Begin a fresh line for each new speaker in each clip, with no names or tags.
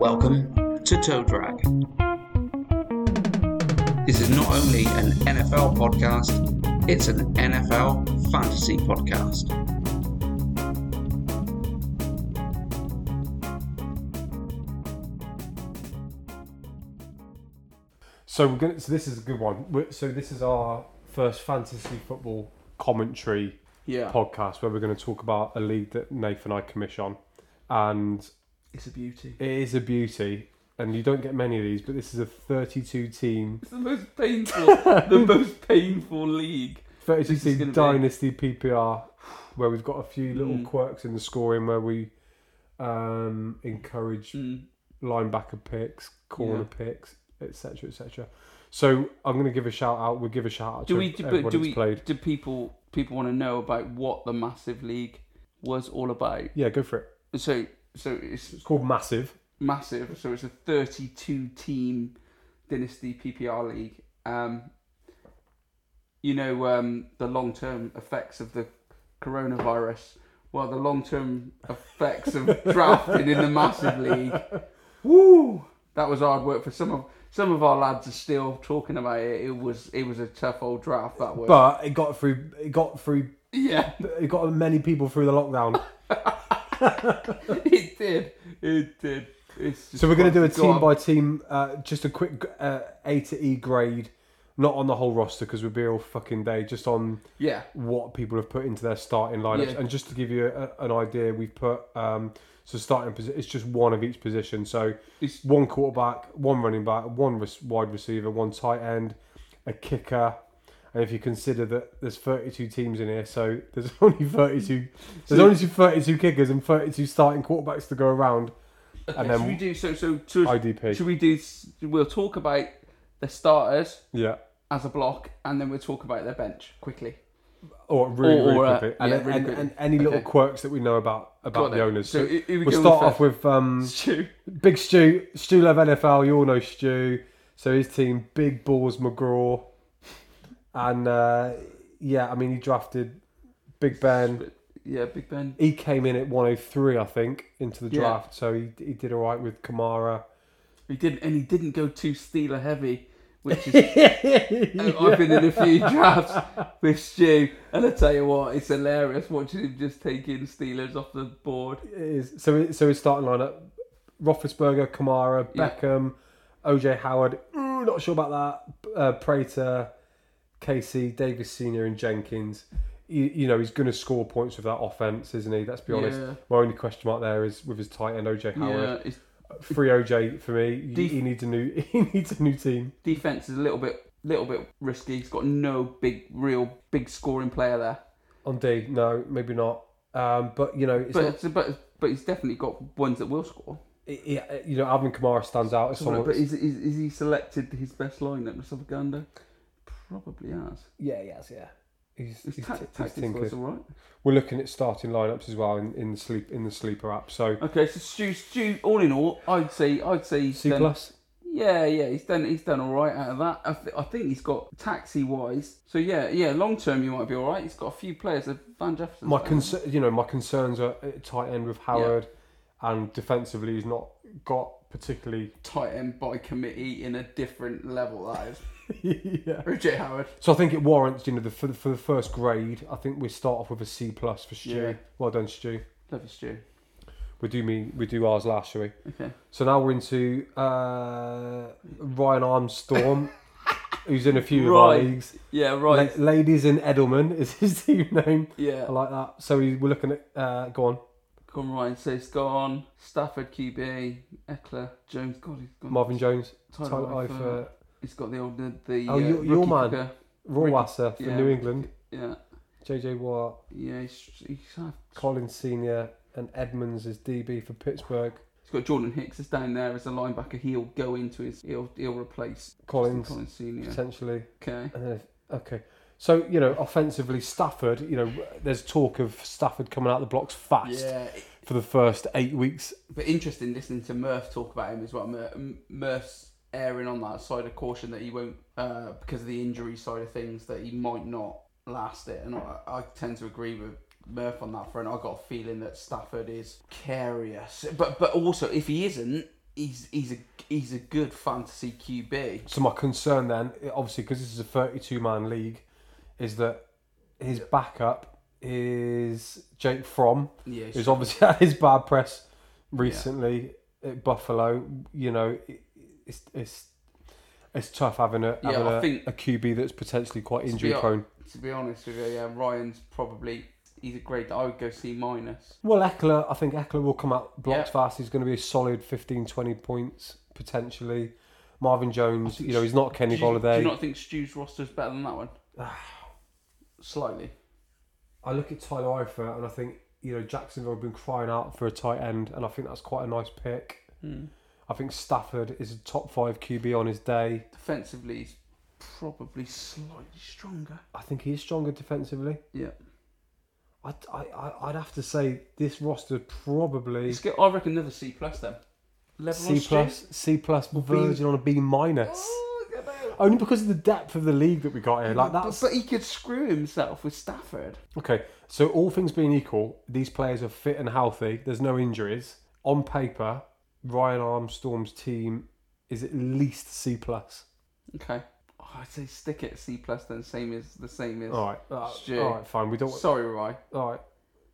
Welcome to Toe Drag. This is not only an NFL podcast, it's an NFL fantasy podcast.
So we're gonna. So this is a good one. We're, so this is our first fantasy football commentary
Yeah,
podcast where we're going to talk about a league that Nathan and I commission, and
it's a beauty.
it is a beauty. And you don't get many of these, but this is a 32 team,
It's the most painful, the most painful league.
32
This is
team
gonna be-
dynasty PPR, where we've got a few little
Mm.
quirks in the scoring where we um, encourage
Mm.
linebacker picks, corner picks, etc., etc. So I'm going to give a shout out. We'll give a shout out
Do
to
we? Do,
everyone
but do
who's
we?
played.
Do people people want to know about what the massive league was all about?
Yeah, go for it.
So so it's
It's called Massive.
massive. So it's a 32 team dynasty PPR league. Um, you know um, the long term effects of the coronavirus. Well, the long term effects of drafting in the massive league. Woo! That was hard work for some of some of our lads are still talking about it. It was it was a tough old draft that was.
But it got through. It got through.
yeah,
It got many people through the lockdown.
it did. It did. It's just
so we're going to do a
got-
team by team, uh, just a quick uh, A to E grade, not on the whole roster because we'd be here all fucking day, just on
yeah.
what people have put into their starting lineups.
Yeah.
And just to give you a, an idea, we've put um, so starting posi- it's just one of each position. So
It's-
one quarterback, one running back, one res- wide receiver, one tight end, a kicker. And if you consider that there's 32 teams in here, so there's only 32, there's
So-
only 32 kickers and 32 starting quarterbacks to go around.
Okay,
And then
should we do so? So, so
IDP.
Should we do? s- We'll talk about the starters
Yeah.
as a block, and then we'll talk about their bench quickly.
Or really,
Or-
really
or, uh,
quickly. And,
yeah,
and,
really
and,
quickly.
any little
Okay.
quirks that we know about about
Got
the
it.
owners.
So here we
we'll
go
start
with
off with um,
Stu,
Big Stu, Stu Love NFL, you all know Stu. So his team, Big Balls McGraw. And uh, yeah, I mean, he drafted Big Ben.
yeah, Big Ben.
He came in at 103, I think, into the
Yeah.
draft. So he, he did all right with Kamara.
He didn't, and he didn't go too Steeler heavy, which is. I've
I've
been in a few drafts with Stu, and I tell you what, it's hilarious watching him just taking Steelers off the board.
It is. So, it- so his starting lineup: Roethlisberger, Kamara,
Yeah.
Beckham, OJ Howard. mm, not sure about that. Uh, Prater, Casey, Davis Senior, and Jenkins. You, you know he's going to score points with that offense, isn't he? Let's be honest.
Yeah.
My only question mark there is with his tight end OJ
Yeah,
Howard.
his
Free OJ for me. He-
Def-
he needs a new. He needs a new team.
defense is a little bit, little bit risky. He's got no big, real big scoring player there.
On D, no, maybe not. Um, but you know, it's
But,
not,
it's- but but he's definitely got ones that will score.
it, it- you know, Alvin Kamara stands out as someone.
but is, is, is he selected his best lineup for Uganda? Probably has.
yeah, yes, yeah. He's,
His
he's,
ta-
t- he's
tactics
tinkered.
was all right.
We're looking at starting lineups as well in, in the sleep in the sleeper app. So
Okay, so Stu, Stu, all in all, I'd say I'd say he's
C
done.
plus.
Yeah, yeah, he's done. He's done all right out of that. I, th- I think he's got taxi wise. So yeah, yeah, long term you might be all right. He's got a few players. uh, Van Jefferson.
My concern, you know, my concerns are at tight end with Howard, and defensively he's not got particularly.
tight end by committee in a different level. That is.
yeah.
Richard Howard.
So I think it warrants, you know, the, for, the, for the first grade, I think we start off with a C plus for Stu.
Yeah.
Well done, Stu.
Love you, Stu.
We do mean we do ours last, shall we?
Okay.
So now we're into uh, Ryan Armstorm, who's in a few of our
Right.
leagues.
Yeah, right.
La- Ladies in Edelman is his team name.
yeah.
I like that. So we we're looking at. Uh, go on,
Come right, so it's gone. Stafford QB, Eckler, Jones. God, he's gone.
Marvin Jones,
Tyler
Tyler
Eifert.
Eifert,
He's got the old the, the
Oh,
uh,
your- your
rookie
man.
kicker.
Roy Wasser for
yeah.
New England,
Yeah,
JJ Watt,
yeah. He's, he's, half-
Collins Senior, and Edmonds is DB for Pittsburgh.
he's got Jordan Hicks is down there as a linebacker. He'll go into his. He'll he'll replace
Collins.
Collins Senior.
potentially.
Okay.
And then okay, so you know, offensively, Stafford. You know, there's talk of Stafford coming out the blocks fast
Yeah,
for the first eight weeks.
but interesting listening to Murph talk about him as well. Mur- M- Murph's erring on that side of caution that he won't uh, because of the injury side of things that he might not last it, and I, I tend to agree with Murph on that front. I got a feeling that Stafford is curious, but but also if he isn't, he's he's a he's a good fantasy QB.
So my concern then, obviously, because this is a 32-man league, is that his backup is Jake Fromm,
Yeah,
who's obviously had his bad press recently at Buffalo. You know, it, it's it's it's tough having a
Yeah,
having
I
a,
think-
a QB that's potentially quite
be
injury
hon-
prone.
to be honest with you, yeah, Ryan's probably he's a grade that I would go C minus.
Well, Eckler, I think Eckler will come out blocks
Yeah.
fast. He's going to be a solid 15, 20 points potentially. Marvin Jones, you know, he's not
Do
Kenny
you, do
Golladay.
you not think Stu's roster's better than that one? Slightly.
I look at Tyler Eifert and I think, you know, Jacksonville have been crying out for a tight end, and I think that's quite a nice pick.
Hmm.
I think Stafford is a top five QB on his day.
Defensively, he's probably slightly stronger.
I think he's stronger defensively.
Yeah.
I, I, I- I'd have to say this roster probably
Let's get, I reckon another C plus then. Level
C plus, C plus, virgin on a B minus. Only because of the depth of the league that we got here. Like
Oh. But,
that's
but he could screw himself with Stafford.
Okay, so all things being equal, these players are fit and healthy. There's no injuries. On paper, Ryan Armstrong's team is at least C plus.
Okay. Oh, I'd say stick it at C plus then, same as the same as.
All right, uh,
Stu.
all right, fine. We don't.
Sorry, Rye.
All right,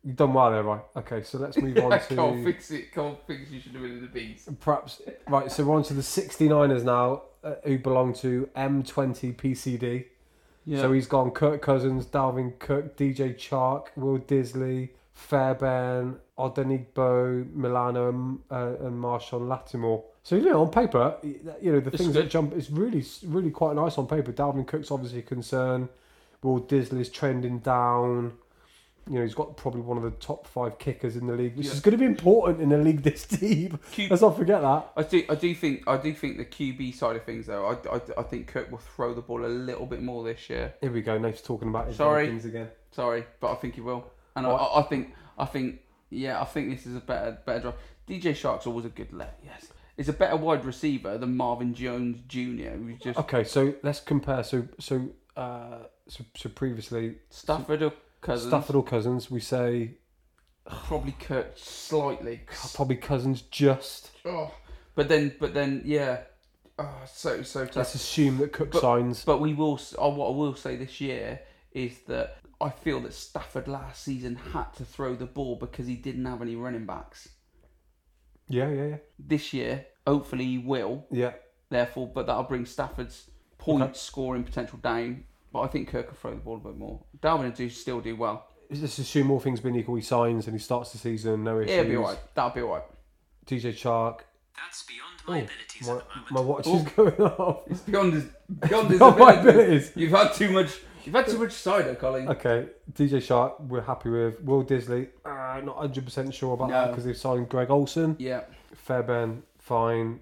you've done well there, right? Okay, so let's move on
I can't
to
fix it. Can't fix. You should have been in the B's.
perhaps right. So we're on to the 69ers now, uh, who belong to M20 PCD.
Yeah.
So he's gone Kirk Cousins, Dalvin Cook, DJ Chark, Will Disley, Fairbairn, Odenigbo, Milano, and, uh, and Marshawn Latimore. So you know, on paper, you know the
It's
things
good.
that jump. It's really, really quite nice on paper. Dalvin Cook's obviously a concern. Will Disley's trending down. You know, he's got probably one of the top five kickers in the league, which
Yeah.
is going to be important in a league this deep.
Q-
Let's not forget that.
I do, I do think, I do think the QB side of things though. I, I, I think Kirk will throw the ball a little bit more this year.
Here we go. Nate's talking about his
Sorry.
Vikings again.
Sorry, but I think he will. And I,
Right.
I, I think, I think, yeah, I think this is a better, better draft. DJ Shark's always a good left. Yes, he's a better wide receiver than Marvin Jones Jr. Who's just
Okay, so let's compare. So so uh, so, so previously
Stafford or Cousins.
Stafford or Cousins, we say
probably Kirk slightly.
probably Cousins just.
Oh, but then, but then, yeah. Oh, so so tough.
Let's assume that Cook signs.
But we will. s- uh, What I will say this year is that I feel that Stafford last season had to throw the ball because he didn't have any running backs.
Yeah, yeah, yeah,
This year, hopefully, he will.
yeah.
Therefore, but that'll bring Stafford's point scoring potential down. But I think Kirk will throw the ball a bit more. Darwin will do still do well.
Let's assume all things being equal, he signs and he starts the season, no issues.
Yeah, it'll be alright. That'll be alright.
DJ Chark.
That's beyond my abilities
Oh, My,
at the moment.
my watch is going off.
It's beyond his beyond his
beyond my
abilities.
abilities.
You've had too much. You've had too much cider, Colin.
Okay, DJ Shark, we're happy with. Will Disley, uh, not 100% sure about that
No.
because they've signed Greg Olson.
Yeah.
Fairbairn, fine.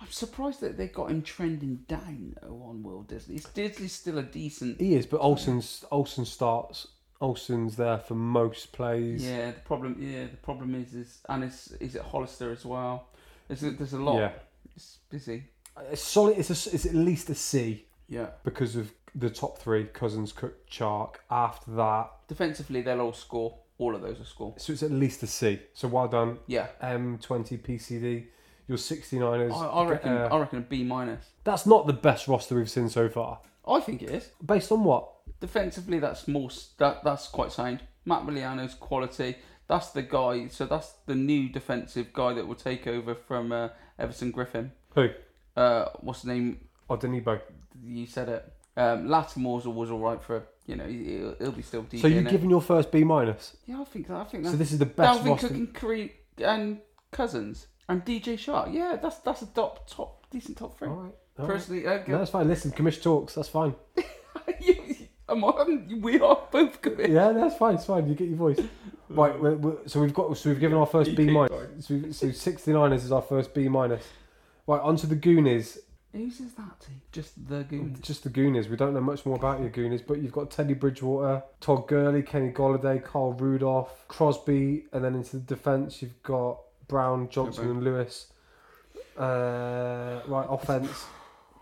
I'm surprised that they got him trending down though on Will Disley. Is Disley still a decent?
He is, but Olsen's, Olsen starts. Olsen's there for most plays.
Yeah, the problem. Yeah, the problem is is and is is it Hollister as well? There's a, there's a lot.
Yeah.
It's busy.
It's solid. It's, a, it's at least a C
Yeah.
because of the top three: Cousins, Cook, Chark. After that,
Defensively, they'll all score. All of those will score.
so it's at least a C. So well done,
Yeah.
M20 PCD. Your 69ers.
I, I reckon.
uh,
I reckon a B minus.
that's not the best roster we've seen so far.
I think it is.
Based on what?
Defensively, that's more. s- That that's quite sound. Matt Miliano's quality. That's the guy. So that's the new defensive guy that will take over from uh, Everson Griffin.
Who?
Uh, what's the name?
Odenibo.
You said it. Um, Lattimore's was all right for you know he- he'll, he'll be still deep.
So you're
in it.
giving your first B minus.
yeah, I think that, I think
So
that.
this is the best
Dalvin
roster.
Cook and, Kare- and Cousins and DJ Shark. Yeah, that's that's a top top decent top three.
All right. all right.
Personally, I
Oh, No,
go,
that's fine. Listen, commission talks. That's fine.
You- am I- we are both committed.
Yeah, that's fine. It's fine. You get your voice. Right. We're, we're, so we've got. So we've given our first B minus. So, we- so 69ers is our first B minus. Right. Onto the Goonies.
Who's is that? Team? Just the goons.
Just the Goonies. We don't know much more about your Goonies, but you've got Teddy Bridgewater, Todd Gurley, Kenny Golladay, Carl Rudolph, Crosby, and then into the defense you've got Brown, Johnson,
Yeah,
and Lewis. Uh, right, offense.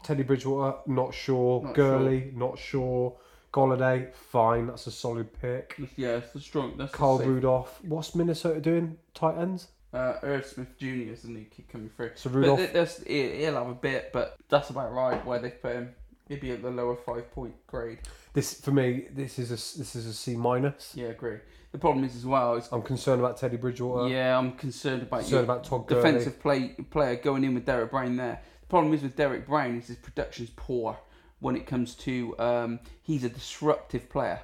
Teddy Bridgewater, not sure.
Not
Gurley, not sure. Golladay, fine. That's a solid pick.
Yeah, it's the strong. That's the
Carl
safe-
Rudolph. What's Minnesota doing? Tight ends.
Uh, Irv Smith Jr. is the new kid coming through.
So
But
Rudolph.
th- that's, he- he'll have a bit, but that's about right where they put him. He'd be at the lower five point grade.
This for me. This is a s- this is a C minus.
uh, Yeah, agree. The problem is as well is
I'm concerned about Teddy Bridgewater.
yeah, I'm concerned about
Concerned
your
about Todd Gurley.
defensive play player going in with Derek Brown there. The problem is with Derek Brown is his production's poor when it comes to um, he's a disruptive player.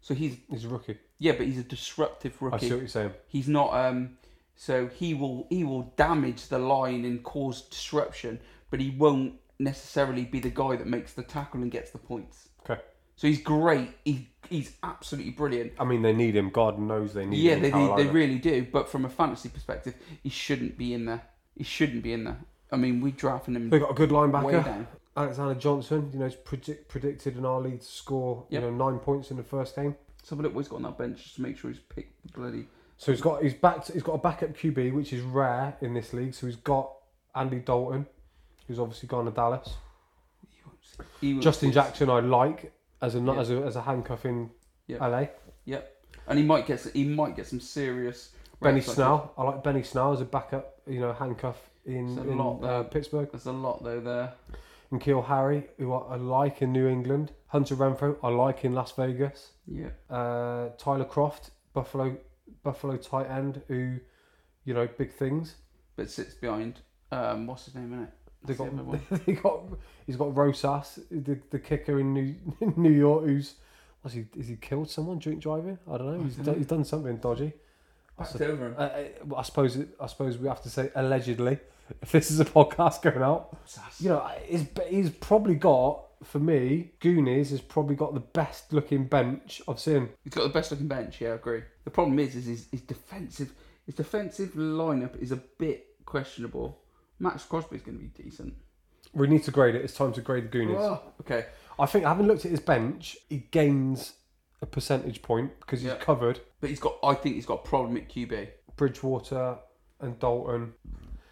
So he's
He's a rookie.
yeah, but he's a disruptive
I see what
rookie.
you're saying.
He's not um, so he will he will damage the line and cause disruption, but he won't necessarily be the guy that makes the tackle and gets the points.
Okay.
So he's great. He, he's absolutely brilliant.
I mean, they need him. God knows they need
Yeah,
him.
they, they, they
Carolina.
really do. But from a fantasy perspective, he shouldn't be in there. He shouldn't be in there. I mean, we drafting him
They got a good
way
linebacker.
down.
Alexander Johnson, you know, is predict, predicted in our lead to score,
Yep.
you know, nine points in the first game.
So look what he's got on that bench just to make sure he's picked the bloody.
So he's got he's back. he's got a backup QB, which is rare in this league. So he's got Andy Dalton, who's obviously gone to Dallas.
He was-
Justin Jackson, I like as a
Mm. Yeah.
as a as a handcuff in
Yep.
LA.
Yep. And he might get he might get some serious.
Benny
reps, I think.
Snell, I like Benny Snell as a backup, you know, handcuff in,
There's a
in,
lot
uh,
there.
Pittsburgh.
There's a lot though there.
And Keel Harry, who I, I like in New England. Hunter Renfro, I like in Las Vegas.
Yeah.
uh, Tyler Croft, Buffalo Buffalo tight end, who you know big things.
But sits behind. Um, what's his name in it?
They
That's the other one.
got, they got he's got Rosas, the, the kicker in New in New York, who's was he is he killed someone drink driving? I don't know. He's done, he's done something dodgy.
Backed over him.
Uh, Uh, well, I suppose it, I suppose we have to say allegedly. If this is a podcast going out,
Sass.
you know he's he's probably got for me Goonies has probably got the best looking bench I've seen.
He's got the best looking bench. Yeah, I agree. The problem is, is his, his defensive his defensive lineup is a bit questionable. Max Crosby's going to be decent.
We need to grade it. It's time to grade the Goonies.
Oh, okay.
I think having looked at his bench, he gains a percentage point because he's
Yeah.
covered
But he's got. I think he's got a problem at QB.
Bridgewater and Dalton.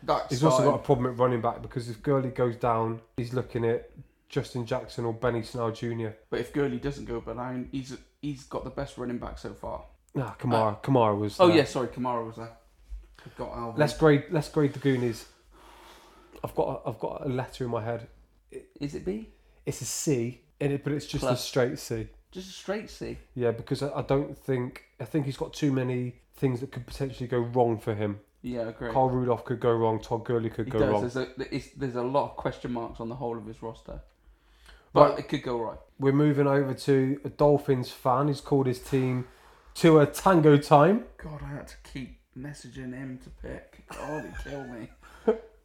That's
He's also got a problem at running back because if Gurley goes down, he's looking at Justin Jackson or Benny Snell Jr.
But if Gurley doesn't go down, he's he's got the best running back so far.
Ah, Kamara. Kamara was.
Oh
there.
yeah, sorry, Kamara was there. I've got Alvin.
Let's grade. Let's grade the Goonies. I've got. A, I've got a letter in my head.
Is it B?
It's a C, and it, but it's just
Plus.
a straight C.
Just a straight C.
Yeah, because I, I don't think. I think he's got too many things that could potentially go wrong for him.
Yeah, agree.
Carl Rudolph could go wrong. Todd Gurley could
He
go
does.
wrong.
There's a it's, there's a lot of question marks on the whole of his roster. But
Right.
it could go right.
We're moving over to a Dolphins fan who's called his team to a tango time.
God, I had to keep messaging him to pick. Oh, he killed me.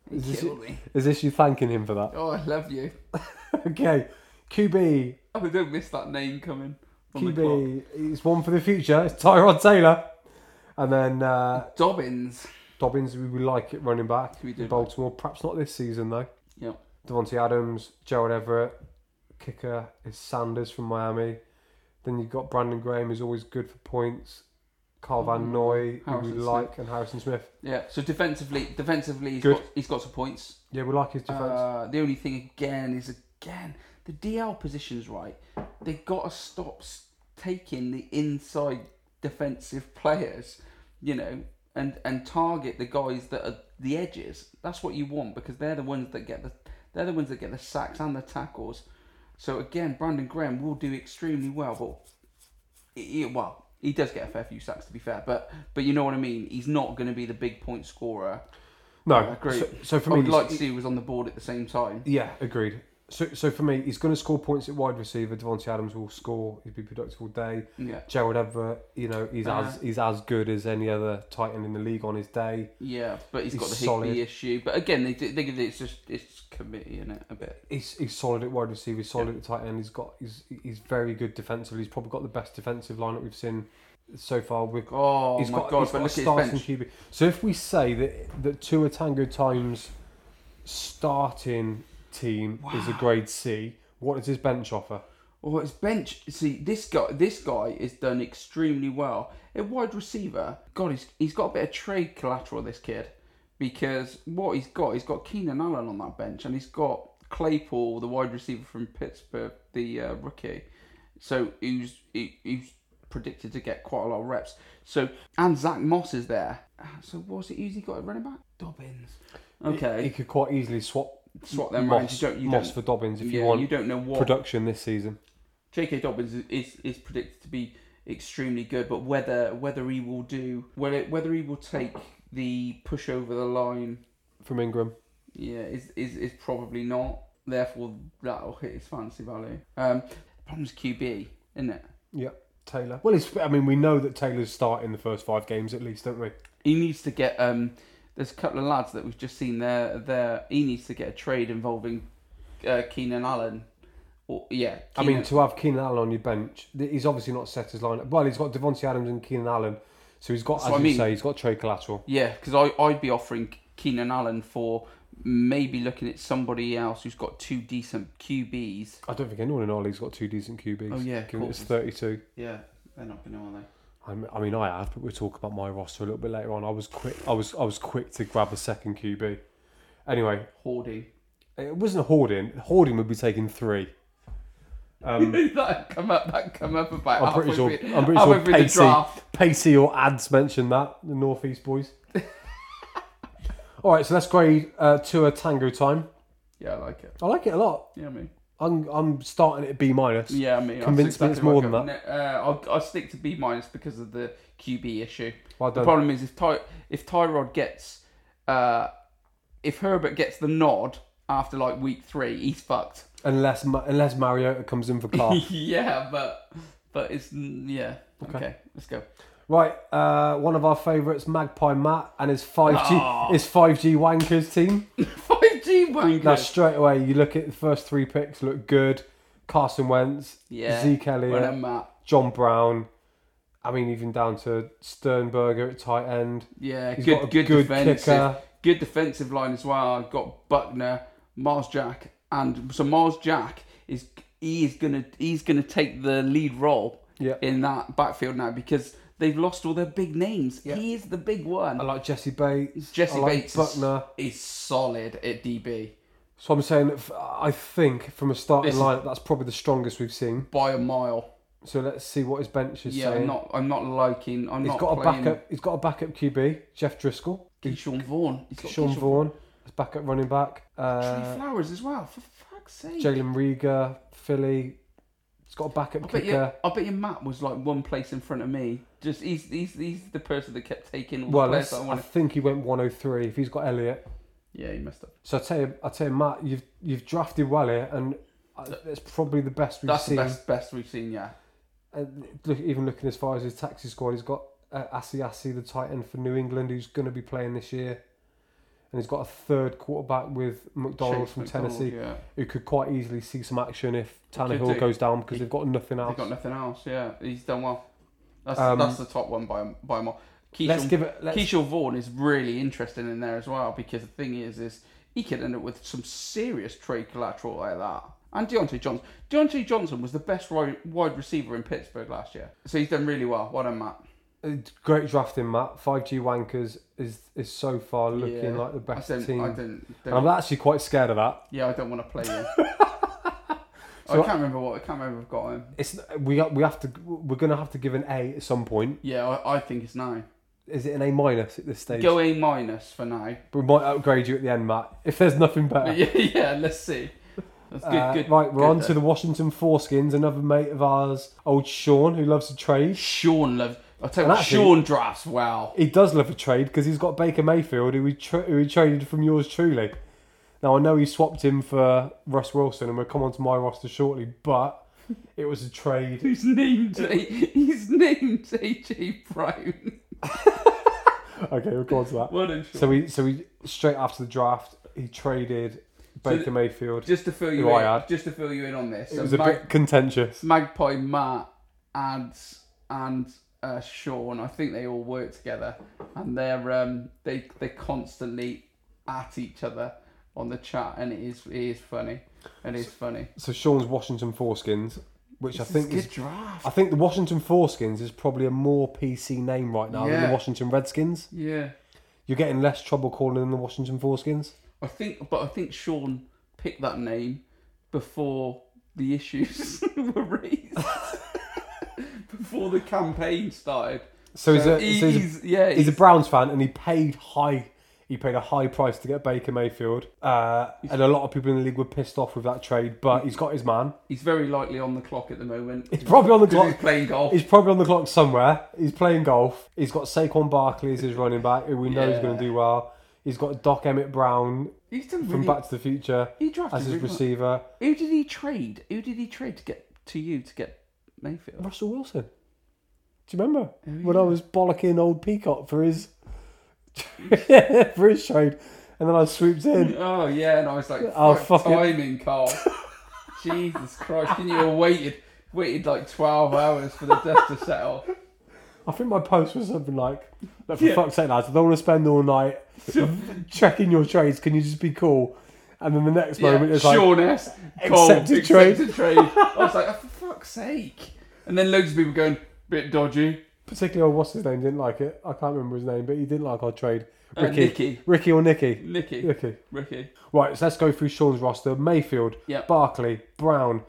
He
Is this
killed me.
Is this you thanking him for that?
Oh, I love you.
Okay, QB,
Oh, don't miss that name coming. on the clock.
QB, it's one for the future. It's Tyrod Taylor, and then uh,
Dobbins.
Dobbins. We would like it running back.
We
in
do.
Baltimore, perhaps not this season though.
Yep.
Devontae Adams, Gerald Everett, kicker is Sanders from Miami. Then you've got Brandon Graham, who's always good for points. Carl Van Noy, who we
Mm. Harrison Smith.
like, and Harrison Smith.
Yeah. So defensively, defensively, he's
Good.
got he's got some points.
Yeah, we like his defense.
Uh, the only thing again is again the DL positions right. They got to stop s- taking the inside defensive players, you know, and and target the guys that are the edges. That's what you want because they're the ones that get the they're the ones that get the sacks and the tackles. So again, Brandon Graham will do extremely well, but he, well, he does get a fair few sacks to be fair, but but you know what I mean. He's not going to be the big point scorer.
No,
I agree.
So, so for
I
me,
would like to see who was on the board at the same time.
yeah, agreed. So, so for me, he's going to score points at wide receiver. Devontae Adams will score. He'll be productive all day.
Yeah,
Gerald Everett, you know, he's
Uh-huh.
as he's as good as any other tight end in the league on his day.
yeah, but he's
He's
got the
solid.
Higby issue. But again, they, they, they it's just it's committee in it a bit.
He's, he's solid at wide receiver. He's solid at tight end. He's got he's he's very good defensively. He's probably got the best defensive lineup we've seen so far. With
Oh
he's
my
got,
god!
he's
But
got a
look at his
starting QB.
bench.
So if we say that that Tua Tango Times starting team is a grade C, what does his bench offer?
Oh, his bench. See, this guy, this guy is done extremely well. A wide receiver. God, he's he's got a bit of trade collateral. This kid, because what he's got, he's got Keenan Allen on that bench, and he's got Claypool, the wide receiver from Pittsburgh, the uh, rookie. So who's who- who's predicted to get quite a lot of reps. So and Zach Moss is there. So was it who's he got at running back? Dobbins.
He
Okay,
could quite easily swap
swap them around. You
Moss,
don't, you
Moss
don't,
for Dobbins if
yeah,
you want
you don't know what
production this season.
J.K. Dobbins is, is, is predicted to be extremely good, but whether whether he will do whether whether he will take the push over the line,
From Ingram,
yeah, is is, is probably not. Therefore, that will hit his fantasy value. Um, the problem's QB, isn't it?
yeah, Taylor. Well, it's, I mean, we know that Taylor's starting the first five games at least, don't we?
He needs to get um. There's a couple of lads that we've just seen there. There, he needs to get a trade involving uh, Keenan Allen. Or yeah,
I mean,
Keenan-
to have Keenan Allen on your bench, th- he's obviously not set his lineup. Well, he's got Devontae Adams and Keenan Allen, so he's got,
That's
as
what I
you
mean.
say, he's got trade collateral.
Yeah, because I I'd be offering Keenan Allen for maybe looking at somebody else who's got two decent QBs.
I don't think anyone in all league's got two decent QBs.
Oh, yeah, of
given it's
course.
thirty-two.
Yeah, they're not going to, are they?
I'm- I mean, I have, but we'll talk about my roster a little bit later on. I was quick. I was I was quick to grab a second QB. Anyway,
Hoarding.
it wasn't hoarding. Hoarding would be taking three.
that come up. That come up about.
I'm pretty sure.
halfway through-
I'm pretty
halfway
sure
through the
Pacey,
draft.
Pacey or Ads mentioned that the Northeast boys. All right, so let's grade uh, to a tango time.
Yeah, I like it.
I like it a lot.
Yeah, I mean.
I'm I'm starting at a B minus.
Yeah, I mean. that's
Convince me it's more
what
than
I've got. No, Uh, I'll, I'll stick to B minus because of the QB issue.
Well
The
done.
problem is if Ty, if Tyrod gets, uh, if Herbert gets the nod after like week three, he's fucked.
unless Ma- unless Mariota comes in for Carr.
yeah, but but it's yeah. Okay, let's go.
right, uh, one of our favourites, Magpie Matt, and his five G
Ah.
his five G wankers team.
Five G wankers.
Now straight away, you look at the first three picks. Look good. Carson Wentz,
yeah.
Zeke
Well
Elliott,
done, Matt.
John Brown. I mean, even down to Sternberger at tight end.
Yeah,
He's
good
got a
good,
good
defensive
kicker.
good defensive line as well. I've got Buckner, Mars Jack, and so Mars Jack is he is gonna he's gonna take the lead role
Yeah.
in that backfield now because they've lost all their big names.
Yeah.
He is the big one.
I like Jesse Bates.
Jesse
I like
Bates is-
Buckner.
is solid at DB
So I'm saying, that f- I think from a starting
This is-
lineup, that's probably the strongest we've seen.
by a mile.
So let's see what his bench is
Yeah,
saying.
I'm not I'm not liking I'm
He's
not
got a
playing
backup. He's got a backup QB, Jeff Driscoll,
Keyshawn Vaughn. He's got
Sean
Keyshawn
Vaughan, as backup running back,
Trey
uh,
Flowers as well. For fuck's sake.
Jalen Rieger, Philly. He's got a backup
I bet, you,
kicker.
I bet your Matt was like one place in front of me. Just he's he's, he's the person that kept taking all the
Well, let's,
players that I
I
wanted.
think he went 103. If he's got Elliott,
Yeah, he messed up.
so I tell you, I tell you, Matt, you've you've drafted well here, and uh, that's probably the best we've
That's
seen.
the best best we've seen. Yeah,
And look, even looking as far as his taxi squad, he's got uh, Asiasi, the tight end for New England, who's going to be playing this year, and he's got a third quarterback with McDonald
Chase
from
McDonald,
Tennessee.
Yeah,
who could quite easily see some action if
could
Tannehill
do.
goes down because they've got nothing
they
else.
got nothing else. Yeah, he's done well. That's
Um,
that's the top one by by more.
let's
Keyshawn,
give it. Let's,
Keyshawn Vaughn is really interesting in there as well because the thing is, is he could end up with some serious trade collateral like that. And Deontay Johnson. Deontay Johnson was the best wi- wide receiver in Pittsburgh last year, so he's done really well. Well done, Matt.
it's uh, great drafting, Matt. Five G wankers is is so far looking
Yeah.
like the best
I don't,
team.
I don't,
and I'm actually quite scared of that.
yeah, I don't want to play him. I
So-
can't remember what I can't remember. I've got him.
It's we we have to we're gonna have to give an A at some point.
Yeah, I, I think it's nine.
Is it an A minus at this stage?
Go A minus for now.
we might upgrade you at the end, Matt. If there's nothing better.
But yeah, yeah, let's see. That's good.
Uh,
good.
right, we're
good
on to
there.
the Washington Foreskins, another mate of ours, old Sean, who loves to trade.
Sean loves. I tell you,
And
what,
actually-
Sean drafts well.
He does love a trade because he's got Baker Mayfield, who he, tr who he traded from yours truly. Now, I know he swapped him for Russ Wilson, and we'll come on to my roster shortly, but it was a trade.
He's named. Uh, He's named AJ Brown.
Okay, we'll go on to that.
Well done, Sean.
So, we, so we, straight after the draft, he traded Baker
the-
Mayfield.
just to fill you
Who
in,
I had.
just to fill you in on this.
It
so
was a
Mag-
bit contentious.
Magpie, Matt, Ads, and uh, Sean. I think they all work together, and they're um, they they constantly at each other on the chat, and it is it is funny, and it's funny.
So, Sean's Washington Foreskins, which I
This
think is.
is good draft.
I think the Washington Foreskins is probably a more PC name right now than
Yeah.
the Washington Redskins.
Yeah,
You're getting less trouble calling them the Washington Foreskins.
I think, but I think Sean picked that name before the issues were raised. before the campaign started.
So, he's,
So
a,
he-
so he's, a,
he's- yeah,
he's a
he's-
Browns fan, and he paid high. He paid a high price to get Baker Mayfield, uh, and a lot of people in the league were pissed off with that trade. But he's got his man.
He's very likely on the clock at the moment.
He's probably on the
'Cause
clock.
He's playing golf.
He's probably on the clock somewhere. He's playing golf. He's got Saquon Barkley as his running back, who we know is
Yeah.
going to do well. He's got Doc Emmett Brown
He's done
from
really.
Back to the Future
he drafted
as his
really well.
receiver.
Who did he trade? Who did he trade to get to you to get Mayfield?
Russell Wilson. Do you remember when I was bollocking old Peacock for his for his trade, and then I swooped in.
Oh yeah, and I was like,
Oh,
fuck
fuck it.
timing, Carl. Jesus Christ! Can you have waited waited like twelve hours for the dust to settle?
I think my post was something like, "Look, for fuck's sake, lads, I don't want to spend all night checking your trades. Can you just be cool?" And then the next moment,
yeah,
it's like,
Sean S. Cole,
accepted trade.
accepted trade. I was like, oh, for fuck's sake! And then loads of people going, bit dodgy.
particularly, oh, what's his name? Didn't like it. I can't remember his name, but he didn't like our trade.
Uh,
Ricky,
Nicky.
Ricky or Nicky.
Nicky,
Nicky.
Ricky.
Right, so let's go through Sean's roster: Mayfield,
Yep.
Barkley, Brown,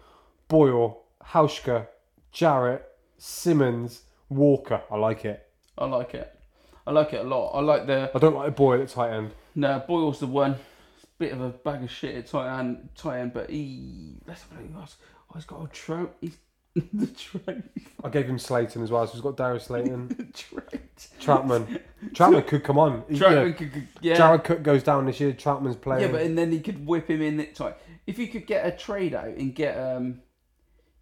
Boyle, Hauschka, Jarrett, Simmons, Walker. I like it.
I like it. I like it a lot. I like the
I don't like Boyle at tight end.
No, Boyle's the one. It's a bit of a bag of shit at tight end, tight end but he. Let's have a look who else. Oh, he's got a trout. He's the trout.
I gave him Slayton as well, so he's got Darius Slayton,
The trout.
Troutman. Troutman could come on. He-
Trout
you know,
could, could- yeah.
Jared Cook goes down this year. Troutman's playing.
yeah, but and then he could whip him in that tight. If you could get a trade out and get um,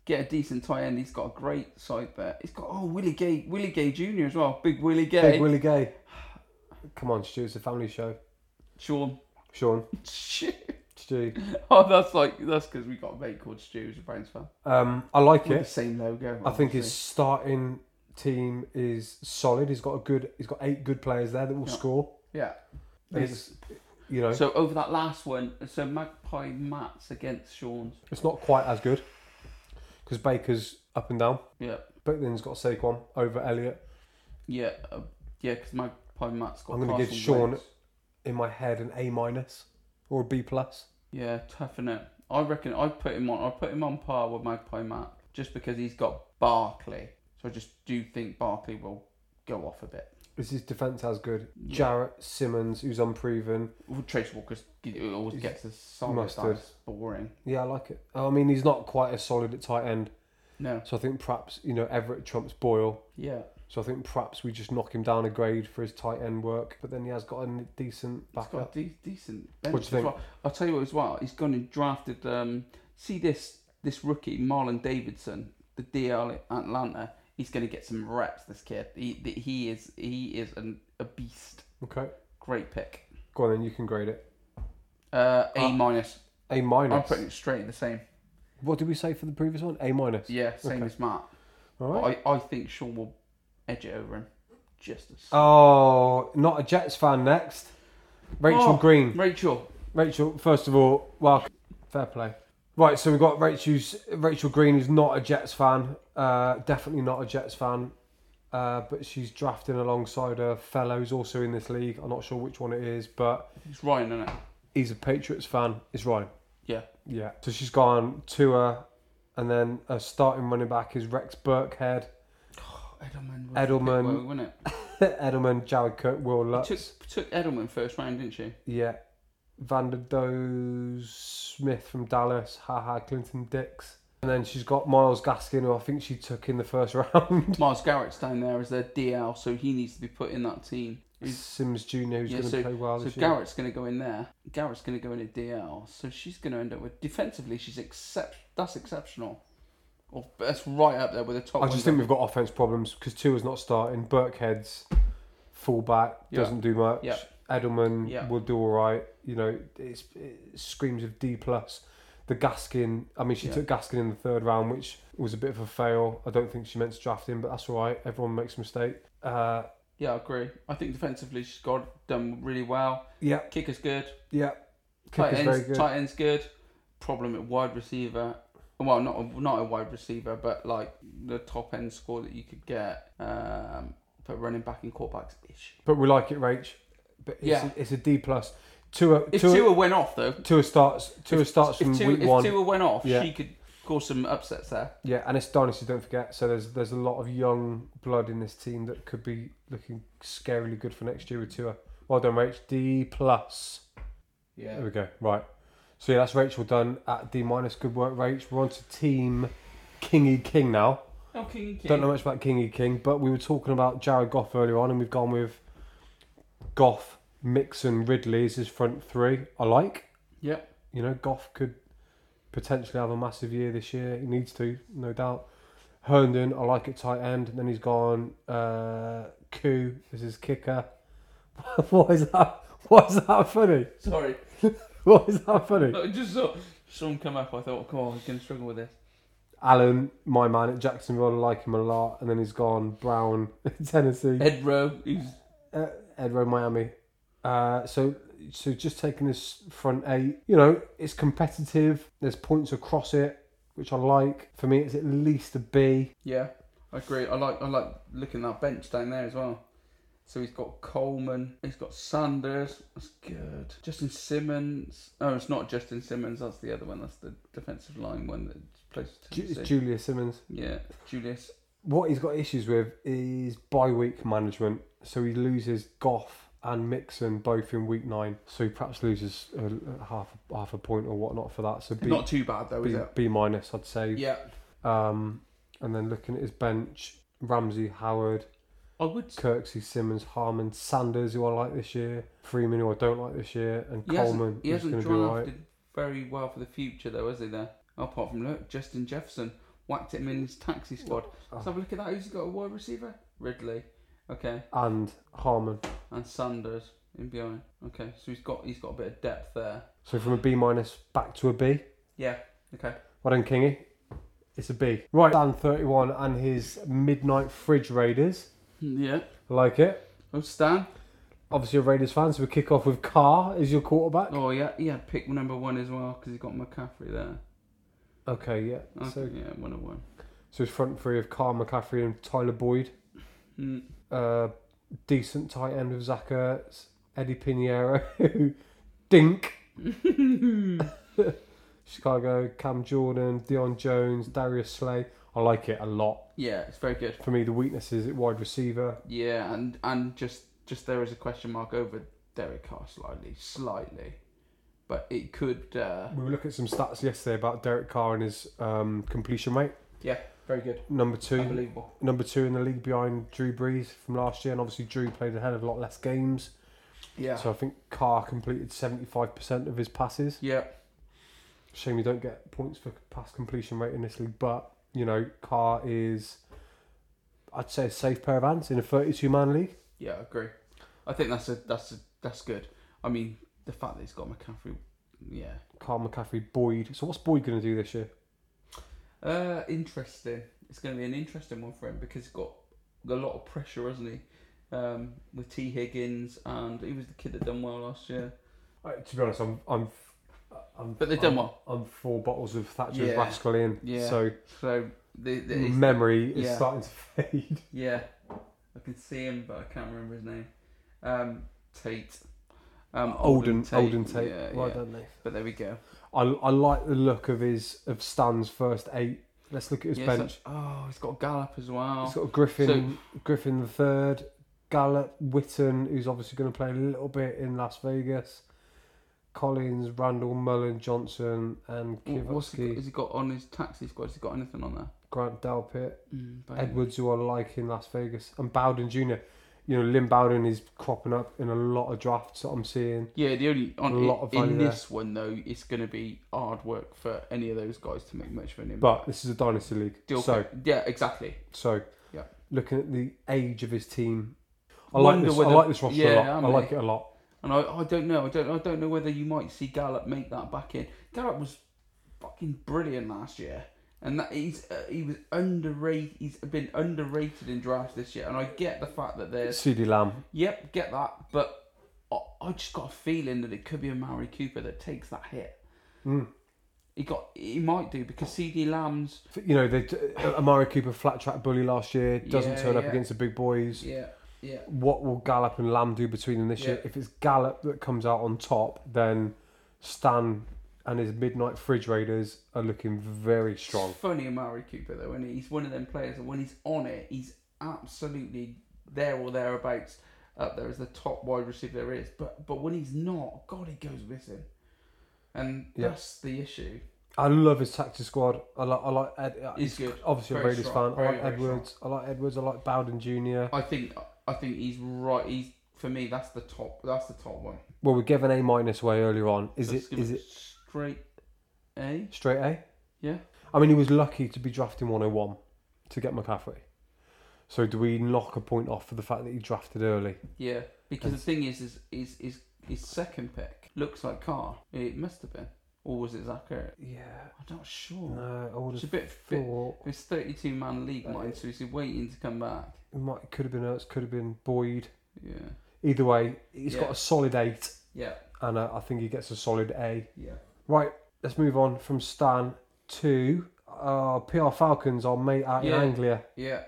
get a decent tight end, he's got a great side there. He's got oh Willie Gay, Willie Gay Jr. as well. Big Willie Gay.
Big Willie Gay. Come on, Stu. It's a family show.
Sean.
Sean,
Shit.
Stu.
Oh, that's like that's because we got a mate called Stu who's a Browns fan.
Um, I like
With the
it.
same logo.
I think his
obviously.
starting team is solid. He's got a good. He's got eight good players there that will score.
yeah.
It's, you know,
So over that last one, so Magpie Matt's against Sean's.
it's not quite as good because Baker's up and down.
Yeah,
But then he's got Saquon over Elliott.
yeah, uh, yeah. Because Magpie Matt's got.
I'm gonna give
Carson
Sean-
Wentz.
In my head, an A minus or a B plus.
Yeah, tough innit? I reckon I put him on. I put him on par with Magpie Matt just because he's got Barkley. So I just do think Barkley will go off a bit.
Is his defense as good? Jarrett Simmons, who's unproven.
Well, Trace Walker's it always gets a solid.
mustard.
That's boring.
Yeah, I like it. I mean, he's not quite as solid at tight end,
No.
so I think perhaps you know Everett trumps Boyle.
Yeah.
So I think perhaps we just knock him down a grade for his tight end work. But then he has got a decent
He's got
backup.
a de- decent bench
What do you
as
think?
well. I'll tell you what as well. He's gone and drafted. Um, see this this rookie Marlon Davidson, the DL at Atlanta. He's going to get some reps. This kid. He th- he is he is an, a beast.
Okay,
Great pick.
go on then. You can grade it.
Uh, a minus.
A
I'm
minus.
putting it straight in the same.
What did we say for the previous one? A minus.
Yeah, same
Okay.
as Matt.
All
But
right.
I, I think Sean will edge it over him. Just as.
Oh, not a Jets fan next. Rachel
Oh,
Green.
Rachel.
Rachel, first of all, well, fair play. Right, so we've got Rachel's, Rachel Green, who's not a Jets fan, uh, definitely not a Jets fan, uh, but she's drafting alongside her fellows also in this league. I'm not sure which one it is, but
It's Ryan, isn't it?
he's a Patriots fan. It's Ryan.
Yeah.
Yeah. So she's gone to her, and then her starting running back is Rex Burkhead,
Edelman. Was
Edelman.
Well, wasn't it?
Edelman, Jared Cook, Will Lutz.
Took, took Edelman first round, didn't she?
Yeah. Van der Does Smith from Dallas, haha, Clinton Dix. And then she's got Miles Gaskin, who I think she took in the first round.
Miles Garrett's down there as their DL, so he needs to be put in that team. He's-
Sims Jr., who's
yeah,
going to
so,
play well
so
this year.
Garrett's going to go in there. Garrett's going to go in a DL, so she's going to end up with defensively. She's excep- That's exceptional. Or that's right up there with the top.
I just think we've got offense problems because Tua's not starting. Burkhead's fullback
Yeah.
doesn't do much.
Yeah.
Edelman
Yeah.
will do all right. You know, it's, it screams of D plus. The Gaskin, I mean, she
Yeah.
took Gaskin in the third round, which was a bit of a fail. I don't think she meant to draft him, but that's all right. Everyone makes a mistake. Uh,
yeah, I agree. I think defensively she's got done really well.
yeah,
Kicker's good.
Yeah.
Tight
Kicker's very
end's,
good.
tight end's good. Problem at wide receiver. Well, not a, not a wide receiver, but like the top end score that you could get. Um, but running back and quarterbacks issue.
But we like it, Rach. But it's,
Yeah.
it's a D plus. Tua
If
Tua,
Tua went off though,
Tua starts Tua starts
if
from
Tua,
week
if
one.
Tua went off,
Yeah.
she could caused some upsets there.
Yeah, and it's dynasty. Don't forget. So there's there's a lot of young blood in this team that could be looking scarily good for next year with Tua. Well done, Rach. D plus. There
Yeah.
we go. Right. So yeah, that's Rachel done at D minus. Good work, Rach. We're on to Team Kingy King now.
Oh, King, King.
Don't know much about Kingy King, but we were talking about Jared Goff earlier on, and we've gone with Goff, Mixon, Ridley as his front three. I like.
Yeah.
You know, Goff could potentially have a massive year this year. He needs to, no doubt. Herndon, I like at tight end. And then he's gone uh, Koo as his kicker. Why is that? Why is that funny?
Sorry.
Why is that funny?
I just saw someone come up. I thought, come on, he's going to struggle with this.
Allen, my man at Jacksonville, I like him a lot. And then he's gone Brown, Tennessee.
Ed Rowe, who's
uh, Edro Miami. Uh, so so just taking this front eight, you know, it's competitive. There's points across it, which I like. For me, it's at least a B.
Yeah, I agree. I like I like looking at that bench down there as well. So he's got Coleman, he's got Sanders. That's good. Justin Simmons. Oh, it's not Justin Simmons. That's the other one. That's the defensive line one that plays. for
Ju- It's
Tennessee.
Julia Simmons.
yeah, Julius.
What he's got issues with is bye week management. So he loses Goff and Mixon both in week nine. So he perhaps loses a, a half half a point or whatnot for that. So B
not too bad though, is
B,
it?
B minus, I'd say.
Yeah,
Um, and then looking at his bench, Ramsey, Howard,
I would.
Kirksey, Simmons, Harmon, Sanders, who I like this year, Freeman, who I don't like this year, and
He
Coleman,
hasn't, he
who's going
hasn't
to be alright.
drafted very well for the future though, has he? There. Apart from look, Justin Jefferson whacked him in his taxi squad. Let's have a look at that. Who's he got a wide receiver? Ridley. Okay.
And Harmon.
and Sanders in behind. Okay, so he's got he's got a bit of depth there.
So from a B minus back to a B.
Yeah. Okay.
Well done, Kingy. It's a B. Right, Dan 31 and his Midnight Fridge Raiders.
Hmm, Yeah.
I like it.
Oh Stan.
Obviously, a Raiders fan, so we kick off with Carr as your quarterback.
Oh yeah, yeah. Pick number one as well because he got McCaffrey there.
Okay, yeah.
Oh. Okay,
So,
yeah, one of one.
so his front three of Carr, McCaffrey, and Tyler Boyd.
Mm.
uh, decent tight end with Zach Ertz, Eddie Pinheiro, who dink. Chicago, Cam Jordan, Deion Jones, Darius Slay. I like it a lot.
Yeah, it's very good.
For me, the weakness is at wide receiver.
Yeah, and and just just there is a question mark over Derek Carr slightly, slightly, but it could. Uh,
We were looking at some stats yesterday about Derek Carr and his um, completion rate.
yeah, very good.
Number two,
Unbelievable.
number two in the league behind Drew Brees from last year, and obviously Drew played a hell of a lot less games.
Yeah.
So I think Carr completed seventy-five percent of his passes.
yeah.
Shame you don't get points for pass completion rate in this league, but you know, Carr is, I'd say, a safe pair of hands in a 32 man league.
Yeah, I agree. I think that's a that's a that's good. I mean, the fact that he's got McCaffrey. Yeah.
Carr McCaffrey, Boyd. So, what's Boyd going to do this year?
Uh, interesting. It's going to be an interesting one for him because he's got a lot of pressure, hasn't he? Um, with T Higgins and he was the kid that done well last year.
Uh, to be honest, I'm, I'm, I'm
But they've done well.
I'm, I'm four bottles of Thatcher's
Yeah.
Rascal in,
Yeah.
so
So the, the
Mm-hmm.
it's-
memory is
yeah.
starting to fade.
yeah, I can see him, but I can't remember his name. Um, Tate. Um,
Olden, Olden Tate,
Yeah,
well
yeah.
done, Nate.
But there we go.
I, I like the look of his of Stan's first eight. Let's look at his
Yeah, so-
bench.
oh, he's got Gallup as well.
He's got Griffin, Griffin the third, Gallup, Witten, who's obviously going to play a little bit in Las Vegas, Collins, Randall, Mullen, Johnson, and
Wh- What's he got,
Kivosky,
has he got on his taxi squad? Has he got anything on there?
Grant Delpit,
Mm, but-
Edwards, who I like in Las Vegas, and Bowden Jr. You know, Lynn Bowden is cropping up in a lot of drafts that I'm seeing.
Yeah, the only on
A lot of
in,
value
in
there.
this one though, it's going to be hard work for any of those guys to make much of an impact.
But this is a dynasty league,
Deal
so
pick- yeah, exactly.
so
Yeah.
looking at the age of his team, I like
Wonder
this. I
whether-
like this roster
yeah,
a lot.
I
I,
mean-
like it a lot.
And I, I don't know, I don't, I don't know whether you might see Gallup make that back in. Gallup was fucking brilliant last year, and that he's uh, he was underrated. He's been underrated in drafts this year, and I get the fact that there's
CD Lamb,
Yep, get that. But I, I just got a feeling that it could be a Mary Cooper that takes that hit.
Hmm.
He got he might do because CD Lamb's
you know, they, uh, Amari Cooper flat track bully last year doesn't
Yeah,
turn up
yeah.
against the big boys.
yeah yeah
What will Gallup and Lamb do between them this
Yeah.
year? If it's Gallup that comes out on top, then Stan and his Midnight Fridge Raiders are looking very strong.
It's funny Amari Cooper though, and he's one of them players that when he's on it, he's absolutely there or thereabouts up there as the top wide receiver there is. But but when he's not, God, he goes missing, and
Yeah.
that's the issue.
I love his tactical squad. I like. I like. Ed, uh,
He's good.
Obviously, a
Very
Raiders
strong.
fan.
Very,
I like
very strong.
Edwards. I like Edwards. I like Bowden Jr.
I think I think he's right. He's for me that's the top. That's the top one.
Well, we gave an A minus away earlier on. Is
Let's
it?
give
Is it
straight A?
straight A?
Yeah.
I mean, he was lucky to be drafting 101 to get McCaffrey. So do we knock a point off for the fact that he drafted early?
Yeah, because the thing is, is is is his second pick looks like Carr. It must have been, or was it Zachary?
Yeah.
I'm not sure.
No, I would
It's a
have
bit fit.
thought
It's 32 man league mine, so he's waiting to come back.
it might could have been Ertz, could have been Boyd.
Yeah.
Either way, he's
Yeah.
got a solid eight,
Yeah.
and uh, I think he gets a solid A.
Yeah.
Right, let's move on from Stan to uh, PR Falcons, our mate out
Yeah.
in Anglia.
Yeah.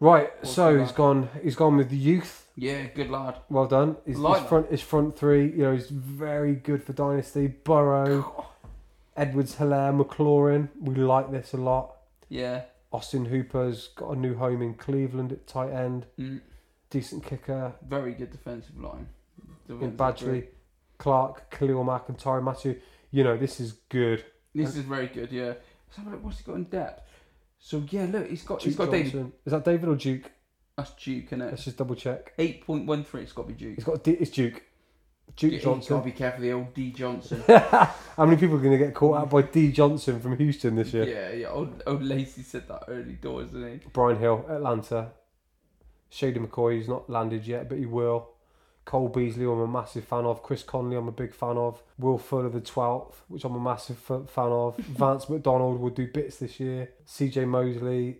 Right,
Awesome
so he's
lad.
gone. He's gone with the youth.
Yeah. Good lad.
Well done. His,
Like
his
that.
front his front three, you know, is very good for Dynasty. Burrow, Edwards Hilaire, McLaurin. We like this a lot.
Yeah.
Austin Hooper's got a new home in Cleveland at tight end.
Mm.
Decent kicker
Very good defensive line.
in
Defensive
Badgley.
group.
Clark, Khalil Mack and Tyron Matthew. You know, this is good.
This is very good. Yeah. Let's have a look. What's he got in depth? So yeah, look, he's got he's
Duke
got David.
Johnson. Is that David or Duke?
That's Duke, is it?
Let's just double check.
Eight point one three. It's got to be Duke.
He's got D- it's Duke. Duke
Yeah, You've got to
Johnson.
be careful, the old D Johnson.
How many people are going to get caught out by D Johnson from Houston this year?
yeah, yeah. Old, old Lacey said that early doors, didn't he?
Brian Hill, Atlanta. Shady McCoy, who's not landed yet, but he will. Cole Beasley, who I'm a massive fan of. Chris Conley, I'm a big fan of. Will Fuller, the 12th, which I'm a massive f- fan of. Vance McDonald will do bits this year. CJ Mosley,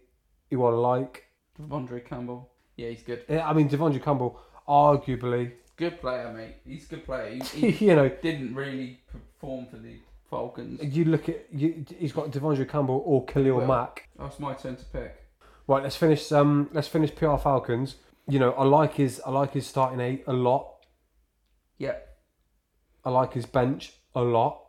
who I like.
Devondre Campbell. Yeah, he's good.
Eh, I mean, Devondre Campbell, arguably,
Good player, mate. He's a good player. He, he
you know,
didn't really perform for the Falcons.
you look at, you, he's got Devondre Campbell or Khalil
Well.
Mack.
Oh, it's my turn to pick.
Right, let's finish. Um, let's finish PR Falcons. You know, I like his, I like his starting eight a lot.
Yeah.
I like his bench a lot.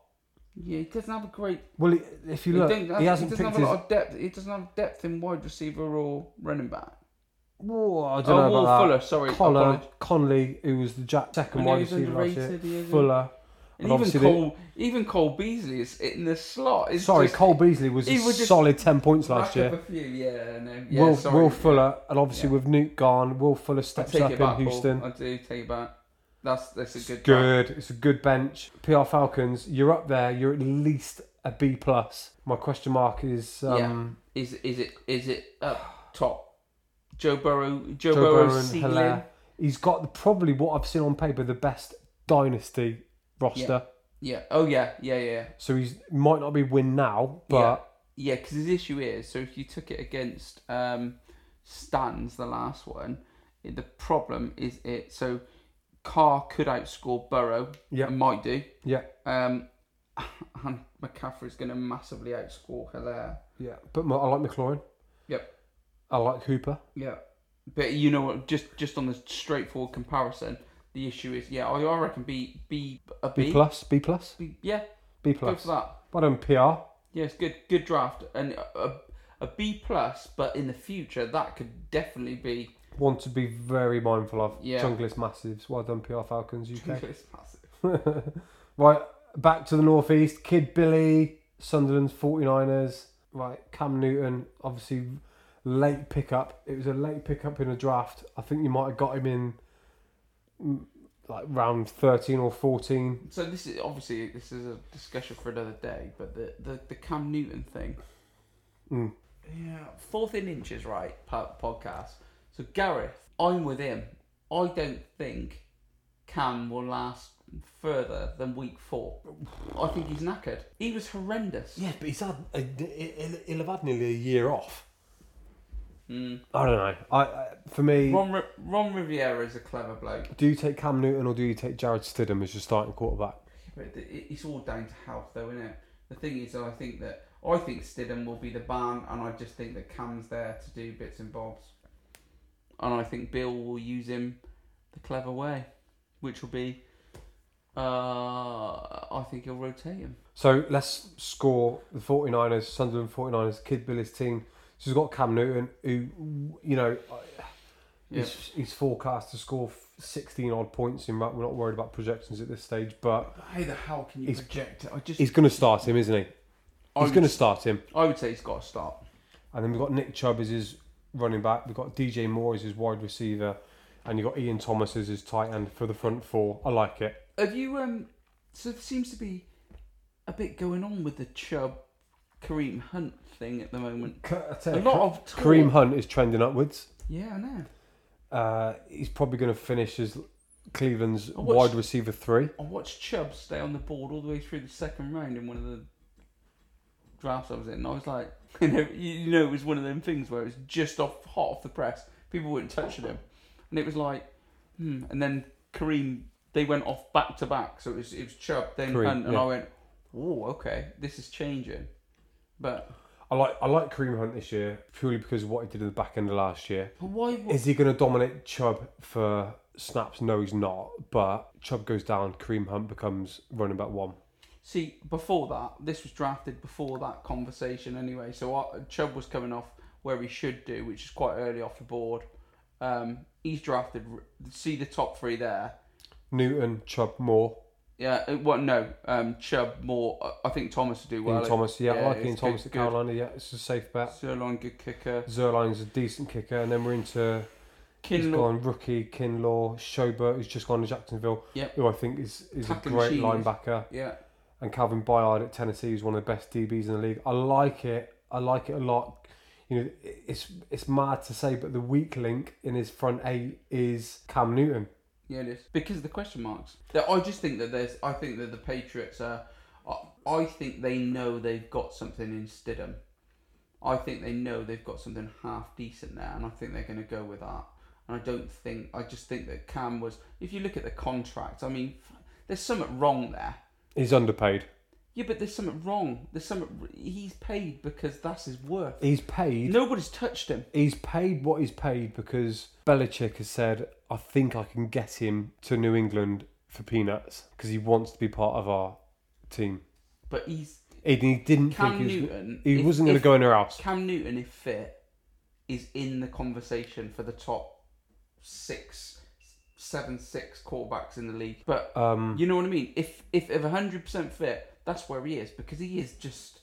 Yeah, he doesn't have a great.
Well, he- if you
he
look,
didn't-
he hasn't
doesn't
picked
have
his.
a lot of depth. He doesn't have depth in wide receiver or running back.
Whoa, I don't
Oh,
know
Will
about
Fuller.
that.
Sorry,
Collar,
apologies.
Conley, who was the Jack second
I know
wide
he's
receiver last year.
underrated, he is,
Fuller,
And
and
even
obviously the-
Cole, even Cole Beasley is in the slot. It's
sorry,
just,
Cole Beasley was
he
a
was just
solid ten points
rack
last
up
year.
A few. Yeah, no, yeah,
Will,
sorry.
Will Fuller, and obviously
Yeah.
with Nuke gone, Will Fuller
I
steps
take
up
it back.
in Houston.
Paul. I do take it back. That's that's a
It's
good. pick.
good. It's a good bench. PR Falcons, you're up there. You're at least a B plus. My question mark is um,
Is is it is it up top? Joe Burrow. Joe,
Joe
Burrow's
Burrow and
ceiling.
Hilaire. He's got the, probably what I've seen on paper the best dynasty roster.
Yeah. Oh yeah. Yeah yeah.
So he's might not be win now, but
Yeah, because his issue is so if you took it against um, Stans, the last one, i- the problem is it. So Carr could outscore Burrow.
Yeah.
and might do.
yeah,
Um, and McCaffrey's going to massively outscore Hilaire.
yeah. But I like McLaurin.
Yep.
I like Hooper.
Yeah, but you know what? Just just on the straightforward comparison, the issue is yeah, I, I reckon B B a B.
B plus, B plus,
B- yeah,
B
go
plus.
for that.
Well done, PR.
Yeah, it's good good draft and a, a, a B plus, but in the future that could definitely be
One to be very mindful of.
Yeah.
Junglist massives. Well done, PR Falcons UK.
it's massive.
right, back to the northeast. Kid Billy, Sunderland's 49ers. Right, Cam Newton, obviously late pickup. It was a late pickup in a draft. I think you might have got him in mm, like round 13 or 14.
So this is obviously this is a discussion for another day, but the the, the Cam Newton thing.
Mm.
Yeah, fourth in inches, right? po- Podcast. So Gareth, I'm with him. I don't think Cam will last further than week four. I think he's knackered. He was horrendous.
Yeah, but he's had a, he'll have had nearly a year off.
Mm.
I don't know. I, I for me,
Ron, Ri- Ron Riviera is a clever bloke.
do you take Cam Newton or do you take Jared Stidham as your starting quarterback?
But it- it's all down to health, though, isn't it? The thing is, I think that I think Stidham will be the ban, and I just think that Cam's there to do bits and bobs, and I think Bill will use him the clever way, which will be Uh, I think he'll rotate him.
So let's score the 49ers, Sunderland 49ers, Kid Billy's team. So he's got Cam Newton, who, you know,
Yeah.
he's, he's forecast to score 16 odd points in. ra- We're not worried about projections at this stage, but
How the hell can you
He's-
project it? I just.
he's going to start him, isn't he?
I
He's
would,
going to start him.
I would say he's got to start.
And then we've got Nick Chubb as his running back. We've got DJ Moore as his wide receiver. And you've got Ian Thomas as his tight end for the front four. I like it.
Have you um? So there seems to be a bit going on with the Chubb, Kareem Hunt thing at the moment. A lot of talk.
Kareem Hunt is trending upwards.
Yeah, I know.
Uh, he's probably going to finish as Cleveland's
watched-
wide receiver three.
I watched Chubb stay on the board all the way through the second round in one of the drafts I was in. And I was like, you know, you- you know, it was one of them things where it was just off hot off the press. People weren't touching him, and it was like, hmm. And then Kareem, they went off back to back, so it was it was Chubb then
Kareem,
Hunt, and
yeah.
I went, oh, okay, this is changing. But,
I like I like Kareem Hunt this year purely because of what he did in the back end of last year.
but why? What,
Is he going to dominate Chubb for snaps? No, he's not. But Chubb goes down, Kareem Hunt becomes running back one.
See, before that, this was drafted before that conversation anyway. So I, Chubb was coming off where he should do, which is quite early off the board. Um, he's drafted. See the top three there.
Newton, Chubb, Moore,
Yeah. uh, Well, no. Um, Chubb more. I- I think Thomas will do well.
Ian Thomas. Yeah, I like
it's
Ian Thomas
good-
at Carolina. Yeah, it's a safe
Good.
bet.
Sirloin, good kicker.
Zerline's a decent kicker, and then we're into he's
Kinlaw,
gone rookie Kinlaw, Schobert, who's just gone to Jacksonville,
Yep.
who I think is is a
Tuck and
great
cheese.
linebacker,
yeah.
and Calvin Byard at Tennessee, who's one of the best DBs in the league. I like it. I like it a lot. You know, i- it's it's mad to say, but the weak link in his front eight is Cam Newton.
Yeah, it is because of the question marks. That- I just think that there's. I think that the Patriots are. I- I think they know they've got something in Stidham. I think they know they've got something half decent there, and I think they're going to go with that. And I don't think. I just think that Cam was. If you look at the contract, I mean, f- there's something wrong there.
He's underpaid.
Yeah, but there's something wrong. There's something. He's paid because that's his worth.
He's paid.
Nobody's touched him.
He's paid what he's paid because Belichick has said, I think I can get him to New England for peanuts because he wants to be part of our team.
But he's
And he didn't
Cam
think he was,
Newton,
he
if-
wasn't going
if-
to go anywhere else.
Cam Newton, if fit, is in the conversation for the top six, seven, six quarterbacks in the league. But
Um,
you know what I mean. If if if hundred percent fit, that's where he is because he is just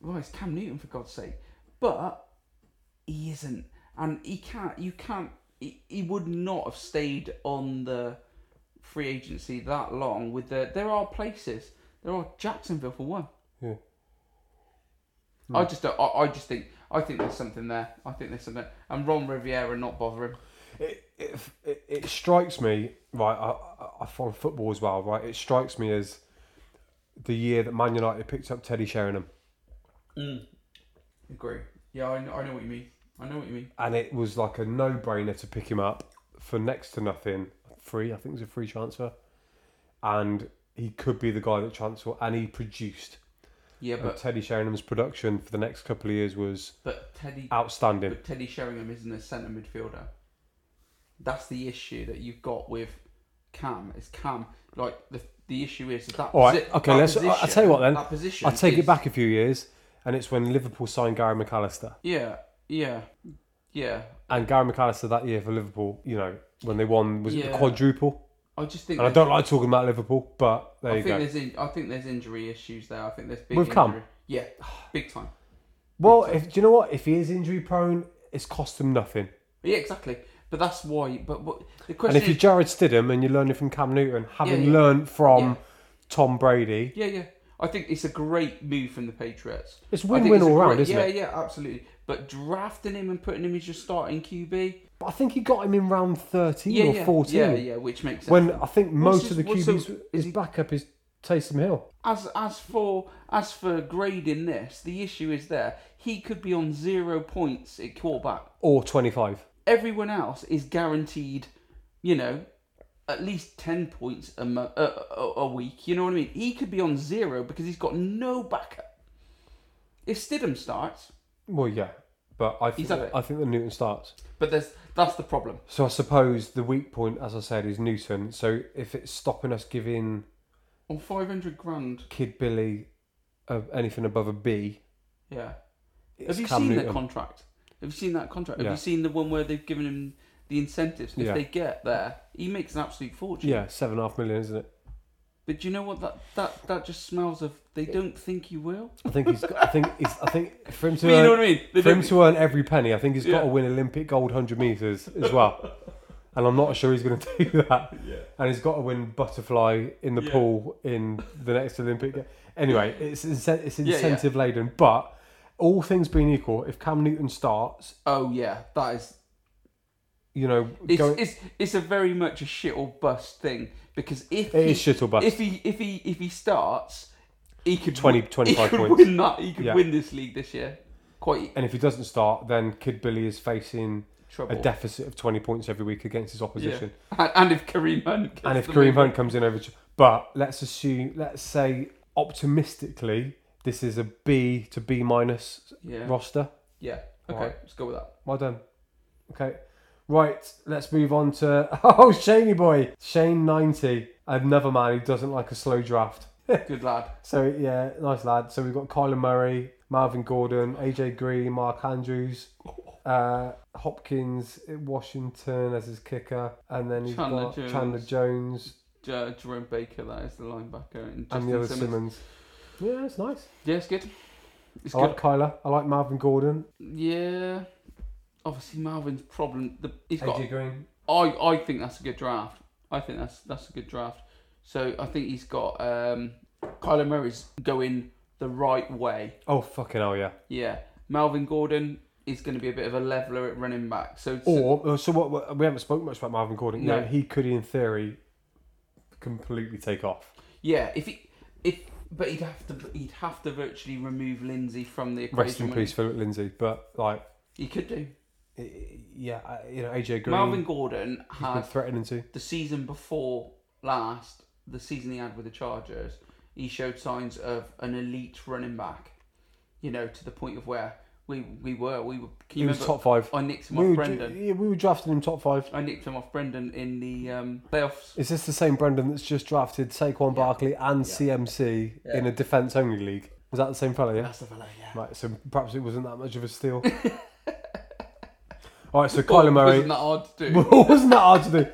well, it's Cam Newton for God's sake. But he isn't, and he can't. You can't. He, he would not have stayed on the free agency that long. With the there are places. There are Jacksonville for one.
yeah.
I just don't, I, I just think I think there's something there. I think there's something. And Ron Riviera not bothering.
it, it, it, it strikes me, right, I, I, I follow football as well, right, it strikes me as the year that Man United picked up Teddy Sheringham.
Agree. Yeah, I know, I know what you mean. I know what you mean.
and it was like a no-brainer to pick him up for next to nothing, free. I think it was a free transfer, and he could be the guy that transfer, and he produced.
Yeah,
And
but
Teddy Sheringham's production for the next couple of years was
but Teddy
Oh. outstanding.
but Teddy Sheringham isn't a centre midfielder. That's the issue that you've got with Cam. Is Cam like the the issue is that
All right,
posi-
okay,
that
let's. I- I'll
position-
tell you what then.
That position.
I'll take
is-
it back a few years, and it's when Liverpool signed Gary McAllister,
Yeah, yeah, yeah.
and Gary McAllister that year for Liverpool, you know, when they won was it the
Yeah.
quadruple.
I just think.
And I
there's-
don't like talking about Liverpool, but there
I
you
think
go.
there's in, I think there's injury issues there. I think there's big.
With Cam?
injury. Yeah, big time.
Well, if, do you know what? If he is injury prone, it's cost him nothing.
Yeah, exactly. But that's why. But what the
And
question
if you're
is?
Jared Stidham and you're learning from Cam Newton, having
yeah.
learned from
Yeah.
Tom Brady,
yeah, yeah. I think it's a great move from the Patriots.
It's
I think
win-win all
a
round,
great-
isn't
yeah,
it?
Yeah, absolutely. But drafting him and putting him as your starting QB,
but I think he got him in round 13
yeah,
or
yeah,
14.
yeah, yeah, which makes sense.
When I think most
his-
of the
what's
QBs,
the-
his
is he-
backup is Taysom Hill.
As as for as for grading this, the issue is there. He could be on zero points at quarterback.
Or 25.
Everyone else is guaranteed, you know, at least ten points a, mo- a, a, a week. You know what I mean? He could be on zero because he's got no backup. If Stidham starts,
Well, yeah. But I think,
had it.
I think that Newton starts.
But there's that's the problem.
So I suppose the weak point, as I said, is Newton. So if it's stopping us giving
on five hundred grand.
Kid Billy, uh, anything above a B.
Yeah.
it's
Have you
Cam
seen their
Newton.
contract? Have you seen that contract? Have
Yeah.
you seen the one where they've given him the incentives? If
Yeah.
they get there, he makes an absolute fortune.
Yeah, seven and a half million, isn't it?
But do you know what? That that that just smells of. They don't think he will.
I think he's. Got, I think he's. I think for him to.
But you know
earn-
what I mean? They
for him
don't-
to earn every penny, I think he's got
Yeah.
to win Olympic gold 100 metres as well. and I'm not sure he's going to do that. And he's got to win butterfly in the
Yeah.
pool in the next Olympic game. Anyway, it's, incen- it's
yeah.
incentive laden. But all things being equal, if Cam Newton starts,
Oh yeah, that is.
you know,
It's
going,
it's it's a very much a shit or bust thing because if
It
he,
is shit or bust.
If he if he if he starts, he could
20
win-
25
he could
points.
Win that. He could
Yeah.
win this league this year. Quite
and if he doesn't start, then Kid Billy is facing a
trouble.
deficit of 20 points every week against his opposition.
Yeah. And, and if Kareem Hunt gets
and if
the
Kareem
move-
Hunt comes in over, Ch- but let's assume, let's say optimistically, this is a B to B minus
yeah,
roster.
yeah, okay,
Right.
let's go with that.
Well done. Okay, right. Let's move on to oh Shaney boy, Shane ninety, another man who doesn't like a slow draft.
Good lad.
So yeah, nice lad. So we've got Kyler Murray, Marvin Gordon, AJ Green, Mark Andrews. Uh, Hopkins, Washington as his kicker, and then he's
Chandler
got
Jones.
Chandler Jones,
J- Jerome Baker, that is the linebacker, and,
and
Justin
the other
Simmons.
Simmons. Yeah, it's nice.
Yeah, it's good. It's
I
good.
like Kyler. I like Marvin Gordon.
Yeah. Obviously, Marvin's problem. The, he's got.
Green.
I I think that's a good draft. I think that's that's a good draft. So I think he's got um, Kyler Murray's going the right way.
Oh fucking hell yeah!
Yeah. Melvin Gordon is going to be a bit of a leveler at running back. So, so-
Or uh, so what, what? We haven't spoken much about Marvin Gordon.
No.
No, he could in theory completely take off.
yeah, if he if but he'd have to he'd have to virtually remove Lindsay from the equation.
Rest in
wouldn't
peace, Philip Lindsay. But like,
He He could do.
i- i- yeah, I- you know AJ Green.
Melvin Gordon
he's been
had
threatening to.
the season before last, the season he had with the Chargers, he showed signs of an elite running back. You know, to the point of where we we were we were. Can
He
you
was
remember?
top five.
I nicked him
We
off
were,
Oh, Brendan.
yeah, we were drafting him top five.
I nicked him off Brendan in the um, playoffs.
Is this the same Brendan that's just drafted Saquon Barkley and CMC
Yeah.
in a defense only league? Was that the same fella? Yeah.
That's the fella, yeah.
Right, so perhaps it wasn't that much of a steal. All right, so
Oh,
Kyler Murray.
Wasn't that hard to do?
Well, wasn't that hard to do?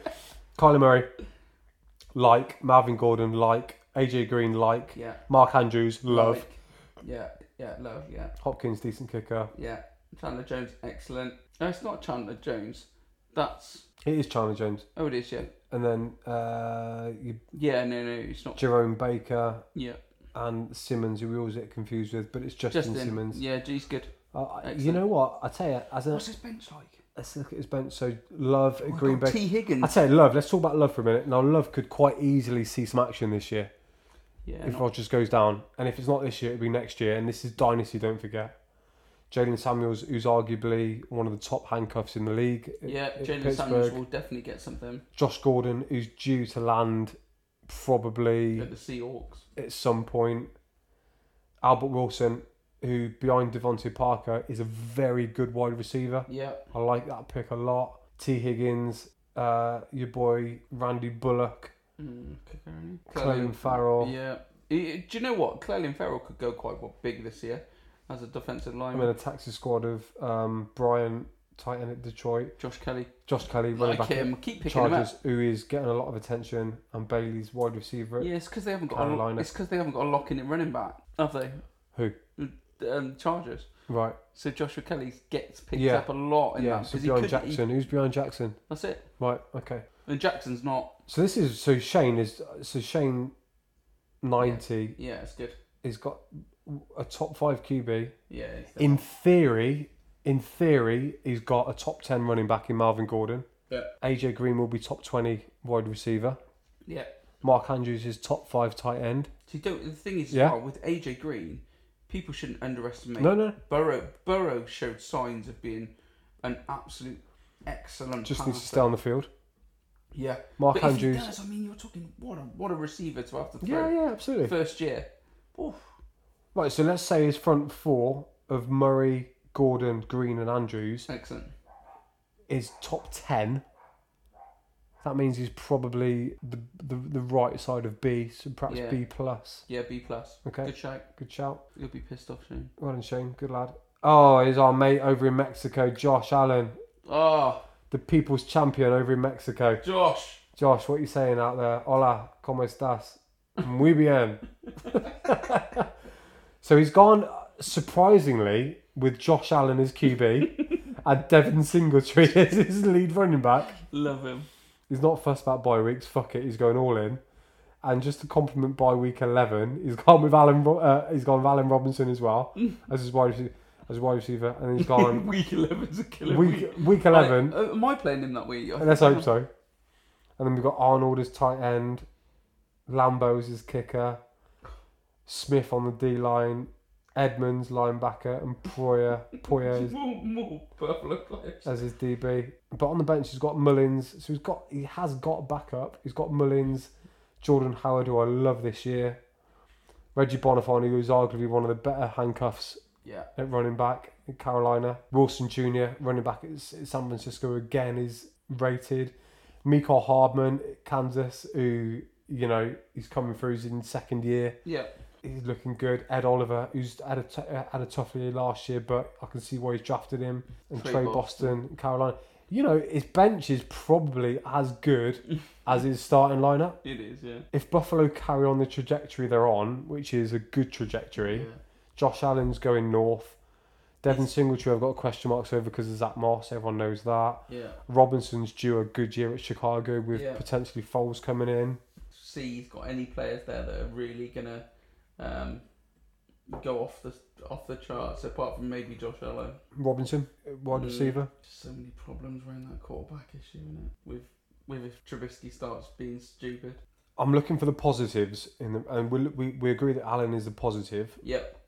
Kyler Murray, like Marvin Gordon, like AJ Green, like
yeah.
Mark Andrews, love
Like, yeah, yeah, love, yeah,
Hopkins, decent kicker.
yeah. Chandler Jones, excellent. No, it's not Chandler Jones. That's
It is Chandler Jones,
oh, it is yeah.
and then uh, you-
Yeah, no, no, it's not.
Jerome Baker
Yeah,
and Simmons, who we always get confused with, but it's Justin,
Justin.
Simmons.
Yeah, G's good.
Uh, I- you
Excellent.
know what? I tell you, as a,
What's his bench like? Oh
let's look at his bench. So Love at Green Bay.
T
I
Higgins.
tell you, Love. Let's talk about Love for a minute. Now, Love could quite easily see some action this year
Yeah,
if
not-
Rodgers goes down, and if it's not this year, it'll be next year. And this is dynasty. Don't forget, Jalen Samuels, who's arguably one of the top handcuffs in the league. at-
yeah.
at
Jalen Samuels
Pittsburgh.
will definitely get something
Josh Gordon, who's due to land probably
at the Seahawks.
at some point. Albert Wilson, who behind Devontae Parker is a very good wide receiver.
Yeah,
I like that pick a lot. T. Higgins, uh, your boy Randy Bullock,
mm, Clelin
Clelin Farrell.
Yeah. He- Do you know what? Clelin Farrell could go quite well big this year as a defensive
I'm
lineman.
in a taxi squad of um, Brian, tight end at Detroit.
Josh Kelly,
Josh Kelly, running
like
back at
him. Keep picking him up.
uh, Chargers, who is getting a lot of attention, and Bailey's wide receiver.
Yeah, it's because they haven't got.
Carolina.
A, it's because they haven't got a lock in at running back, have they?
Who?
Um, Chargers.
Right.
So Joshua Kelly gets picked
Yeah.
up a lot in
yeah.
that
So
because Oh, he
Bjorn
could. he-
Jackson. Who's Bjorn Jackson?
that's it.
Right. Okay.
And Jackson's not.
So this is so Shane is so Shane ninety
Yeah, it's good.
has got a top five QB.
Yeah. It's there.
In theory, in theory, he's got a top ten running back in Marvin Gordon.
Yeah.
AJ Green will be top twenty wide receiver.
yeah.
Mark Andrews is top five tight end.
So you don't. The thing is, as
Yeah.
well, with AJ Green, people shouldn't underestimate.
No, no.
Burrow. Burrow showed signs of being an absolute excellent.
Just needs to
passer.
stay on the field.
Yeah.
Mark
but If
Andrews.
he does, I mean, you're talking what a what a receiver to have to
Yeah,
throw
yeah, absolutely.
first year. Oof.
Right, so let's say his front four of Murray, Gordon, Green, and Andrews
Excellent.
is top 10 That means he's probably the the, the right side of B, so perhaps
Yeah.
B plus.
Yeah, B plus.
Okay.
Good shout.
Good shout.
You'll be pissed off soon.
Well done, Shane. Good lad. Oh, he's our mate over in Mexico, Josh Allen,
Oh,
the people's champion over in Mexico.
Josh.
Josh, what are you saying out there? Hola, ¿cómo estás? Muy bien. so he's gone, surprisingly, with Josh Allen as QB and Devin Singletree as his lead running back.
Love him.
He's not fussed about bye weeks. Fuck it, he's going all in. And just to compliment bye week eleven, he's gone with Alan. Ro- Uh, he's gone with Alan Robinson as well as his wide receiver, as wide receiver, and he's gone
week 11's a killer week.
week week eleven.
I, uh, am I playing him that week? I
Let's hope
think I am.
so. And then we've got Arnold as tight end, Lambo's as kicker, Smith on the D line, Edmonds linebacker, and Poyer Poyer as,
More, more Buffalo players.
as his DB. But on the bench he's got Mullins, so he's got he has got backup. He's got Mullins, Jordan Howard, who I love this year, Reggie Bonifani, who's arguably one of the better handcuffs
Yeah.
at running back at Carolina. Wilson Jr. running back at S- at San Francisco again is rated. Miko Hardman at Kansas, who you know he's coming through, he's in second year,
Yeah.
he's looking good. Ed Oliver, who's had a t- uh, had a tough year last year, but I can see why he's drafted him. And
Trey
Trey, Boston, at Carolina. You know his bench is probably as good as his starting lineup.
It is, yeah.
If Buffalo carry on the trajectory they're on, which is a good trajectory,
Yeah.
Josh Allen's going north. Devin Singletree, I've got question marks over because of Zach Moss. Everyone knows that.
yeah.
Robinson's due a good year at Chicago with
Yeah.
potentially Foles coming in.
See, he's got any players there that are really gonna um, go off the off the charts, apart from maybe Josh Allen.
Robinson, wide
Mm.
receiver.
So many problems around that quarterback issue, innit? With with if Trubisky starts being stupid.
I'm looking for the positives in the, and we, we we agree that Allen is a positive,
Yep.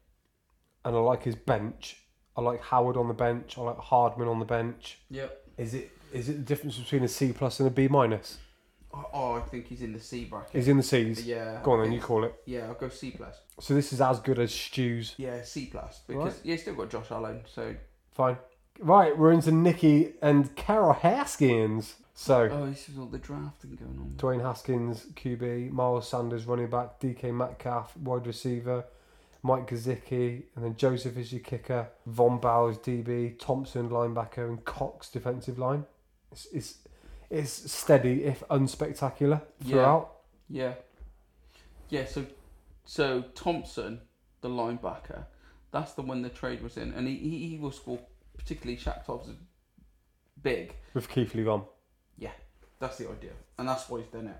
and I like his bench. I like Howard on the bench. I like Hardman on the bench.
Yep.
Is it is it the difference between a C plus and a B minus?
Oh, oh, I think he's in the C bracket.
He's in the C's.
Yeah.
Go on
I
then, you
think-
call it.
Yeah, I'll go C plus.
So this is as good as Stew's
Yeah, C plus because
Right.
yeah, he's still got Josh Allen. So
Fine. Right, we're into Nikki and Carol Haskins. So,
oh, this is all the drafting going on.
Dwayne Haskins, QB, Miles Sanders, running back, DK Metcalf, wide receiver, Mike Gazicki, and then Joseph is your kicker, Von Bowers, DB, Thompson, linebacker, and Cox, defensive line. It's, it's, it's steady, if unspectacular,
Yeah.
throughout.
Yeah. Yeah, so so Thompson, the linebacker, that's the one the trade was in. And he, he, he will score particularly Shaktov's big.
With Keith Lee gone.
Yeah. That's the idea. And that's why he's done it.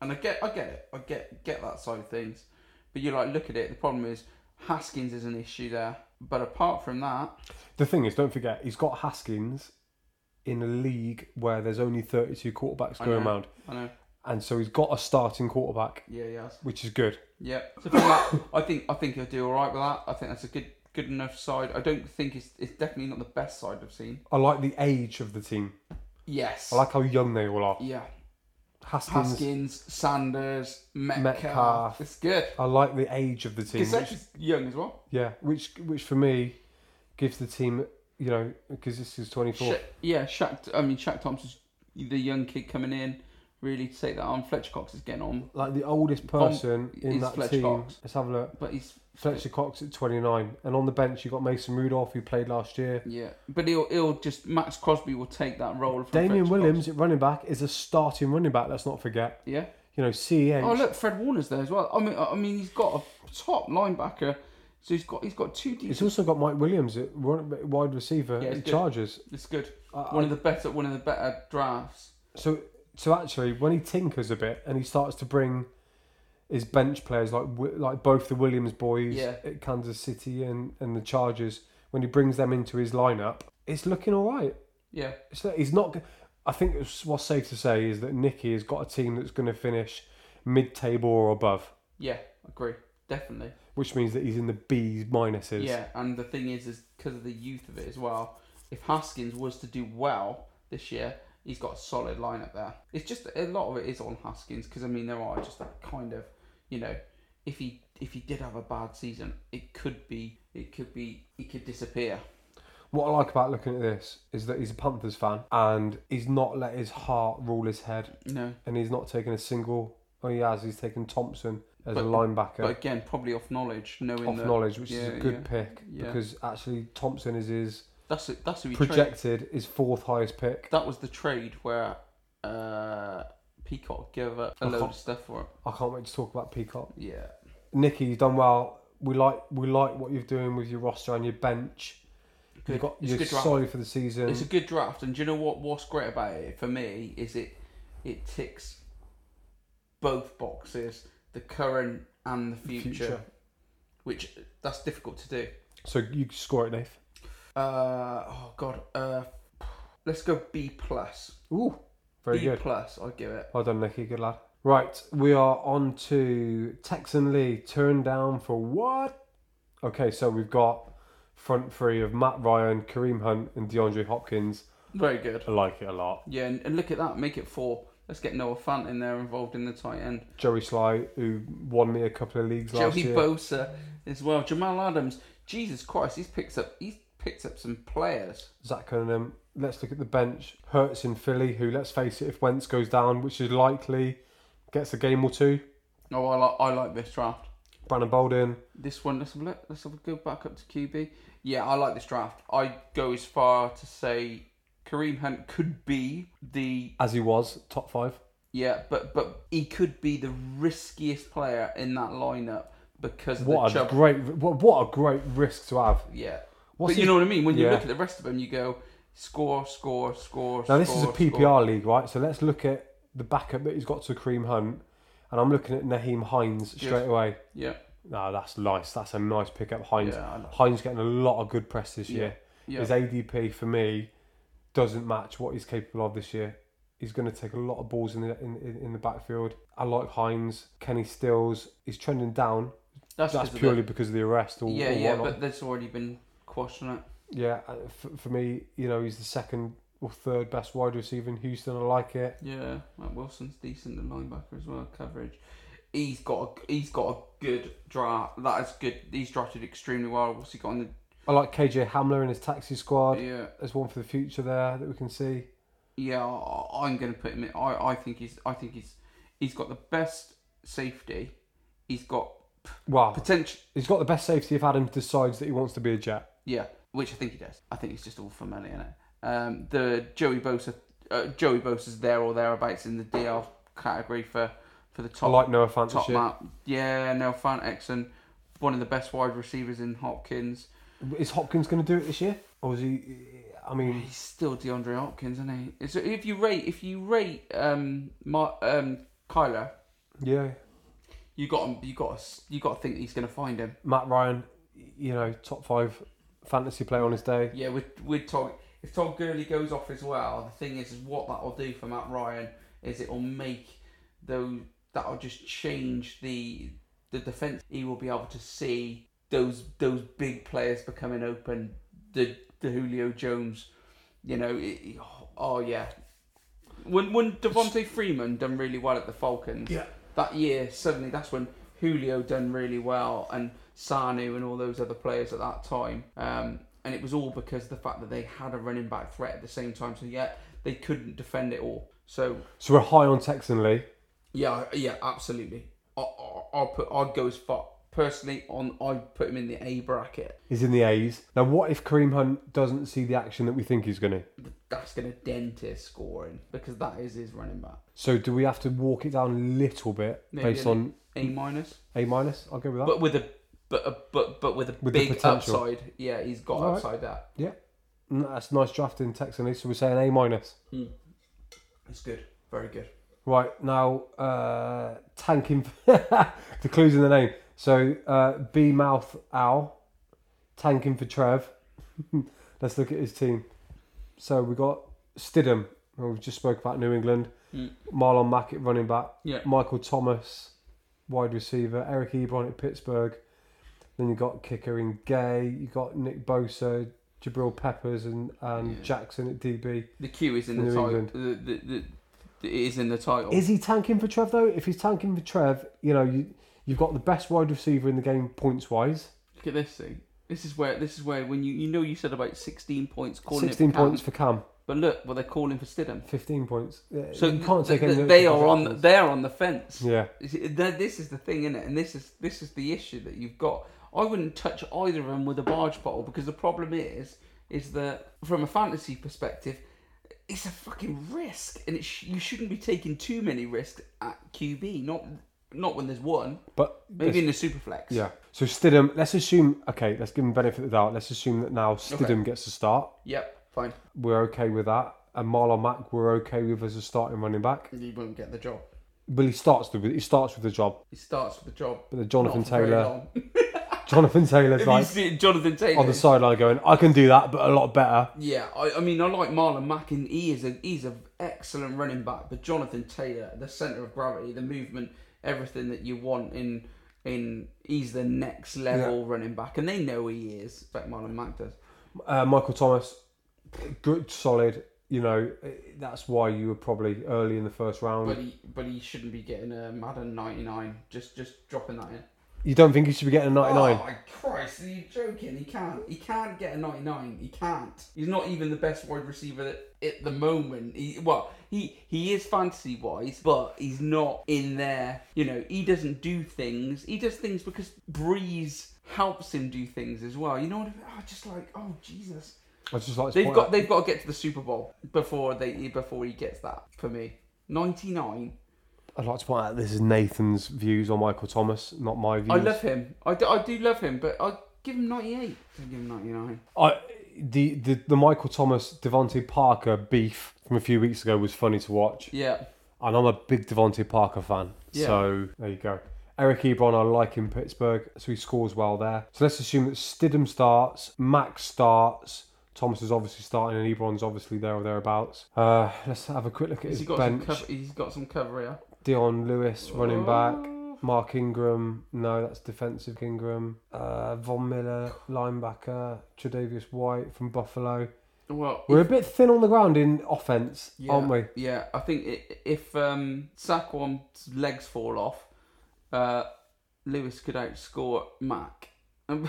And I get I get it. I get get that side of things. But you like look at it, the problem is Haskins is an issue there. But apart from that,
The thing is, don't forget, he's got Haskins in a league where there's only 32 quarterbacks
I
going
know.
around.
I know.
And so he's got a starting quarterback.
Yeah, yeah.
which is good.
Yeah. So from that, I think I think he'll do all right with that. I think that's a good good enough side. I don't think it's it's definitely not the best side I've seen.
I like the age of the team.
Yes.
I like how young they all are.
Yeah.
Haskins.
Haskins, Sanders, Metcalf.
Metcalf.
It's good.
I like the age of the team.
Because
Which,
is young as well.
yeah, which which for me gives the team, you know, because this is twenty four.
Sha- yeah, Shaq. I mean, Shaq Thompson's the young kid coming in, really to take that on. Fletcher Cox is getting on,
Like the oldest person in
is
that
Fletcher
team.
Cox.
Let's have a look.
but he's
Fletcher Cox at twenty nine, and on the bench you have got Mason Rudolph who played last year.
yeah. But he'll he'll just Max Crosby will take that role. From
Damien
Fletcher
Williams
Cox.
at running back is a starting running back. Let's not forget.
Yeah.
You know, E CEH.
Oh look, Fred Warner's there as well. I mean, I I mean, he's got a top linebacker, so he's got he's got two
It's
decent.
also got Mike Williams at run- wide receiver
Yeah, it's
at
good.
Chargers.
It's good.
I-
One of the better one of the better drafts.
So, so actually, when he tinkers a bit and he starts to bring his bench players like Wi- like both the Williams boys
Yeah.
at Kansas City and and the Chargers, when he brings them into his lineup, it's looking all right.
Yeah.
It's not, he's not. go- I think it's, what's safe to say is that Nicky has got a team that's going to finish mid-table or above,
Yeah. Agree. Definitely.
which means that he's in the B minuses.
Yeah, and the thing is, is because of the youth of it as well. If Haskins was to do well this year, he's got a solid lineup there. It's just a lot of it is on Haskins because I mean there are just that kind of, you know, if he if he did have a bad season, it could be it could be he could disappear.
What I like about looking at this is that he's a Panthers fan and he's not let his heart rule his head,
No,
and he's not taken a single. Oh, he has. He's taken Thompson as
But-
a linebacker
but again, probably off knowledge, knowing
off
that
knowledge, which is
yeah,
a good
yeah,
pick
yeah.
because actually Thompson is his
that's it. That's who he traded.
projected his fourth highest pick.
That was the trade where
Um,
uh, Peacock gave up a
I
load
can't-
of stuff for it.
I can't wait to talk about Peacock.
Yeah,
Nicky, you've done well. We like we like what you're doing with your roster and your bench.
Good.
You've got
It's a
you're
good draft.
solid for the season.
it's a good draft, and do you know what? What's great about it for me is it it ticks both boxes: the current and the future,
Future.
which that's difficult to do.
So you score it, Nath.
Uh, oh God, uh, let's go B plus.
Ooh, very
B
good.
E plus, I give it.
Well done, Nicky. Good lad. Right, we are on to Texan Lee. Turned down for what? Okay, so we've got front three of Matt Ryan, Kareem Hunt, and DeAndre Hopkins.
Very good.
I like it a lot.
Yeah, and, and look at that. Make it four. Let's get Noah Fant in there involved in the tight end.
Joey Sly, who won me a couple of leagues last
Joey
year.
Bosa as well. Jamal Adams. Jesus Christ, he's picked up. He's picked up some players.
Zach Cunningham. Let's look at the bench. Hurts in Philly, who, let's face it, if Wentz goes down, which is likely, gets a game or two.
Oh, I like. I like this draft.
Brandon Bolden.
This one. Let's have a look. Let's have a go back up to QB. Yeah, I like this draft. I go as far to say Kareem Hunt could be the
as he was, top five.
Yeah, but but he could be the riskiest player in that lineup because of
What a
the Chubb.
great, what, what a great risk to have.
yeah,
What's
but you
his-
know what I mean. When you
Yeah.
look at the rest of them, you go score, score, score.
Now this is a
score,
PPR
score.
league, right? So let's look at the backup that he's got to Kareem Hunt, and I'm looking at Naheem Hines straight
Yes.
away.
Yeah,
No, that's nice. That's a nice pickup. Hines.
Yeah, I like-
Hines getting a lot of good press this
Yeah,
year.
yeah.
His ADP for me doesn't match what he's capable of this year. He's going to take a lot of balls in the in, in, in the backfield. I like Hines. Kenny Stills. He's trending down.
that's,
That's,
'cause of
purely
The,
because of the arrest or,
yeah,
or
yeah,
whatnot.
but that's already been questioned. it.
Yeah, uh, for, for me, you know, he's the second or third best wide receiver in Houston. I like it.
Yeah, Matt Wilson's decent and linebacker as well. Coverage. He's got a, he's got a good draft. That is good. He's drafted extremely well. What's he got on
I like KJ Hamler in his taxi squad.
the? Yeah.
There's one for the future there that we can see.
Yeah, I- I'm going to put him in. I, I think he's. I think he's. He's got the best safety. He's got
Wow,
potential.
he's got the best safety if Adam decides that he wants to be a Jet.
Yeah, which I think he does. I think it's just all for money, innit? Um, the Joey Bosa. Uh, Joey Bosa's there or thereabouts in the DL category for for the
I
top
like Noah Fant
top
this year.
map. Yeah, Noel Fant Exon, one of the best wide receivers in Hopkins.
Is Hopkins going to do it this year, or is he? I mean,
He's still DeAndre Hopkins, isn't he? So if you rate if you rate um, Mar- um Kyler
yeah,
You got him. You got. us- You got to think he's going to find him.
Matt Ryan, you know, top five fantasy player on his day.
Yeah, with with Todd. If Todd Gurley goes off as well, the thing is, is what that will do for Matt Ryan is it will make those that will just change the the defense. He will be able to see those those big players becoming open. The the Julio Jones, you know. It, oh yeah. When when Devontae Freeman done really well at the Falcons.
Yeah.
that year suddenly that's when Julio done really well and Sanu and all those other players at that time. Um, and it was all because of the fact that they had a running back threat at the same time. So yeah, they couldn't defend it all. So
So we're high on Texan Lee.
yeah, yeah, absolutely. I, I, I'll put. I'd go as far personally on. I'd put him in the A bracket.
He's in the A's. Now, what if Kareem Hunt doesn't see the action that we think he's going to?
That's gonna dent his scoring because that is his running back.
So do we have to walk it down a little bit
Maybe
based
an
on
A minus,
A minus? I'll go with that.
but with a but a, but but with a
With the
big
potential.
upside. Yeah, he's got
Alright.
upside there.
yeah, Mm, that's nice drafting Texan Lee. So we're saying A minus.
It's good. Very good.
Right now, uh, tanking the clues in the name. So uh, B mouth owl, tanking for Trev. Let's look at his team. So we got Stidham, who we've just spoke about New England. Marlon Mack at running back.
Mm. Yeah.
Michael Thomas, wide receiver. Eric Ebron at Pittsburgh. Then you got kicker in Gay. You got Nick Bosa, Jabril Peppers, and, and
Yeah.
Jackson at DB.
The Q is in
New
the title.
England.
The, the, the, the, it is in the title.
Is he tanking for Trev though? If he's tanking for Trev, you know you you've got the best wide receiver in the game points wise.
Look at this thing. This is where this is where when you you know you said about sixteen points calling
16
it for Cam,
points for Cam,
but look what they're calling for Stidham.
15 points. Yeah,
So
you can't
th-
take
th-
any.
they are on the, they are on the fence.
Yeah.
Is it- th- This is the thing, innit? And this is this is the issue that you've got. I wouldn't touch either of them with a barge pole because the problem is is that from a fantasy perspective, it's a fucking risk, and it sh- you shouldn't be taking too many risks at QB. Not not when there's one.
But
Maybe in the superflex.
yeah. So Stidham, let's assume. Okay, let's give him benefit of the doubt. Let's assume that now Stidham gets a start.
Yep. Fine.
We're okay with that. And Marlon Mack, we're okay with as a starting running back.
You won't get the job.
Well, he starts the, he starts with the job.
He starts with the job.
But the Jonathan
not for very
Taylor-
long.
Jonathan Taylor's
Have you
like
seen Jonathan Taylor?
on the sideline going, I can do that, but a lot better.
Yeah, I, I mean, I like Marlon Mack, and he is a he's an excellent running back. But Jonathan Taylor, the center of gravity, the movement, everything that you want in in he's the next level running back, and they know he is. But Marlon Mack does.
Uh, Michael Thomas, good, solid. You know, that's why you were probably early in the first round.
But he but he shouldn't be getting a Madden ninety nine. Just just dropping that in.
you don't think he should be getting a 99?
Oh my Christ! Are you joking? He can't. He can't get a ninety-nine. He can't. He's not even the best wide receiver at, at the moment. He well, he he is fantasy wise, but he's not in there. You know, he doesn't do things. He does things because Breeze helps him do things as well. You know what I mean? Oh, just like oh Jesus.
I just like to
They've
point
got
out-
they've got to get to the Super Bowl before they before he gets that for me. Ninety-nine.
I'd like to point out this is Nathan's views on Michael Thomas, not my views.
I love him. I do, I do love him, but I give him ninety-eight. Don't give him ninety-nine.
I- the, the the Michael Thomas Devontae Parker beef from a few weeks ago was funny to watch,
Yeah.
and I'm a big Devontae Parker fan.
Yeah.
So there you go. Eric Ebron, I like in Pittsburgh, so he scores well there. So let's assume that Stidham starts, Max starts, Thomas is obviously starting, and Ebron's obviously there or thereabouts. Uh, let's have a quick look at
Has
his
he got
bench.
some cover, he's got some cover here.
Dion Lewis, running back.
Oh.
Mark Ingram, no, that's defensive Ingram. Uh, Von Miller, linebacker. Tre'Davious White from Buffalo.
Well,
We're a
if-
bit thin on the ground in offense,
yeah,
aren't we?
Yeah, I think i if um, Saquon's legs fall off, uh, Lewis could outscore Mac. Um,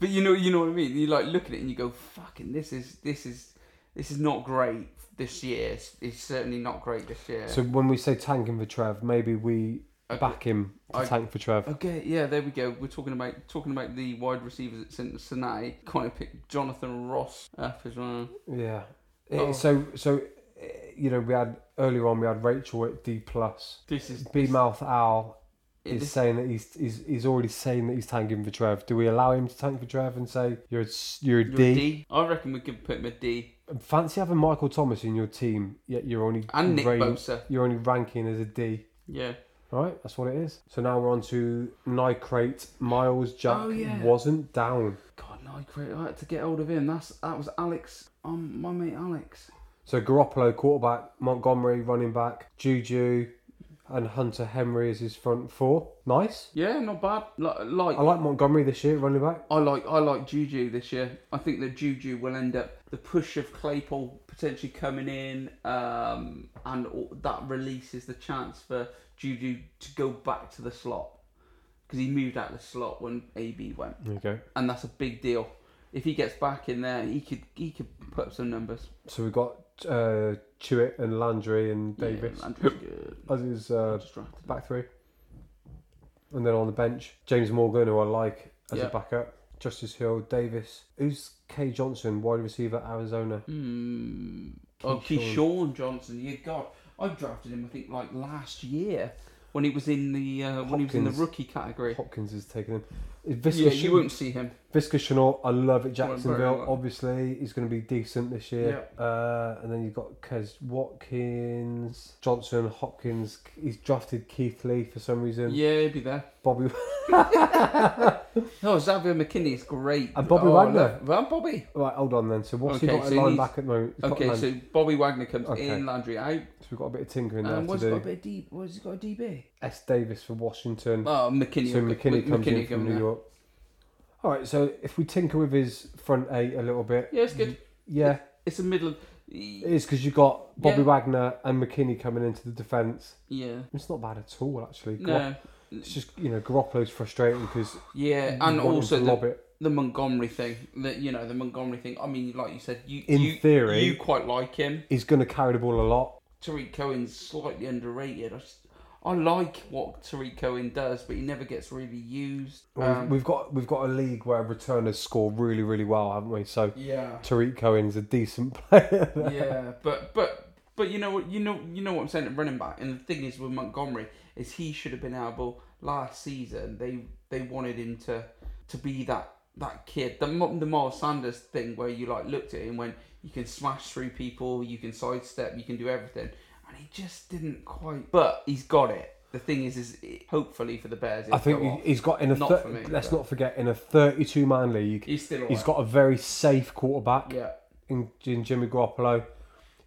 but you know, you know what I mean. You like look at it and you go, "Fucking, this is this is this is not great this year. It's, it's certainly not great this year."
So when we say tanking for Trev, maybe we
Okay.
back him to
I-
tank for Trev.
Okay, yeah, there we go. We're talking about talking about the wide receivers at Cincinnati. Kind of picked Jonathan Ross Uh, up as well.
Yeah.
Oh.
It, so so uh, you know we had earlier on we had Rachel at D plus.
This is
B mouth Owl is
this-
saying that he's, he's he's already saying that he's tanking for Trev. Do we allow him to tank for Trev and say you're a, s- you're a
You're
D?
a D. I reckon we could put him a D.
Fancy having Michael Thomas in your team, yet you're only
And Nick
rank-
Bosa.
You're only ranking as a D.
Yeah.
Right, that's what it is. So now we're on to Nicrate. Miles Jack
Oh, yeah.
wasn't down.
God, no, great. I had to get hold of him. That's that was Alex. Um, my mate Alex.
So Garoppolo, quarterback, Montgomery, running back, Juju, and Hunter Henry is his front four. Nice.
Yeah, not bad. Like, like
I like Montgomery this year, running back.
I like I like Juju this year. I think that Juju will end up the push of Claypool potentially coming in, um, and all, that releases the chance for Juju to go back to the slot because he moved out of the slot when AB went,
There you go.
and that's a big deal. If he gets back in there, he could he could put up some numbers.
So we've got uh, Chewett and Landry and Davis
Yeah, Landry's good.
as his uh,
Just drafted him.
back three. And then on the bench, James Morgan, who I like as
Yeah.
a backup. Justice Hill, Davis. Who's Kay Johnson, wide receiver, Arizona?
Mm. Oh,
Keyshawn.
Keyshawn Johnson. Yeah, God, I drafted him. I think like last year when he was in the uh, when he was in the
Hopkins.
rookie category.
Hopkins has taken him. Visca,
yeah, you won't see him.
Visca Chenault, I love it.
very
Jacksonville,
well.
obviously, he's going to be decent this year. Uh, and then you've got Kez Watkins, Johnson, Hopkins. He's drafted Keith Lee for some reason.
Yeah, he'd be there.
Bobby,
Oh, Xavier McKinney is great.
And Bobby
oh,
Wagner.
look, Well, Bobby.
right, hold on then. So what's he
Okay,
got
so
at
he's-
lineback at the moment? He's got
Okay,
Land-
so Bobby Wagner comes
Okay.
in, Landry out.
so we've got a bit of tinkering there
Um,
to
what's he got a
do.
bit of D? What's he got a DB?
S. Davis for Washington.
Oh, McKinney.
So McKinney comes in
come
from New York. All right, so if we tinker with his front eight a little bit,
Yeah, it's good.
Mm-hmm. yeah,
It's a middle.
it is because you've got Bobby
Yeah.
Wagner and McKinney coming into the defence.
Yeah.
It's not bad at all, actually. Gar-
No.
It's just you know Garoppolo's frustrating because
Yeah, and also
lob
the,
it.
the Montgomery thing. That you know, the Montgomery thing. I mean, like you said, you
In
you,
theory-
you quite like him.
He's going to carry the ball a lot.
Tariq Cohen's slightly underrated. I, just, I like what Tariq Cohen does, but he never gets really used.
we've,
Um,
we've got we've got a league where returners score really really well, haven't we? So
Yeah,
Tariq Cohen's a decent player.
yeah, but but but you know what you know you know what I'm saying at running back. And the thing is with Montgomery is he should have been able last season. They they wanted him to to be that that kid. The Mo- the Miles Sanders thing where you like looked at him when you can smash through people, you can sidestep, you can do everything, and he just didn't quite. But he's got it. The thing is, is it- hopefully for the Bears,
I think he- he's got in a.
Not
thir-
for me,
let's
but-
not forget in a 32 man league,
he's still.
he's
alright.
got a very safe quarterback
yeah.
in, in Jimmy Garoppolo.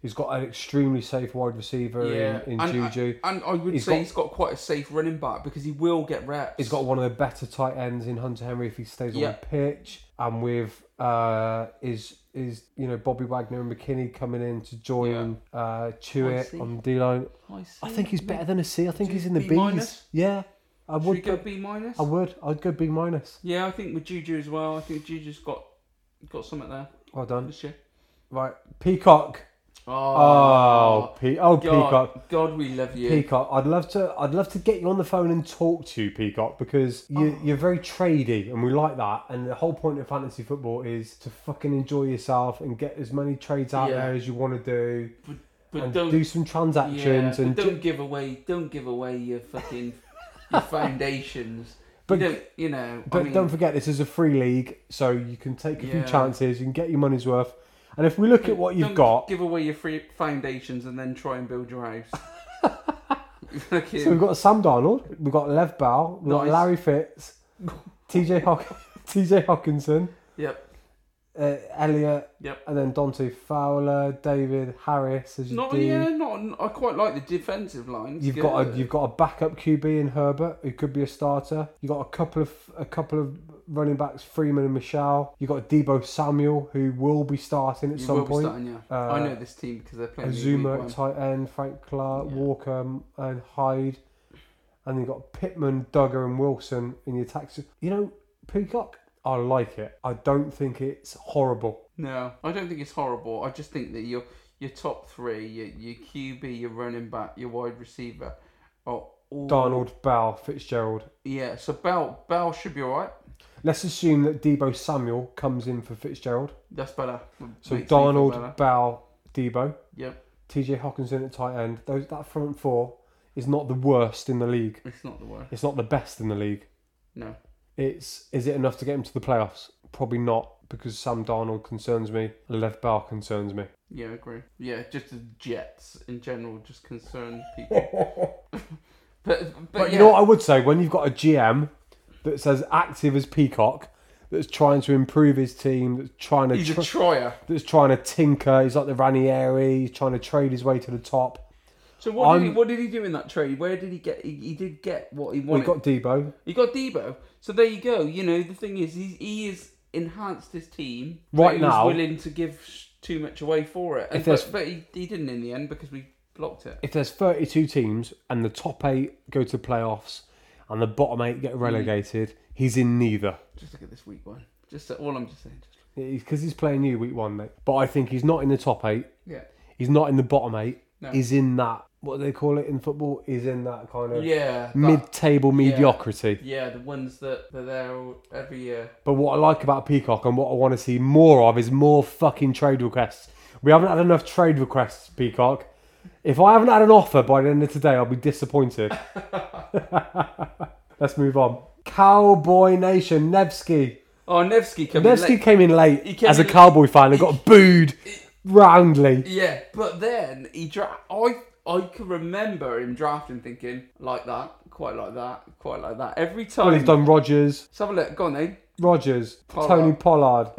He's got an extremely safe wide receiver in, in
and,
Juju.
and I would
He's
say
got-
he's got quite a safe running back because he will get reps.
He's got one of the better tight ends in Hunter Henry if he stays
Yeah.
on the pitch, and with uh, is is you know Bobby Wagner and McKinney coming in to join uh, Chewitt
see.
on D line.
I,
I think he's better than a C. I think
Do
he's in the
B
B's.
minus?
Yeah, I
Should we
would.
go
Go,
B minus?
I would. I'd go B minus.
Yeah, I think with Juju as well. I think Juju's got got something there
Well done.
this year.
Right, Peacock. Oh, Pe- oh
Ah. God,
Peacock.
God, we love you.
Peacock, I'd love to. I'd love to get you on the phone and talk to you, Peacock, because you,
Oh.
you're very tradey, and we like that. And the whole point of fantasy football is to fucking enjoy yourself and get as many trades out
Yeah.
there as you want to do,
but
and
don't,
do some transactions.
yeah,
and
but
ju-
don't give away, don't give away your fucking your foundations.
But-
But you, don't, you know,
but
I mean,
don't forget, this is a free league, so you can take a few
Yeah.
chances. You can get your money's worth. And if we look at what you've
don't
got,
Give away your free foundations and then try and build your house.
so
Fucking-
we've got Sam Donald, we've got Lev Bell, we've got
Nice.
Larry Fitz, TJ Hock, TJ Hawkinson,
yep,
uh, Elliot.
yep.
And then Dante Fowler, David Harris as your
Not
D.
yeah, not. I quite like the defensive line. It's
You've got a
good.
you've got a backup QB in Herbert who could be a starter. You've got a couple of a couple of running backs, Freeman and Michelle. You've got Debo Samuel who will be starting at
You
some
will
point.
Be starting, yeah.
Uh,
I know this team because they're playing. me in week
Azuma
one.
at tight end, Frank Clark,
Yeah.
Walker um, and Hyde. And you've got Pittman, Duggar and Wilson in your tax. You know, Peacock, I like it. I don't think it's horrible.
No, I don't think it's horrible. I just think that your your top three, your, your QB, your running back, your wide receiver, are all
Donald, Bell, Fitzgerald.
Yeah, so Bell Bell should be alright.
Let's assume that Debo Samuel comes in for Fitzgerald.
That's better.
So
Makes me feel better.
Donald, Bell, Debo,
Yep,
TJ Hawkinson at tight end. Those that front four is not the worst in the league.
it's not the worst.
It's not the best in the league.
No.
It's is it enough to get him to the playoffs? Probably not because Sam Darnold concerns me. Lev Bell concerns me.
Yeah, I agree. Yeah, just the Jets in general just concern people. but but,
But
yeah,
you know what I would say when you've got a GM that's as active as Peacock, that's trying to improve his team, that's trying to
he's a
tr-
tryer.
that's trying to tinker. He's like the Ranieri. He's trying to trade his way to the top.
So what did, he,
I'm-
what did he do in that trade? Where did he get? He, he did get what he
We
wanted.
got Debo.
He got Debo. So there you go. You know, the thing is, he's, he has enhanced his team. but
Right
he
now-
was willing to give sh- too much away for it. And,
If there's-
but but he, he didn't in the end because we blocked it.
if there's 32 teams and the top eight go to playoffs and the bottom eight
Mm.
get relegated, he's in neither
Just look at this week one. Just uh, all I'm just saying. Just,
because he's playing you week one, mate. But I think he's not in the top eight.
yeah.
He's not in the bottom eight.
No.
He's in that what do they call it in football? He's in that kind of
Yeah. that-
mid-table mediocrity.
Yeah, the ones that are there all- every year.
But what I like about Peacock and what I want to see more of is more fucking trade requests. We haven't had enough trade requests, Peacock. If I haven't had an offer by the end of today, I'll be disappointed. Let's move on. Cowboy Nation, Nevsky.
Oh, Nevsky coming
Nevsky
late.
came in late
He came
as a
in-
Cowboy fan and got booed roundly.
Yeah, but then he dra- I I can remember him drafting, thinking like that, quite like that, quite like that. Every time.
Well, he's done Rogers,
Let's have a look. Go on then.
Rogers, Tony Pollard,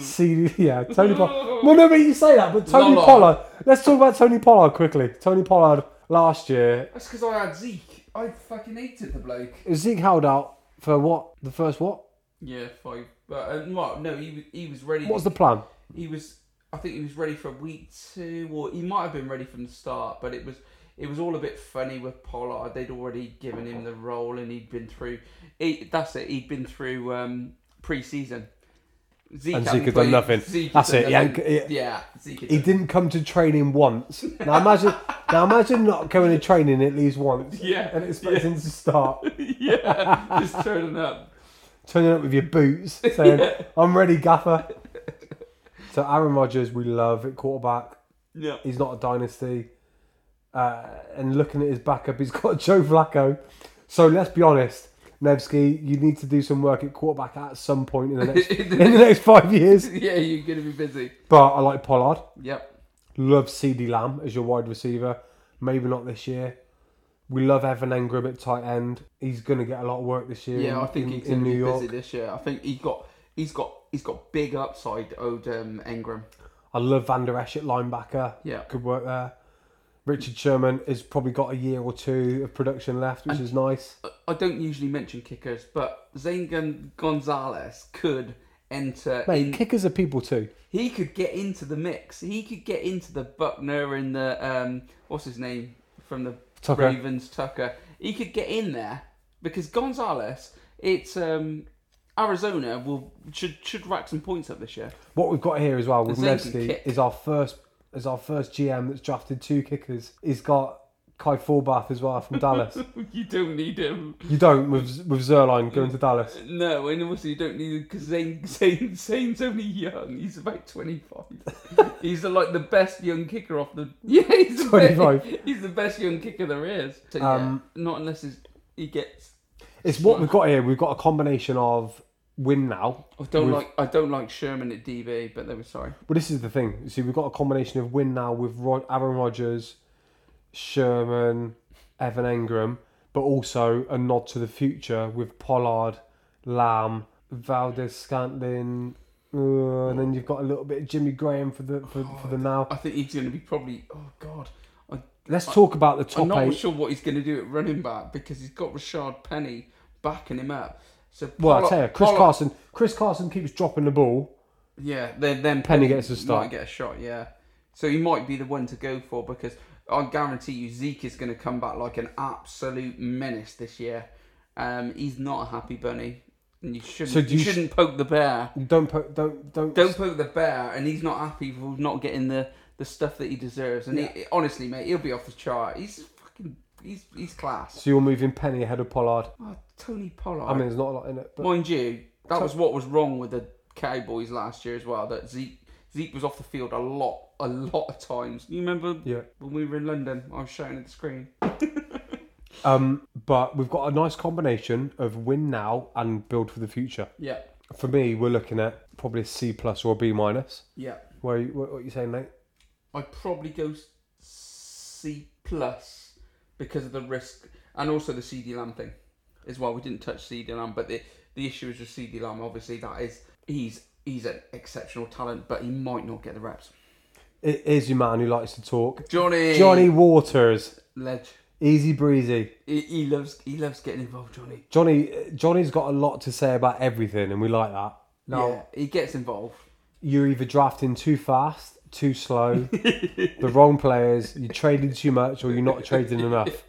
CD, yeah, Tony Pollard.
Ooh.
Well, no, but you say that, but Tony
Lollard.
Pollard. Let's talk about Tony Pollard quickly. Tony Pollard last year
That's because I had Zeke. I fucking hated the bloke.
Zeke held out for what? The first what?
Yeah, five. But uh, no, no, he was he was ready.
What was the plan?
He was. I think he was ready for week two, or he might have been ready from the start. But it was it was all a bit funny with Pollard. They'd already given him the role, and he'd been through. He, that's it. He'd been through um, preseason. Zeke
And
hadn't
Zeke had
played.
done nothing.
Zeke
That's
had
it,
done
yeah,
nothing.
yeah.
Yeah, Zeke. had
He
done-
didn't come to training once. Now imagine, now imagine not going to training at least once.
Yeah,
And expecting to start
yeah, just turning up.
turning up with your boots, saying, "I'm ready, Gaffer." So Aaron Rodgers, we love at quarterback.
Yeah,
He's not a dynasty. Uh, and looking at his backup, he's got Joe Flacco. So let's be honest, Nevsky, you need to do some work at quarterback at some point in the next in the next five years.
yeah, you're gonna be busy.
But I like Pollard.
Yep.
Love CD Lamb as your wide receiver. Maybe not this year. We love Evan Engram at tight end. He's going to get a lot of work this year.
Yeah,
in,
I think
in,
he's
in
gonna
New
be
York.
busy this year. I think he got he's got he's got big upside. Owed um, Engram.
I love Van Der Esch at linebacker.
Yeah.
Good work there. Richard Sherman has probably got a year or two of production left, which is nice.
I don't usually mention kickers, but Zane Gon- Gonzalez could enter.
Mate,
in-
kickers are people too.
he could get into the mix. He could get into the Buckner and the um, what's his name from the
Tucker.
Ravens Tucker. He could get in there because Gonzalez. It's um, Arizona will should should rack some points up this year.
What we've got here as well with
The Zengi
Nevsky
kick.
is our first is our first GM that's drafted two kickers. He's got Kai Forbath as well from Dallas.
you don't need him.
You don't with with Zerline going to Dallas.
No, and also you don't need because Zane, Zane Zane's only young. He's about twenty five. he's like the best young kicker off the yeah. He's the
25.
Best, he's the best young kicker there is. So, yeah,
Um,
not unless he's, he gets.
It's what we've got here. We've got a combination of win now.
I don't
With-
like I don't like Sherman at DB, but they were sorry.
Well, this is the thing. See, we've got a combination of win now with Rod- Aaron Rodgers, Sherman, Evan Engram, but also a nod to the future with Pollard, Lamb, Valdez, Scantlin, uh, and then you've got a little bit of Jimmy Graham for the for, for the now.
I think he's going to be probably. Oh God, I,
Let's talk about the top
I'm not
eight.
sure what he's going to do at running back because he's got Rashard Penny backing him up. So
Well, I
Pollard-
tell you, Chris
Pollard-
Carson. Chris Carson keeps dropping the ball.
Yeah, then then
Penny gets a start.
Might get a shot, yeah. So he might be the one to go for because I guarantee you Zeke is going to come back like an absolute menace this year. Um, he's not a happy bunny, and you shouldn't.
So do
you,
you s-
shouldn't poke the bear.
Don't po- don't don't
Don't poke the bear, and he's not happy for not getting the, the stuff that he deserves. And he, honestly, mate, he'll be off the chart. He's fucking. He's he's class.
So you're moving Penny ahead of Pollard.
Oh, Tony Pollard.
I mean, there's not a lot in it, but
Mind you, that was what was wrong with the Cowboys last year as well. That Zeke Zeke was off the field a lot, a lot of times. You remember
yeah.
when we were in London? I was shouting at the screen.
Um, but we've got a nice combination of win now and build for the future.
Yeah,
For me, we're looking at probably a C plus or a B minus.
yeah.
Where you- what, what you saying, mate?
I'd probably go C plus because of the risk and also the CD Lamb thing as well. We didn't touch CD Lamb, but the the issue is with CD Lamb. Obviously, that is he's he's an exceptional talent, but he might not get the reps.
It is your man who likes to talk.
Johnny
Johnny Waters,
Ledge.
easy breezy.
He, he loves he loves getting involved, Johnny.
Johnny, Johnny's got a lot to say about everything, and we like that. Now
yeah, he gets involved.
you're either drafting too fast, too slow, the wrong players, you're trading too much, or you're not trading enough.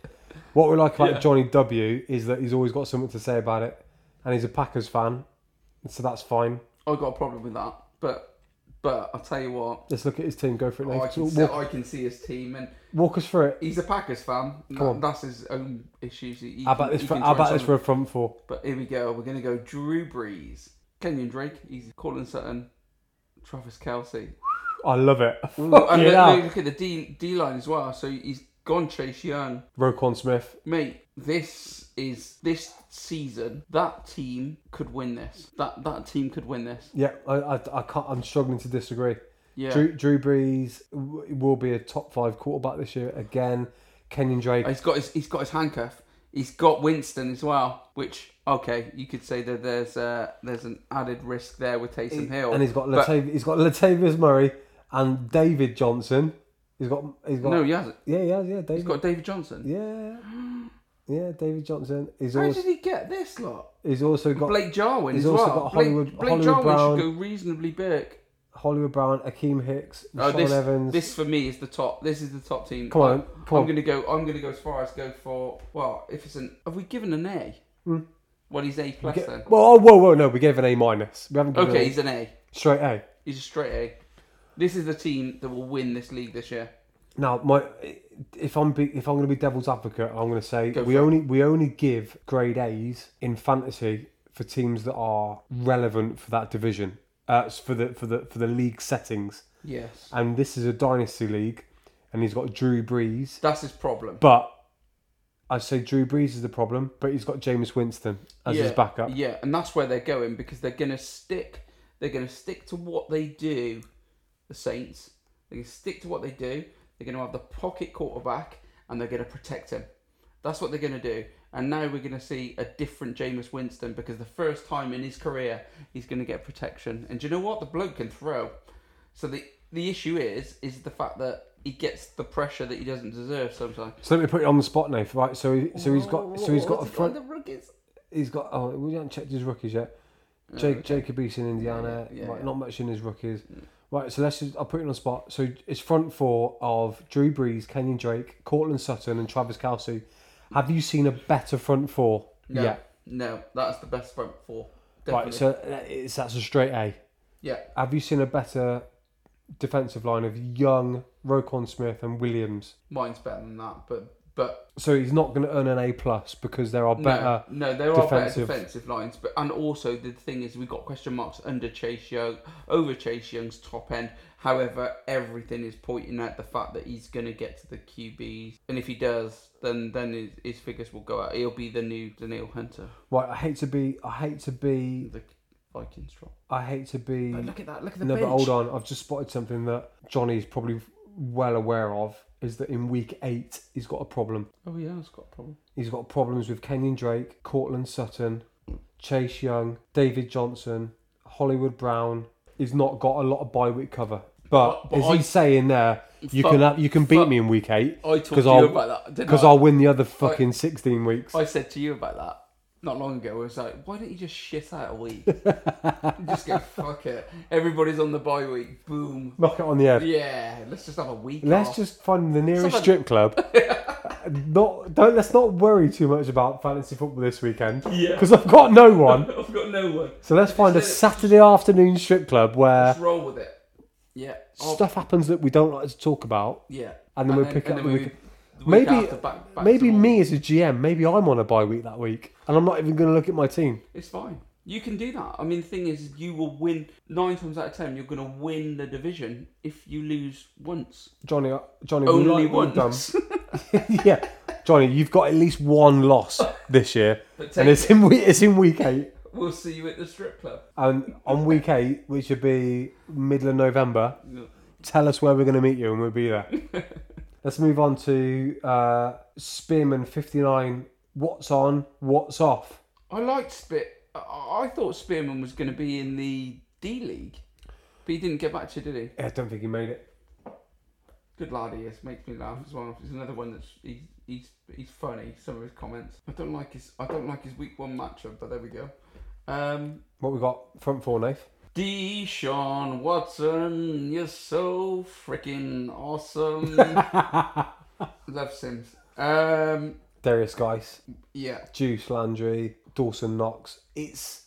What we like about Johnny W is that he's always got something to say about it, and he's a Packers fan, so that's fine.
I got a problem with that, but but I'll tell you what,
Let's look at his team. Go for it,
Oh, I
Nate.
can see,
walk,
I can see his team, and
walk us through it.
he's a Packers fan. That-
on.
That's his own issues. He, he
How about
can-
this?
he
For,
can
how
try
about this for
something.
a front four?
But here we go. We're gonna go Drew Brees, Kenyon Drake. He's Cortland Sutton, Travis Kelsey.
I love it.
and
Fucking
look,
hell.
look at the D D line as well. So he's gone Chase Young.
Roquan Smith.
Mate, this is this season. That team could win this. That that team could win this.
Yeah, I, I, I can't. I'm struggling to disagree.
Yeah.
Drew, Drew Brees w- will be a top five quarterback this year again. Kenyon Drake.
He's got his he's got his handcuff. He's got Winston as well, which okay, you could say that there's uh there's an added risk there with Taysom Hill.
and he's got
But-
Latav- he's got Latavius Murray and David Johnson. He's got he's got
no, he hasn't.
yeah yeah yeah David
He's got David Johnson.
yeah yeah David Johnson. He's
How
also
did he get this lot?
he's also got
Blake Jarwin
he's
as
also
well.
got Hollywood-
Blake, Blake
Hollywood
Jarwin
Brown.
should go reasonably big.
Hollywood Brown, Akeem Hicks,
Oh,
Sean
this,
Evans.
this for me is the top. This is the top team.
Come on,
I'm-
come on.
I'm gonna go. I'm gonna go as far as go for. Well, if it's an, have we given an A? Well, he's A plus
Hmm. Get-
then.
well, oh, whoa, whoa, no, we gave an A minus. We haven't given
Okay,
an
he's an A.
Straight A.
He's a straight A. This is the team that will win this league this year.
Now, my if I'm be, if I'm going to be devil's advocate, I'm going to say
Go
we
for it.
only we only give grade A's in fantasy for teams that are relevant for that division, uh, for the for the for the league settings.
Yes.
And this is a dynasty league, and he's got Drew Brees,
That's his problem.
but I'd say Drew Brees is the problem, but he's got Jameis Winston as his
Yeah,
backup.
Yeah, and that's where they're going because they're gonna stick. They're gonna stick to what they do. The Saints. They're gonna stick to what they do. They're gonna have the pocket quarterback, and they're gonna protect him. That's what they're gonna do. And now we're gonna see a different Jameis Winston because the first time in his career he's gonna get protection. And do you know what? The bloke can throw. So the the issue is is the fact that he gets the pressure that he doesn't deserve sometimes.
So let me put you on the spot, now, right? So he- so he's got so he's got a
What's he
front.
The rookies.
He's got. Oh, we haven't checked his rookies yet. Jake Jacob Eason, Indiana.
Yeah, yeah,
right,
yeah. Mm.
not much in his rookies. Right, so let's just. I'll put you on the spot. So it's front four of Drew Brees, Kenyon Drake, Cortland Sutton, and Travis Kelsey. Have you seen a better front four?
No,
yet?
no, that's the best front four. Definitely.
Right, so that is- that's a straight A.
yeah,
Have you seen a better defensive line of Young, Roquan Smith, and Williams?
mine's better than that, but but
So he's not going to earn an A plus because there are better.
no, no, there are
defensive-
better defensive lines, but and also the thing is we got question marks under Chase Young, over Chase Young's top end. However, everything is pointing at the fact that he's going to get to the QBs, and if he does, then then his, his figures will go out. He'll be the new Daniel Hunter,
Right, I hate to be. I hate to be.
the Vikings drop.
I hate to be.
But look at that! Look at the
No,
bench.
but hold on. I've just spotted something that Johnny's probably well aware of is that in week eight, he's got a problem.
Oh yeah, it's got a problem.
He's got problems with Kenyon Drake, Cortland Sutton, Chase Young, David Johnson, Hollywood Brown. He's not got a lot of bye week cover. But,
But- but
is
I-
he saying there, you
Fuck-
can have, you can beat
fuck.
me in week eight
I talked to
because
you
I'll,
about that. didn't
'cause
I?
I'll win the other fucking 16 weeks?
I said to you about that not long ago. I was like, why don't you just shit out a week? just go fuck it. Everybody's on the bye week. Boom.
Knock it on the head.
Yeah, let's just have a week.
Let's
off.
just find the nearest
Oh. Someone-
strip club. not don't let's not worry too much about fantasy football this weekend.
Yeah.
Because I've got no one.
I've got no one.
So let's find a
Just-
Saturday afternoon strip club where
Let's roll with it. Yeah. Oh,
stuff happens that we don't like to talk about.
Yeah.
And then we'll pick up
and
the
we-
week-
the week
Maybe
after, back- back
maybe
to
me as a GM, maybe I'm on a bye week that week and I'm not even gonna look at my team.
It's fine. You can do that. I mean, the thing is, you will win nine times out of ten. You're going to win the division if you lose once.
Johnny uh, Johnny we
Only
like what you've done.
once.
yeah. Johnny, you've got at least one loss this year.
But
and
take
it's in week it's in week eight.
we'll see you at the strip club.
And on week eight, which would be middle of November, tell us where we're going to meet you and we'll be there. Let's move on to uh, Spearman59. What's on? What's off?
I liked Spear. I I thought Spearman was going to be in the D League, but he didn't get back to you, did he?
Yeah, I don't think he made it.
Good lad he is. Makes me laugh as well. He's another one that's he's he's he's funny. Some of his comments. I don't like his I don't like his week one matchup, but there we go. Um,
What we got? Front four, Nath.
Deshaun Watson, you're so freaking awesome. Love Sims. Um,
Darius Geis,
yeah.
Juice Landry, Dawson Knox. It's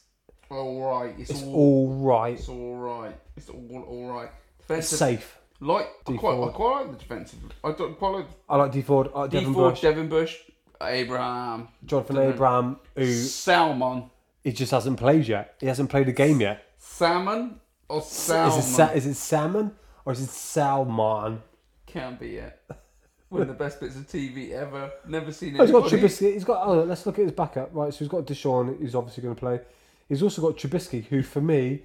All right. It's,
it's
all.
all right.
It's all right. It's all all right.
It's
Defensive
safe.
Like I
D
quite, I
Ford.
quite like the defensive. I don't quite like
I like D Ford. I like
D
Devin
Ford,
Bush.
Devin Bush, Abraham,
Jonathan
Devin-
Abraham, who
Salmon,
he just hasn't played yet. He hasn't played a game yet.
salmon or salmon
Is it sa- is it salmon or is it salmon?
can be it. One of the best bits of TV ever. Never seen
Oh, he's got
anybody.
Trubisky. He's got. Oh, let's look at his backup. Right, so he's got Deshaun, who's obviously going to play. He's also got Trubisky, who for me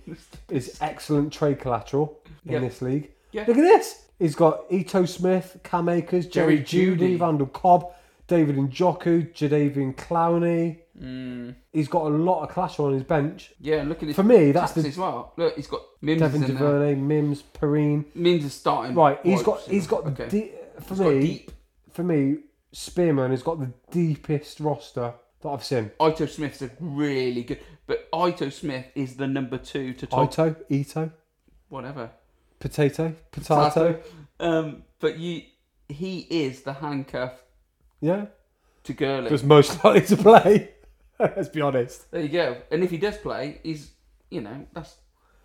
is excellent trade collateral in
Yeah.
this league.
Yeah.
Look at this. He's got Ito Smith, Cam Akers, Jerry,
Jerry
Judy,
Jeudy.
Randall Cobb, David Njoku, Jadavian Clowney.
Mm.
He's got a lot of collateral on his bench.
Yeah, and look at his
For me, that's
stats
the-
as well. Look, he's got Mims
Devin
is in there.
DuVernay, Mims, Perrine.
Mims is starting.
Right, he's
wide
got. He's
receiver.
got.
Okay.
De- for
He's
me,
got deep.
for me, Spearman has got the deepest roster that I've seen.
Ito Smith's a really good, but Ito Smith is the number two to top
Ito, Ito.
whatever.
Potato, potato.
Um, but you, he is the handcuff
Yeah.
to Gurley.
Was most likely to play. Let's be honest.
There you go. And if he does play, he's you know that's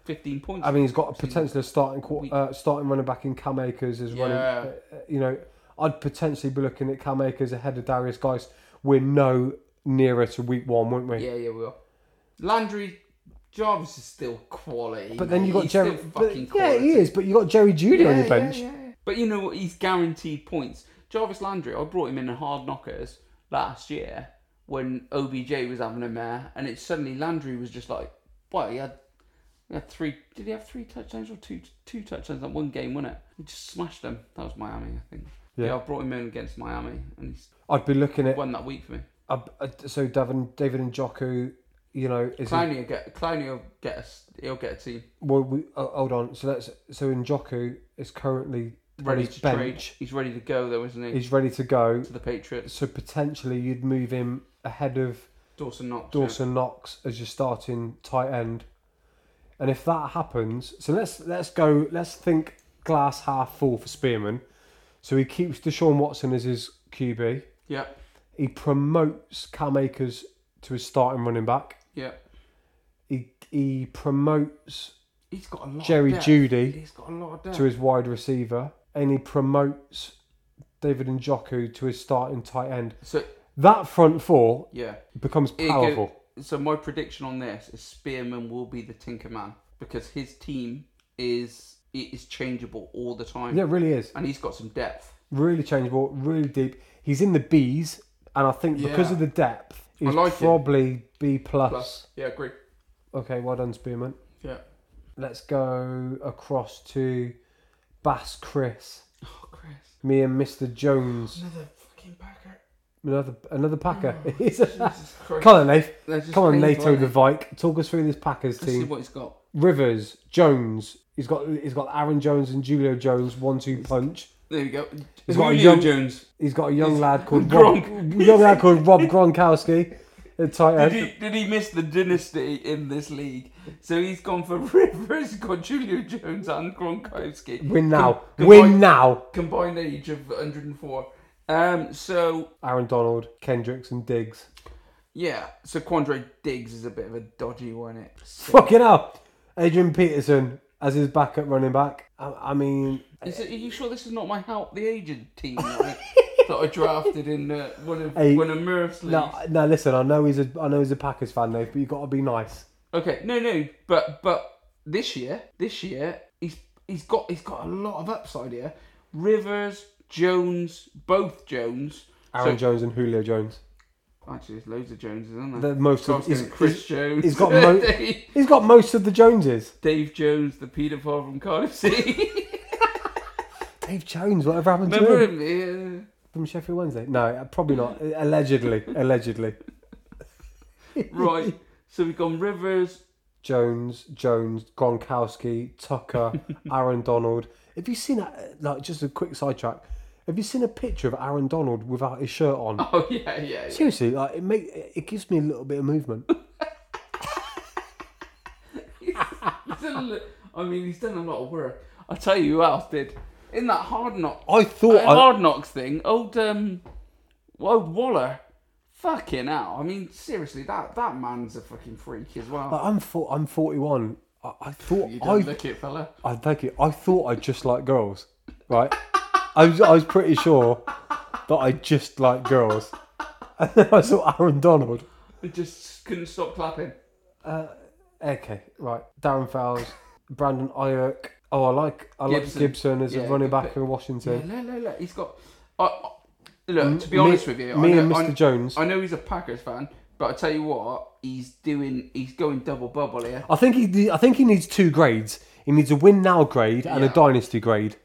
15 points.
I mean, he's got a potential starting quar- uh, starting running back in Cam Akers as running.
Yeah.
uh, You know, I'd potentially be looking at Cam Akers ahead of Darius Guys. We're no nearer to week one, wouldn't we?
yeah, yeah, we are. Landry Jarvis is still quality.
But then
mate.
you've got
He's
Jerry.
Still
But,
fucking
yeah,
quality.
he is. But you got Jerry Judy on
Yeah,
your
yeah,
bench.
yeah, yeah. But you know what? He's guaranteed points. Jarvis Landry, I brought him in in hard knockers last year when OBJ was having a mare, and it suddenly Landry was just like, boy, he had, he had three. Did he have three touchdowns or two two touchdowns that one game, wasn't it? He just smashed them. That was Miami, I think. Yeah,
Yeah.
I brought him in against Miami, and he's
I'd be looking at
won that week for me.
uh, uh, so Davin, David and Joku. You know, is he,
Clowney will get Clowney will get us. He'll get a team
well, we, oh, hold on. So that's so in Joku is currently on
ready
his
to trade.
bench.
He's ready to go though, isn't he?
He's ready to go.
to the Patriots.
So potentially you'd move him ahead of
Dawson Knox. yeah.
Dawson Knox as your starting tight end. And if that happens, so let's let's go. Let's think glass half full for Spearman. So he keeps Deshaun Watson as his QB.
Yeah.
He promotes Cam Akers to his starting running back.
Yeah.
He he promotes
He's got a lot.
Jerry
of depth.
Jeudy
He's got a lot of depth.
to his wide receiver, and he promotes David and Njoku to his starting tight end.
so
That front four
yeah,
becomes
It
powerful.
go- so my prediction on this is Spearman will be the Tinker Man because his team is it is changeable all the time.
Yeah, it really is.
And he's got some depth.
really changeable, really deep. He's in the B's, and I think because
Yeah.
of the depth, he's
like it.
probably B plus.
Plus, yeah, agree.
Okay, well done, Spearman.
Yeah.
Let's go across to Bass Chris,
Oh, Chris,
me and Mister Jones.
another fucking packer.
Another another Packer. He's a-
Jesus Christ.
Come on, Nath.
They're just
Come on,
painful,
NATO
aren't
the
they?
Vike. Talk us through this Packers
Let's see
team.
what he's got.
Rivers, Jones. He's got he's got Aaron Jones and Julio Jones one two punch.
There we go.
He's got a
Julio
young-
Jones.
He's got a young
He's-
lad called
Gronk.
Rob, young lad called Rob Gronkowski, a tight
Did
end.
he, did he miss the dynasty in this league? So he's gone for Rivers, he's got Julio Jones and Gronkowski.
Win now.
Com-
Win
combined-
now.
Combined age of 104. Um, so,
Aaron Donald, Kendricks, and Diggs.
yeah. So Quandre Diggs is a bit of a dodgy one. It.
Fucking hell. Adrian Peterson as his backup running back. I, I mean,
Is it, are you sure this is not my help the agent team that I, that I drafted in uh, one of
Hey,
one of Murph's leagues?
no, no. Listen, I know he's a, I know he's a Packers fan, though, but you got to be nice.
Okay, no, no, but but this year, this year he's he's got he's got a lot of upside here. Rivers, Jones, both Jones.
Aaron
So-
Jones and Julio Jones.
Actually, there's loads of Joneses, isn't there?
The most
So I
of,
was
he's,
thinking Chris Jones.
he's got mo-
Dave,
he's got most of the Joneses.
Dave Jones, the paedophile from Cardiff City.
Dave Jones, whatever happened to
Remember
him
him? Yeah.
from Sheffield Wednesday? No, probably not. Allegedly, allegedly.
Right. So we've gone Rivers.
Jones, Jones, Gronkowski, Tucker, Aaron Donald. Have you seen that? Like, just a quick sidetrack. Have you seen a picture of Aaron Donald without his shirt on?
Oh yeah, yeah. yeah.
Seriously, like it make it gives me a little bit of movement.
He's done a li- I mean, he's done a lot of work. I tell you who else did in that hard knock.
I thought
That
I,
hard knocks thing. Old um, old Waller. Fucking hell. I mean, seriously, that that man's a fucking freak as well.
like, I'm for, I'm 41. I, I thought
you don't
I
look it, fella.
I thank you. I thought I just like girls, right? I was I was pretty sure that I just like girls, and then I saw Aaron Donald.
I just couldn't stop clapping.
Okay, right. Darren Fowles, Brandon Ayuk. Oh, I like I like
Gibson.
Gibson, as
Yeah,
a running
good
back
pick.
in
Yeah,
Washington.
look, look, look. He's got. I, I, look, to be honest
me,
with you,
me
I know,
and Mr.
I,
Jones.
I
I,
know he's a Packers fan, but I tell you what, he's doing. He's going double bubble here.
think he de- I think he needs two grades. He needs a win now grade and
Yeah.
a dynasty grade.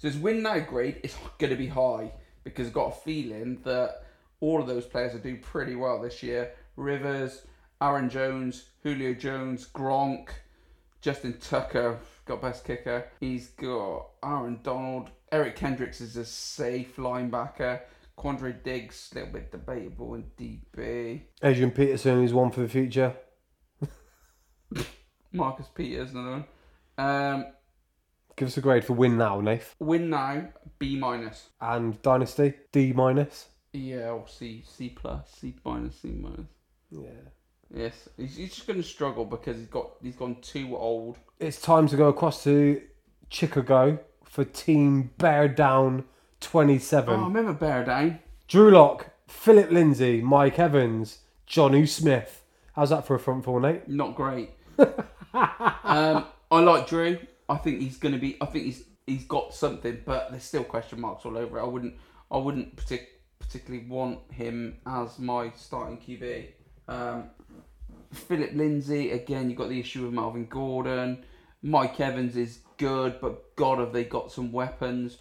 So his win now grade is going to be high because I've got a feeling that all of those players will do pretty well this year. Rivers, Aaron Jones, Julio Jones, Gronk, Justin Tucker got best kicker. He's got Aaron Donald. Eric Kendricks is a safe linebacker. Quandre Diggs, a little bit debatable in DB.
Adrian Peterson is one for the future.
Marcus Peters, another one. Um,
Give us a grade for win now, Nath.
win now, B minus.
And dynasty D minus.
Yeah, or C, C plus, C minus, C minus.
Yeah.
Yes, he's, he's just going to struggle because he's got he's gone too old.
It's time to go across to Chicago for Team Bear Down 27.
Oh, I remember Bear Down.
Drew Lock, Philip Lindsay, Mike Evans, Johnny Smith. How's that for a front four, Nate?
Not great. um, I like Drew. I think he's going to be. I think he's he's got something, but there's still question marks all over it. I wouldn't I wouldn't partic- particularly want him as my starting QB. Um, Philip Lindsay again. You've got the issue with Melvin Gordon. Mike Evans is good, but God, have they got some weapons?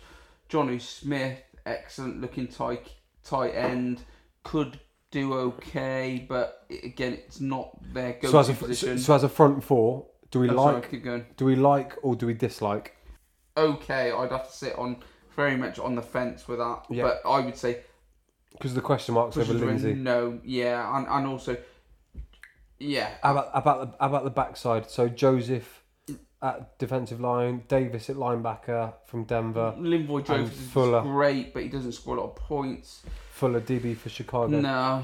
Johnny Smith, excellent looking tight tight end, could do okay, but again, it's not their go-to
So as, a,
position.
so as a front four, do we
I'm sorry,
like
keep going.
do we like or do we dislike?
okay, I'd have to sit on very much on the fence with that.
Yeah.
But I would say
Because the question marks over
Pusha T-
Lindsay.
no, yeah, and, and also yeah,
How about how about the how about the backside? So Joseph at defensive line, Davis at linebacker from Denver,
Linvoy Mm. Joseph is
Fuller.
great, but he doesn't score a lot of points.
Fuller DB for Chicago.
No,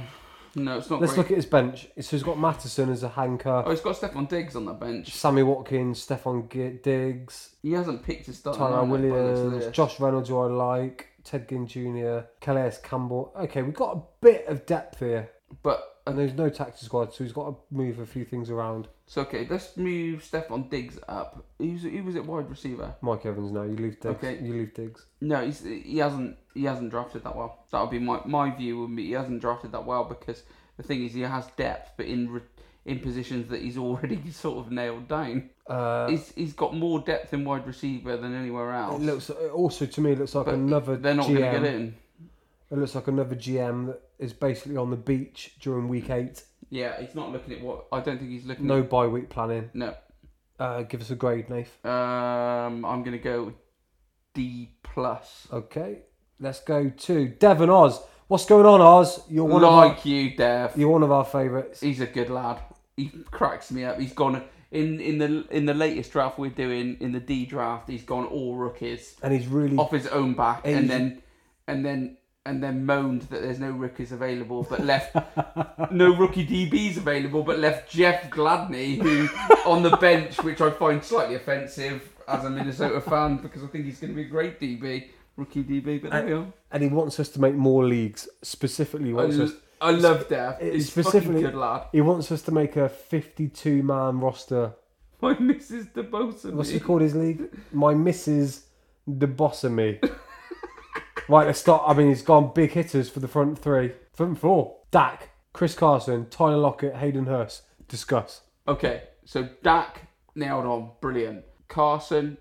no, it's not
Let's
great.
look at his bench. So he's got Matterson as a hanker,
Oh, he's got Stephon Diggs on the bench.
Sammy Watkins, Stefan Diggs,
He hasn't picked his starting
Tyler
lineup by the looks of
Williams,
this.
Josh Reynolds, who I like, Ted Ginn Jr., Calais Campbell. Okay, we've got a bit of depth here,
But uh,
and there's no taxi squad, so he's got to move a few things around.
so okay, let's move Stephon Diggs up. Who's who was it wide receiver?
Mike Evans, now you leave Diggs.
Okay.
You leave Diggs.
No, he's, he hasn't. He hasn't drafted that well. That would be my my view. Would be he hasn't drafted that well because the thing is he has depth, but in re- in positions that he's already sort of nailed down.
Uh,
He's he's got more depth in wide receiver than anywhere
it
else.
looks it also to me it looks like
but
another
they're not
GM.
going to get in.
It looks like another GM that is basically on the beach during week
Mm.
eight.
Yeah, he's not looking at what. I don't think he's looking.
No bye week planning.
At,
Uh, give us a grade, Nath.
no. Um, I'm going to go D plus.
Okay, let's go to Devon Oz. What's going on, Oz? You're one of our,
Like you, Dev.
you're one of our favourites.
He's a good lad. He cracks me up. He's gone in in the in the latest draft we're doing in the D draft. He's gone all rookies
And he's really
off his own back,
Asian.
and then and then and then moaned that there's no rookies available, but left no rookie DBs available, but left Jeff Gladney who on the bench, which I find slightly offensive as a Minnesota fan because I think he's going to be a great DB, rookie DB. But there we are.
and he wants us to make more leagues. Specifically, he
I,
wants us.
l- I love Dev.
it's
He's specifically
specifically-
good lad.
He wants us to make a 52 man roster.
My Mrs. DeBosa.
What's he called his league? My Mrs. The Boss and Me. right, let's start. I mean, he's gone big hitters for the front three, front four. Dak, Chris Carson, Tyler Lockett, Hayden Hurst. Discuss.
Okay, so Dak nailed on, brilliant. Carson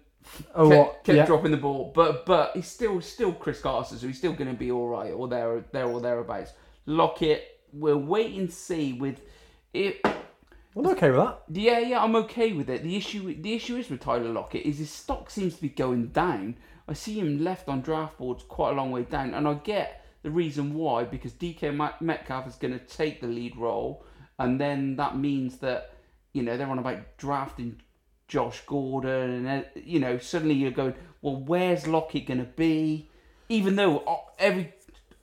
Oh,
kept,
what?
kept
yeah.
dropping the ball, but but he's still still Chris Carson, so he's still going to be all right or there there or thereabouts. Lockett, we'll wait and see with it.
I'm okay with that.
Yeah, yeah, I'm okay with it. The issue the issue is with Tyler Lockett is his stock seems to be going down. I see him left on draft boards quite a long way down, and I get the reason why because DK Ma- Metcalf is going to take the lead role, and then that means that you know they're on about drafting Josh Gordon, and uh, you know suddenly you're going, well, where's Lockett going to be? Even though uh, every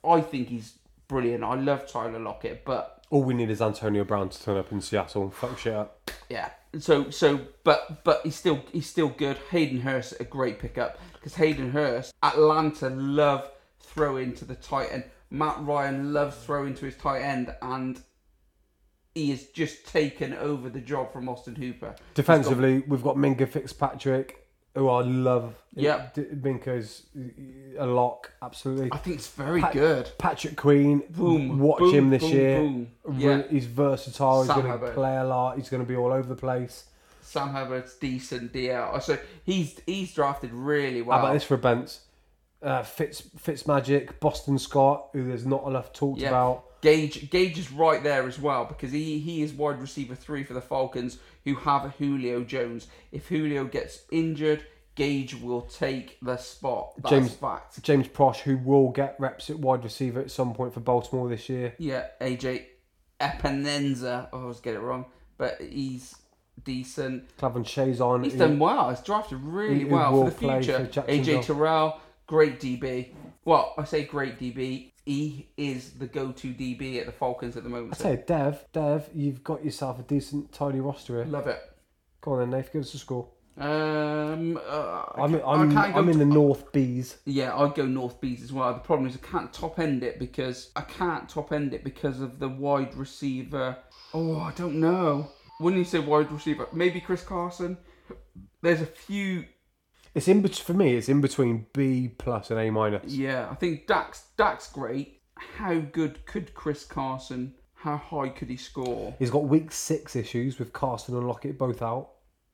I think he's brilliant. I love Tyler Lockett, but
All we need is Antonio Brown to turn up in Seattle and fuck shit up.
Yeah. So so but but he's still he's still good. Hayden Hurst a great pickup because Hayden Hurst Atlanta love throw into the tight end. Matt Ryan loves throw into his tight end and he has just taken over the job from Austin Hooper.
Defensively, we've got Minka Fitzpatrick, who I love.
Yeah.
D- Minka's a lock, absolutely.
I think it's very good.
Patrick Queen,
Boom,
watch
boom,
him this
boom,
year.
boom.
Re-
Yeah.
He's versatile. He's
Sam
going to
Hubbard.
play a lot. He's going to be all over the place.
Sam Hubbard's decent DL. So he's he's drafted really well.
How about this for a Bence? Uh, Fitz Fitzmagic, Boston Scott, who there's not enough talked
Yeah.
about.
Gage Gage is right there as well because he, he is wide receiver three for the Falcons who have Julio Jones. If Julio gets injured, Gage will take the spot. That's
James-
fact.
James Prosh, who will get reps at wide receiver at some point for Baltimore this year.
Yeah, AJ Epinenza. Oh, I always get it wrong, but he's decent.
Clavin Shays on.
He's done well. He's drafted really
He- he
well
will
for the
play for
future. AJ
Jacksonville.
Terrell, great DB. Well, I say great DB. he is the go-to DB at the Falcons at the moment.
I
so
tell you, Dev, Dev, you've got yourself a decent, tidy roster here.
love it.
Go on then, Nath, give us a score.
Um, uh,
I'm,
I
I'm,
can't go
I'm in the North Bees.
Yeah, I'd go North Bees as well. The problem is I can't top end it because I can't top end it because of the wide receiver. Oh, I don't know. Wouldn't you say wide receiver? Maybe Chris Carson. There's a few.
It's in bet- for me. It's in between B plus and A minus.
Yeah, I think Dax. Dax great. How good could Chris Carson? How high could he score?
He's got week six issues with Carson and Lockett both out.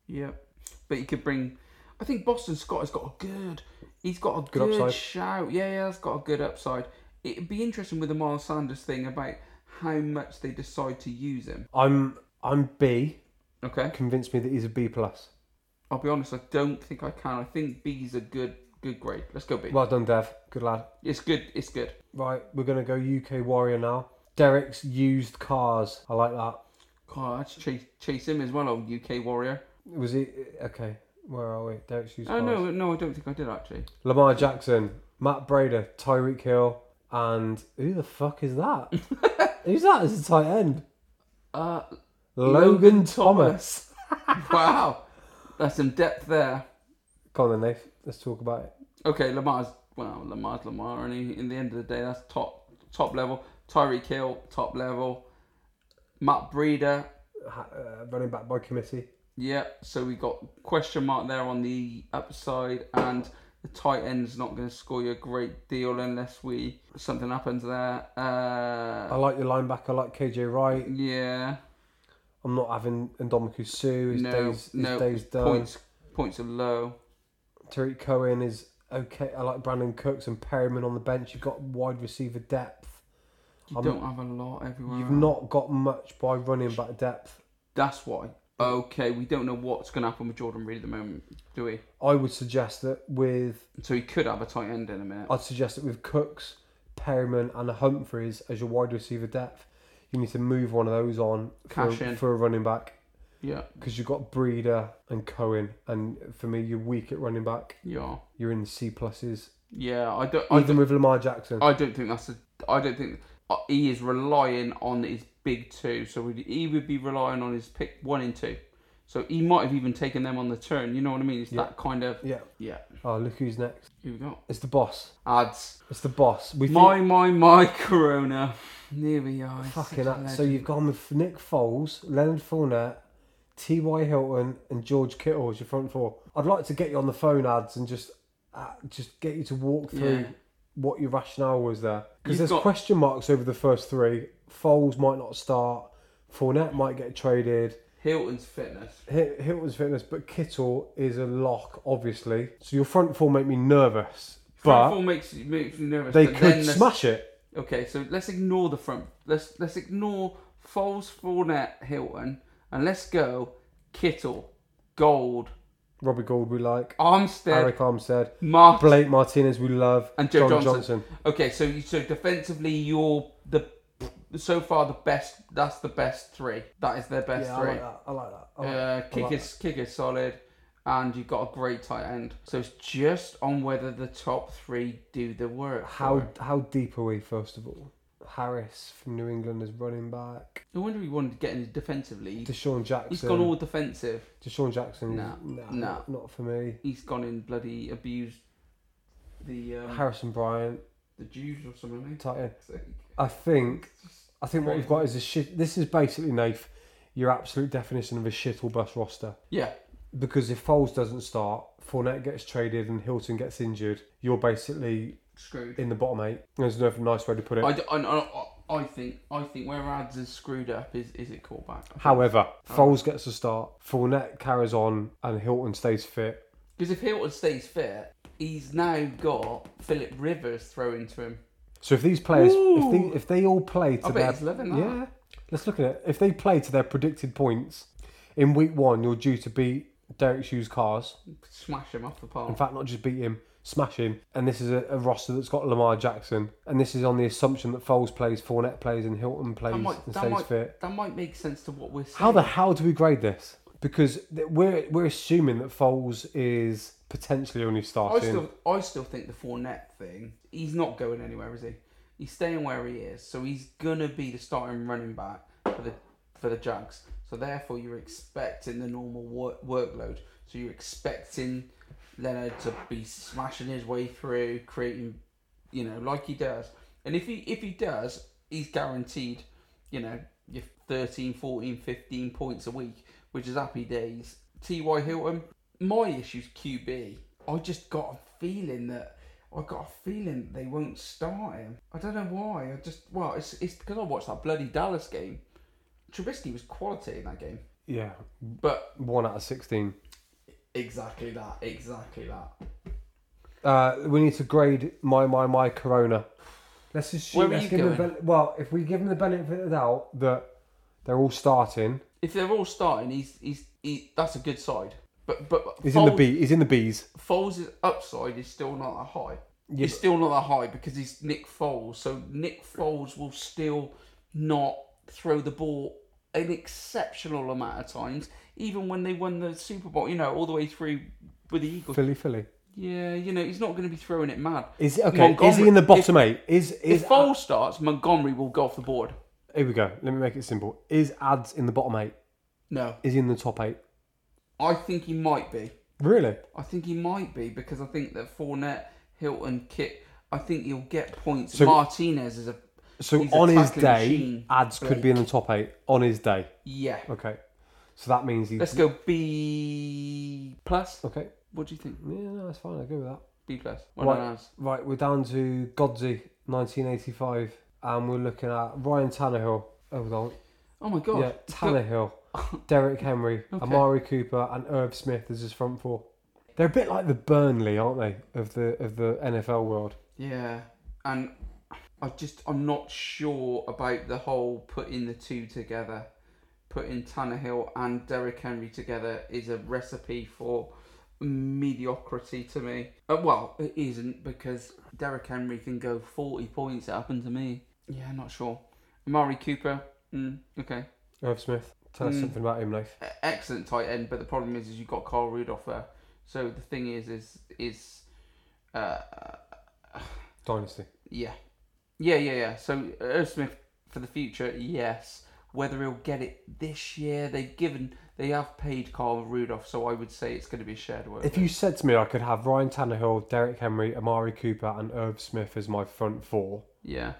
Yep. But he could bring. I think Boston Scott has got a good. He's got a good,
Good upside.
shout. Yeah, yeah, that's got a good upside. It'd be interesting with the Miles Sanders thing about how much they decide to use him.
I'm I'm B.
Okay.
Convinced me that he's a B plus.
I'll be honest. I don't think I can. I think B's a good, good grade. Let's go B.
Well done, Dev. Good lad.
It's good. It's good.
Right, we're gonna go UK Warrior now. Derek's used cars. I like that.
God, I should chase, chase him as well, old UK warrior.
Was it okay? Where are we? Derek's used
Oh
cars.
no, no, I don't think I did actually.
Lamar Jackson, Matt Brader, Tyreek Hill, and who the fuck is that? Who's that as a tight end?
Uh,
Logan, Thomas.
wow, that's some depth there.
Come on then, Nath. Let's talk about it.
Okay, Lamar's well, Lamar's Lamar, and he, in the end of the day, that's top top level. Tyreek Hill, top level. Matt Breeder,
Ha- Uh, running back by committee.
yeah. So we got question mark there on the upside, and the tight end's not going to score you a great deal unless we something happens there.
I
Uh,
like your linebacker. I like KJ Wright.
yeah,
I'm not having Ndomiku Sue. His
no,
days, his
no
days done.
points points are low.
Tariq Cohen is okay. I like Brandon Cooks and Perryman on the bench. You've got wide receiver depth.
You
I'm-
don't have a lot everywhere.
You've
else.
not got much by running back depth.
That's why. Okay, we don't know what's going to happen with Jordan Reed at the moment, do we?
I would suggest that with
So he could have a tight end in a minute.
I'd suggest that with Cooks, Perryman, and Humphreys as your wide receiver depth, you need to move one of those on for,
Cash in.
for a running back.
Yeah,
because you've got Breeder and Cohen, and for me, you're weak at running back.
yeah,
You're in C pluses,
yeah. I don't. I
even
don't,
with Lamar Jackson.
I don't think that's a. I don't think uh, he is relying on his big two. So would- he would be relying on his pick one and two. So he might have even taken them on the turn. You know what I mean? It's
Yeah.
that kind of.
yeah.
Yeah.
Oh, look who's next.
Here we go.
It's the boss.
Ads.
It's the boss. We
My
think-
my my Corona. Here we are. He's
fucking
such a
that. So
legend.
you've gone with Nick Foles, Leonard Fournette, T. Y. Hilton, and George Kittle as your front four. I'd like to get you on the phone ads and just uh, just get you to walk through
Yeah.
what your rationale was there because
You've
there's
got-
question marks over the first three. Foles might not start. Fournette might get traded.
Hilton's fitness.
Hil- Hilton's fitness, but Kittle is a lock, obviously. So your front four make me nervous,
Front
but
four makes you- makes me nervous.
they
but
could
then the-
smash it.
Okay, so let's ignore the front. Let's let's ignore Foles, Fournette, Hilton, and let's go Kittle, Gold,
Robbie Gould we like,
Armstead,
Eric Armstead,
Mark,
Blake Martinez we love,
and Joe
John
Johnson.
Johnson.
Okay, so you- so defensively, you're the so far the best. That's the best three. That is their best
Yeah, I
three.
like that. I like that. I like
Uh,
that. I
kick
like
is kick is solid, and you've got a great tight end. So it's just on whether the top three do the work.
that. how
for it.
how deep are we first of all? Harris from New England is running back.
No wonder he wanted to get in defensively.
Deshaun Jackson.
He's gone all defensive.
Deshaun Jackson.
Nah,
nah,
nah.
not for me.
he's gone and bloody abused the um,
Harrison Bryant,
the Jews or something. mate.
tight end.
It's like-
I think I think what we've got is a shit. This is basically Nath, your absolute definition of a shit or bust roster.
Yeah,
Because if Foles doesn't start, Fournette gets traded, and Hilton gets injured, you're basically
screwed.
in the bottom eight. There's no nice way to put it.
I, d- I- I- I think I think where Ads is screwed up is is it quarterback?
However,
Oh.
Foles gets a start, Fournette carries on, and Hilton stays fit.
Because if Hilton stays fit, he's now got Philip Rivers throwing to him.
So if these players, if
Ooh.
they, if they all play to
I bet
their
he's loving that.
yeah, let's look at it. If they play to their predicted points in week one, you're due to beat Derek Shoes Cars.
Smash him off the
In
park.
fact, not just beat him, smash him. And this is a, a roster that's got Lamar Jackson. And this is on the assumption that Foles plays, Fournette plays, and Hilton plays
That might
and
that
stays
might,
fit.
that might make sense to what we're saying.
How the hell do we grade this? Because th- we're we're assuming that Foles is potentially only
I
starting.
still I still think the Fournette thing. He's not going anywhere, is he? He's staying where he is, so he's gonna be the starting running back for the for the Jags. So therefore, you're expecting the normal wor- workload. So you're expecting Leonard to be smashing his way through, creating, you know, like he does. And if he if he does, he's guaranteed, you know, your 13, 14, 15 points a week, which is happy days. T.Y. Hilton, my issue's QB. I just got a feeling that I got a feeling they won't start him. I don't know why. I just well, it's it's because I watched that bloody Dallas game. Trubisky was quality in that game,
Yeah,
but
one out of sixteen.
exactly that, exactly that.
Uh, we need to grade my my my Corona. Let's assume.
Where were
let's
you
give him the
going?
ben- well, if we give them the benefit of the doubt that they're all starting,
If they're all starting, he's he's he, that's a good side. But but
he's in
Foles-
the B. He's in the B's.
Foles' upside is still not that high.
Yeah,
it's still not that high because he's Nick Foles. So Nick Foles will still not throw the ball an exceptional amount of times, even when they won the Super Bowl, you know, all the way through with the Eagles.
Philly, Philly.
Yeah, you know, he's not going to be throwing it mad.
Is okay? is he
Montgomery-
in the bottom eight? Is is
If Foles starts, Montgomery will go off the board.
here we go? Let me make it simple. Is ads in the bottom eight?
No.
Is he in the top eight?
I think he might be.
Really?
I think he might be because I think that Fournette, Hilton, Kit, I think he'll get points.
So-
Martinez is a.
So
He's a
on his
tackling
day,
machine,
ads could be in the top eight on his day.
Yeah.
Okay, so that means he's
Let's go B plus.
okay.
What do you think?
Yeah, no, that's fine. I go with that.
B plus.
Right.
What else?
Right, we're down to Godsey, 1985, and we're looking at Ryan Tannehill. Hold on.
Oh my god.
Yeah, Tannehill, Derek Henry, Amari Cooper, and Irv Smith as his front four. They're a bit like the Burnley, aren't they, of the of the NFL world?
Yeah. And I just I'm not sure about the whole putting the two together. Putting Tannehill and Derrick Henry together is a recipe for mediocrity to me. Uh, well, it isn't because Derrick Henry can go 40 points. It happened to me. Yeah, not sure. Amari Cooper. Mm, okay.
Irv Smith. Tell us
Mm.
something about him, Nath.
a- excellent tight end, but the problem is, is you've got Carl Rudolph there. So the thing is, is is uh,
Dynasty.
yeah, yeah, yeah, yeah. So Irv Smith for the future, yes. Whether he'll get it this year, they've given, they have paid Carl Rudolph, so I would say it's going to be a shared work.
If you said to me I could have Ryan Tannehill, Derek Henry, Amari Cooper, and Irv Smith as my front four,
yeah,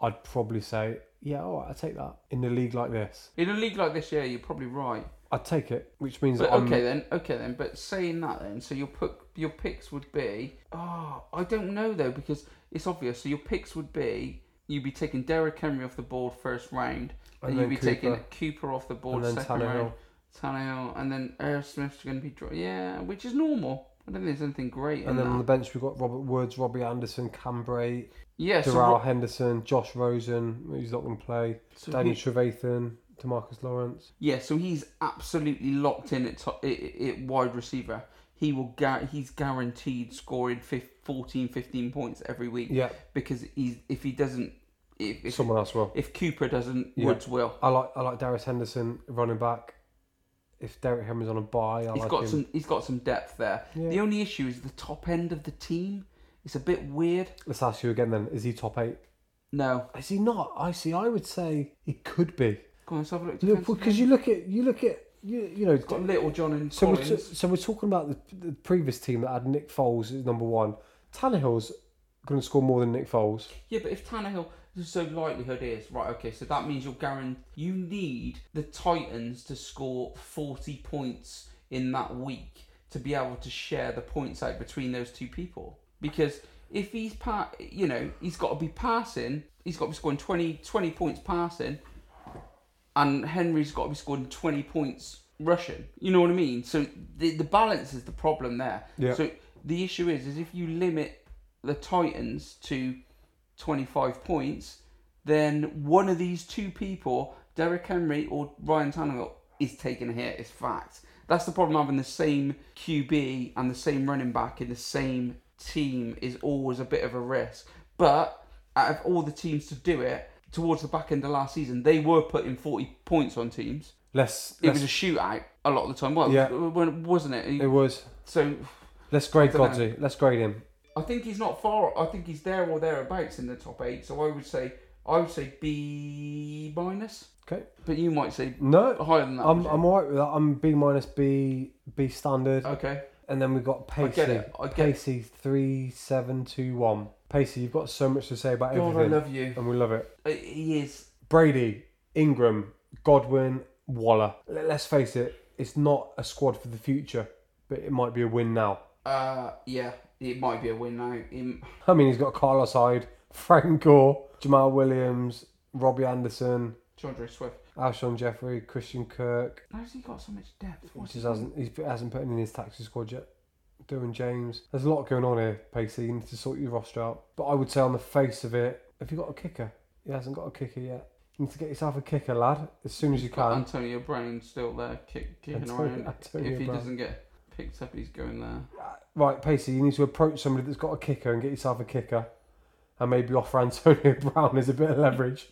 I'd probably say, yeah, all right, I'll take that. In a league like this,
in a league like this, yeah, you're probably right.
I'd take it, which means
But
that I'm
okay then, okay then. But saying that then, so your pick, your picks would be. Oh, I don't know though because it's obvious. So your picks would be you'd be taking Derrick Henry off the board first round,
And
then you'd
then
be taking
Cooper.
Cooper off the
And
board
then
second
Tannehill.
round, Tannehill, and then Irv Smith's going to be draw. Yeah, which is normal. I don't think there's anything great in
And then on the
that.
bench we've got Robert Woods, Robbie Anderson, Cambray,
yeah, so
Darrell
Ro-
Henderson, Josh Rosen, who's not going to play,
So
Danny
who-
Trevathan, Demarcus Lawrence.
yeah, so he's absolutely locked in at, top, at, at wide receiver. He will gu- he's guaranteed scoring fif 14, 15 points every week.
Yeah,
because he's if he doesn't if if,
someone else will.
if Cooper doesn't
Yeah.
Woods will.
I like I like Darius Henderson running back. If Derek Henry's on a bye, I
He's
like
got
him.
some he's got some depth there.
Yeah.
The only issue is the top end of the team. It's a bit weird.
Let's ask you again then: Is he top eight?
No,
Is he not? I see. I would say he could be
go on, let's have a look. Defensive.
because you look at you look at you you know.
got Little John and
So we're,
Collins.
so we're talking about the, the previous team that had Nick Foles as number one. Tannehill's going to score more than Nick Foles.
Yeah, but if Tannehill, so likelihood is right. Okay, so that means you're guaranteed. You need the Titans to score forty points in that week to be able to share the points out between those two people. Because if he's pa- you know, he's got to be passing. He's got to be scoring 20, 20 points passing, and Henry's got to be scoring twenty points rushing. You know what I mean? So the the balance is the problem there.
Yeah.
So the issue is, is if you limit the Titans to 25 points, then one of these two people, Derek Henry or Ryan Tannehill, is taking a hit. It's fact. That's the problem having the same QB and the same running back in the same team is always a bit of a risk. But out of all the teams to do it, towards the back end of last season, they were putting 40 points on teams.
Let's.
It
let's
was a shootout a lot of the time. Well,
Yeah.
yeah. wasn't it?
it was.
So
Let's grade
I dunno.
Godsey. Let's grade him.
I think he's not far. I think he's there or thereabouts in the top eight. So I would say I would say B minus.
Okay.
But you might say
No,
higher than that.
I'm
would
I'm alright with that. I'm B minus B B standard,
you? okay.
and then we've got
I get
Pacey.
it. I get. it.
Pacey three seven two one. Pacey, you've got so much to say about
God, I
everything,
love you.
and we love it.
Uh, He is.
Brady, Ingram, Godwin, Waller. Let- Let's face it, it's not a squad for the future, but it might be a win now.
Uh, yeah. It might be a win now. Him-
I mean, he's got Carlos Hyde, Frank Gore, Jamal Williams, Robbie Anderson,
DeAndre Swift.
Alshon Jeffrey, Christian Kirk.
How's he got so much depth?
He
What's
just hasn't he hasn't put in his taxi squad yet. Doing James. There's a lot going on here, Pacey. You need to sort your roster out. But I would say on the face of it, have you got a kicker? He hasn't got a kicker yet. You need to get yourself a kicker, lad, as soon as you
got
can.
Antonio Brown still there, kick, kicking
Antonio-
around.
Antonio
if he
Brown.
doesn't get picked up, he's going there.
Uh, Right, Pacey, you need to approach somebody that's got a kicker and get yourself a kicker, and maybe offer Antonio Brown as a bit of leverage.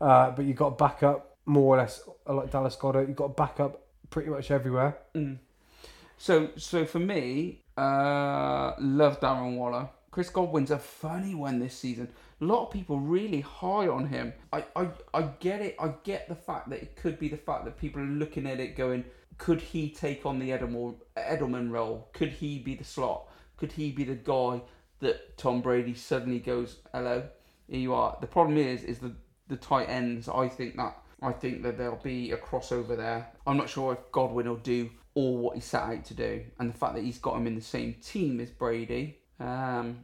Uh, but you got backup more or less, uh, like Dallas Goddard. You got backup pretty much everywhere.
So, so for me, uh, love Darren Waller. Chris Godwin's a funny one this season. A lot of people really high on him. I, I, I get it. I get the fact that it could be the fact that people are looking at it going, could he take on the Edelman, Edelman role? Could he be the slot? Could he be the guy that Tom Brady suddenly goes, hello, here you are? The problem is, is the the tight ends. I think that I think that there'll be a crossover there. I'm not sure if Godwin will do all what he set out to do, and the fact that he's got him in the same team as Brady. Um,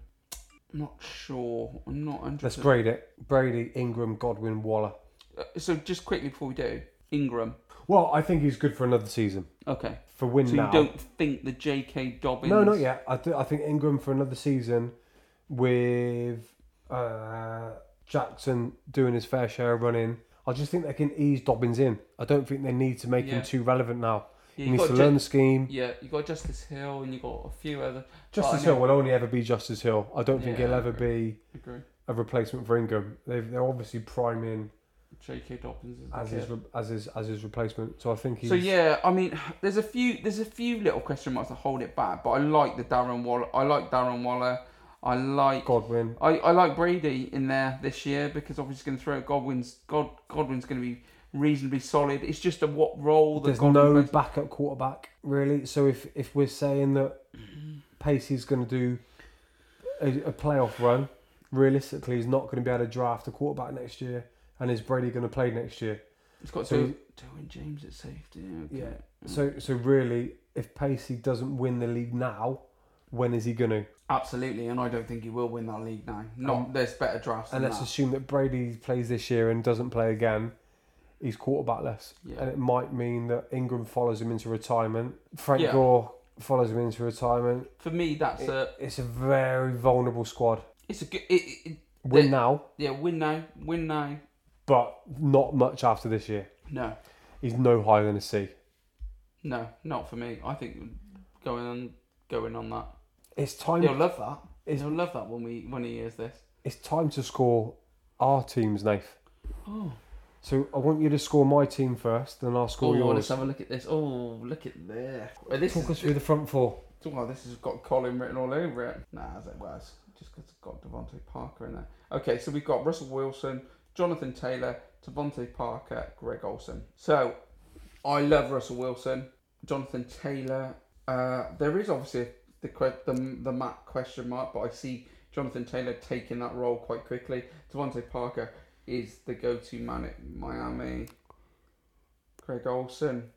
not sure. Oh, I'm not hundred.
Let's grade it: Brady, Ingram, Godwin, Waller.
Uh, So just quickly before we do, Ingram.
Well, I think he's good for another season
Okay.
for win
So
now.
you don't think the J.K. Dobbins?
No, not yet. I, th- I think Ingram for another season with uh, Jackson doing his fair share of running. I just think they can ease Dobbins in. I don't think they need to make
Yeah.
him too relevant now. he
Yeah, you
needs
got
to
J-
learn the scheme.
Yeah, you got Justice Hill, and you got a few other.
Justice
Oh, I know.
Hill will only ever be Justice Hill. I don't think
Yeah,
he'll
I
ever be
Agree.
a replacement for Ingram. They've, they're obviously priming
J.K. Dobbins is the
as
kid.
his re- as his as his replacement. So I think he's
So yeah, I mean, there's a few there's a few little question marks that hold it back, but I like the Darren Waller. I like Darren Waller. I like
Godwin.
I, I like Brady in there this year because obviously he's going to throw at Godwin's God Godwin's going to be reasonably solid. It's just a what role that
There's
Godwin
no
plays.
backup quarterback really. So if if we're saying that Pacey's going to do a, a playoff run, realistically, he's not going to be able to draft a quarterback next year. And is Brady going to play next year?
It's got
so-
so, Derwin James at safety. Okay.
Yeah. So so really, if Pacey doesn't win the league now, when is he going to?
absolutely, and I don't think he will win that league now. Not
Um,
there's better drafts.
And
than
let's
that.
assume that Brady plays this year and doesn't play again. He's quarterbackless,
Yeah.
and it might mean that Ingram follows him into retirement. Frank
Yeah.
Gore follows him into retirement.
for me that's
It-
a
it's a very vulnerable squad.
it's a good it, it, it-
Win
Yeah.
now,
yeah win now win now
but not much after this year.
no
He's no higher than a C.
No, not for me. I think going on going on that.
It's time.
He'll love that.
Is-
He'll love that when we when he hears this.
It's time to score our team's knife.
Oh,
So I want you to score my team first, then I'll score
let's
yours.
have a look at this. Oh, look at this. Oh, this
Talk us
is,
through the front four.
oh, this has got Colin written all over it. Nah, as it was, just 'cause it's got Devonte Parker in there. Okay, so we've got Russell Wilson, Jonathan Taylor, Devonte Parker, Greg Olson. So, I love Russell Wilson, Jonathan Taylor. Uh, there is obviously the que- the the Matt question mark, but I see Jonathan Taylor taking that role quite quickly. Devontae Parker is the go-to man at Miami. Craig Olsen.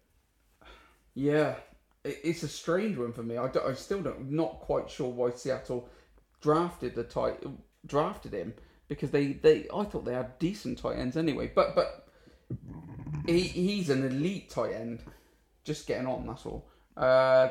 Yeah, it, it's a strange one for me. I, don't- I still don't not quite sure why Seattle drafted the tight drafted him because they, they I thought they had decent tight ends anyway. But but he, he's an elite tight end. Just getting on, that's all. Uh,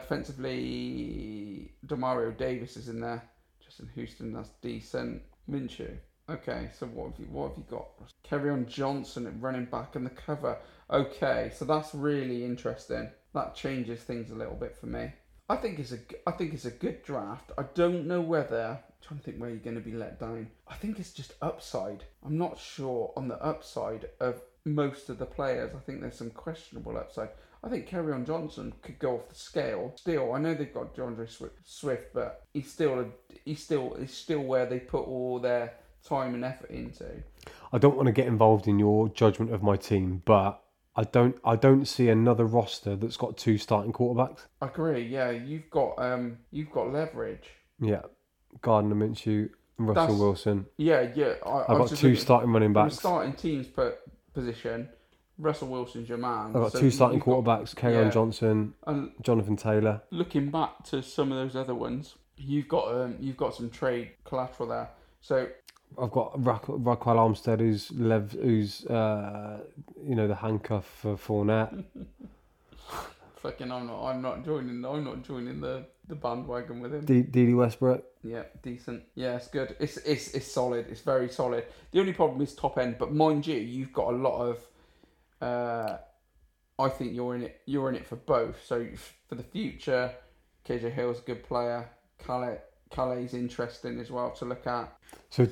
defensively, Demario Davis is in there. Justin Houston, that's decent. Minshew. Okay, so what have you what have you got? Carry on Johnson at running back and the cover. Okay, so that's really interesting. That changes things a little bit for me. I think it's a g- I think it's a good draft. I don't know whether I'm trying to think where you're going to be let down. I think it's just upside. I'm not sure on the upside of most of the players. I think there's some questionable upside. I think Carry on Johnson could go off the scale. Still, I know they've got DeAndre Swi- Swift, but he's still a, he's still he's still where they put all their time and effort into.
I don't want to get involved in your judgment of my team, but I don't I don't see another roster that's got two starting quarterbacks.
I agree. Yeah, you've got um you've got leverage.
Yeah, Gardner Minshew, and Russell
That's-
Wilson.
Yeah, yeah. I,
I've got two
starting
starting running backs.
starting teams per position. Russell Wilson's your man.
I've got
So
two starting
you've got-
quarterbacks: Kerryon
yeah.
Johnson,
and
Jonathan Taylor.
looking back to some of those other ones, you've got um, you've got some trade collateral there. So
I've got Ra- Raquel Armstead, who's lev- who's uh, you know the handcuff for Fournette.
Mm-hmm. fucking, I'm not I'm not joining I'm not joining the the bandwagon with him.
D- Didi Westbrook.
Yeah, decent. Yeah, it's good. It's it's it's solid. It's very solid. The only problem is top end, but mind you, you've got a lot of. Uh, I think you're in it. You're in it for both. So f- for the future, KJ Hill's a good player. Calais Calais interesting as well to look at.
So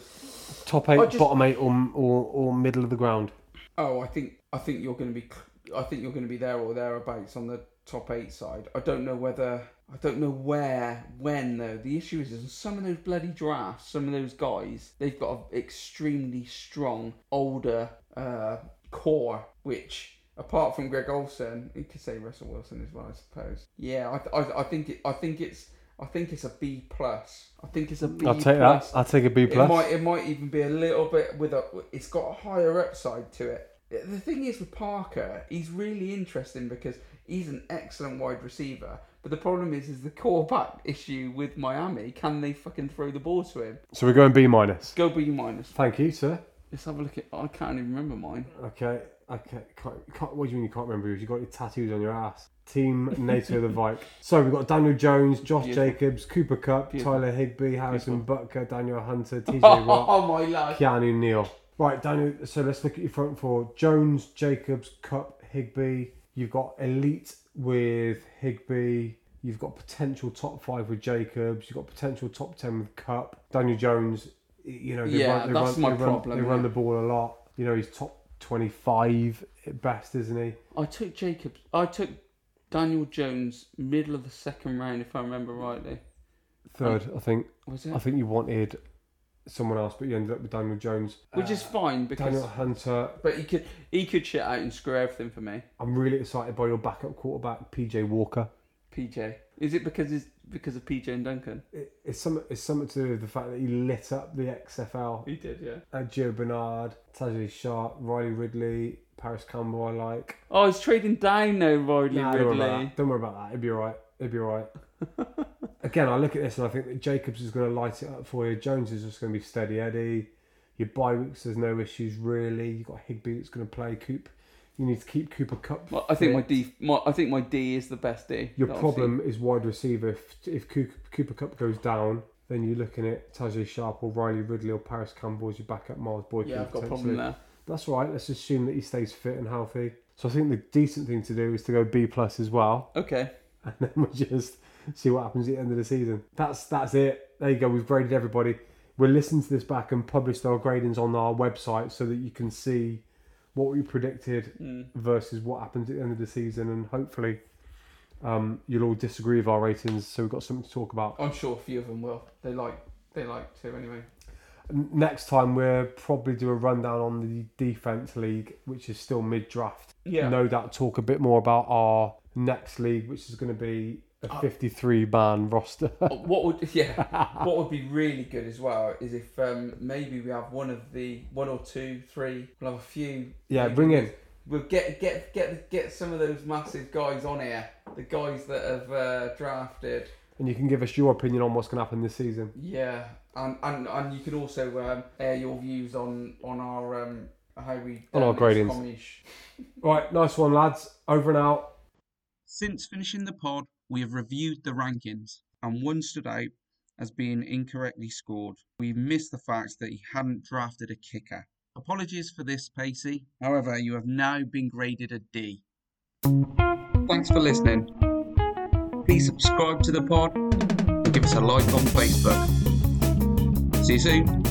top eight,
I just-
bottom eight, or, or or middle of the ground.
Oh, I think I think you're going to be I think you're going to be there or thereabouts on the top eight side. I don't know whether I don't know where when though. The issue is, is some of those bloody drafts, some of those guys, they've got an extremely strong older uh, core, which apart from Greg Olson, you could say Russell Wilson as well, I suppose. Yeah, I I, I think it, I think it's I think it's a B plus. I think it's a B
I'll take
plus.
that. I'll take a B
It
plus.
might it might even be a little bit with a it's got a higher upside to it. The thing is with Parker, he's really interesting because he's an excellent wide receiver. But the problem is is the quarterback issue with Miami. Can they fucking throw the ball to him?
So we're going B minus.
Go B minus.
Thank you, sir.
Let's have a look at. I can't even remember mine.
Okay, okay. Can't, can't, what do you mean you can't remember? Because you got your tattoos on your ass. Team NATO the Vike. So we've got Daniel Jones, Josh
Beautiful.
Jacobs, Cooper Cup,
Beautiful.
Tyler Higby, Harrison Butker, Daniel Hunter,
Oh,
TJ Watt,
my lad.
Keanu Neal. Right, Daniel. So let's look at your front four: Jones, Jacobs, Cup, Higby. You've got elite with Higby. You've got potential top five with Jacobs. You've got potential top ten with Cup. Daniel Jones. You know, they
Yeah,
run, they
that's
run,
my
they run-
problem,
They run
yeah.
the ball a lot. You know, he's top twenty-five at best, isn't he?
I took Jacobs. I took Daniel Jones middle of the second round, if I remember rightly.
Third,
Um,
I think.
Was it?
I think you wanted someone else, but you ended up with Daniel Jones.
Which
Uh,
is fine because.
Daniel Hunter.
But he could he could shit out and screw everything for me.
I'm really excited by your backup quarterback, PJ Walker.
PJ. Is it because it's because of PJ and Duncan?
It- it's some it's something to do with the fact that he lit up the XFL.
He did, yeah.
Uh, Joe Bernard, Tajay Sharp, Riley Ridley, Paris Campbell. I like.
Oh, he's trading down now, Riley
Nah, Don't, worry about
Ridley.
that. don't worry about that. It'd be alright. It'd be alright. Again, I look at this and I think that Jacobs is going to light it up for you. Jones is just going to be steady Eddie. Your bye weeks, there's no issues really. You have got Higby that's going to play Coop. You need to keep Cooper Cup.
Well, I think my
fit.
D, my, I think my D is the best D.
Your
that I've
problem is wide receiver. If, if Coo- Cooper Cup goes down, then you're looking at Tajay Sharp or Riley Ridley or Paris Campbell as your backup Miles
seen.
Boykin.
Yeah, I've got a
potentially.
problem there.
That's all right. Let's assume that he stays fit and healthy. So I think the decent thing to do is to go B plus as well,
Okay.
and then we just see what happens at the end of the season. That's that's it. There you go. We've graded everybody. We'll listen to this back and publish our gradings on our website so that you can see what we predicted
Mm.
versus what happens at the end of the season, and hopefully um, you'll all disagree with our ratings, so we've got something to talk about.
I'm sure a few of them will. They like they like to anyway.
N- Next time we'll probably do a rundown on the defense league, which is still mid-draft.
Yeah.
No doubt, talk a bit more about our next league, which is going to be a
Uh,
53-man roster.
Oh, what would yeah? what would be really good as well is if um, maybe we have one of the one or two, three. We'll have a few.
yeah,
maybe
bring in.
We'll get get get get some of those massive guys on here. The guys that have uh, drafted.
And you can give us your opinion on what's going to happen this season.
Yeah, uh, and and, and you can also um, air your views on on our um, how we
On our
damage
gradings.
commish.
Right, nice one, lads. Over and out.
Since finishing the pod, we have reviewed the rankings, and one stood out as being incorrectly scored. We missed the fact that he hadn't drafted a kicker. Apologies for this, Pacey. However, you have now been graded a D. Thanks for listening. Please subscribe to the pod and give us a like on Facebook. See you soon.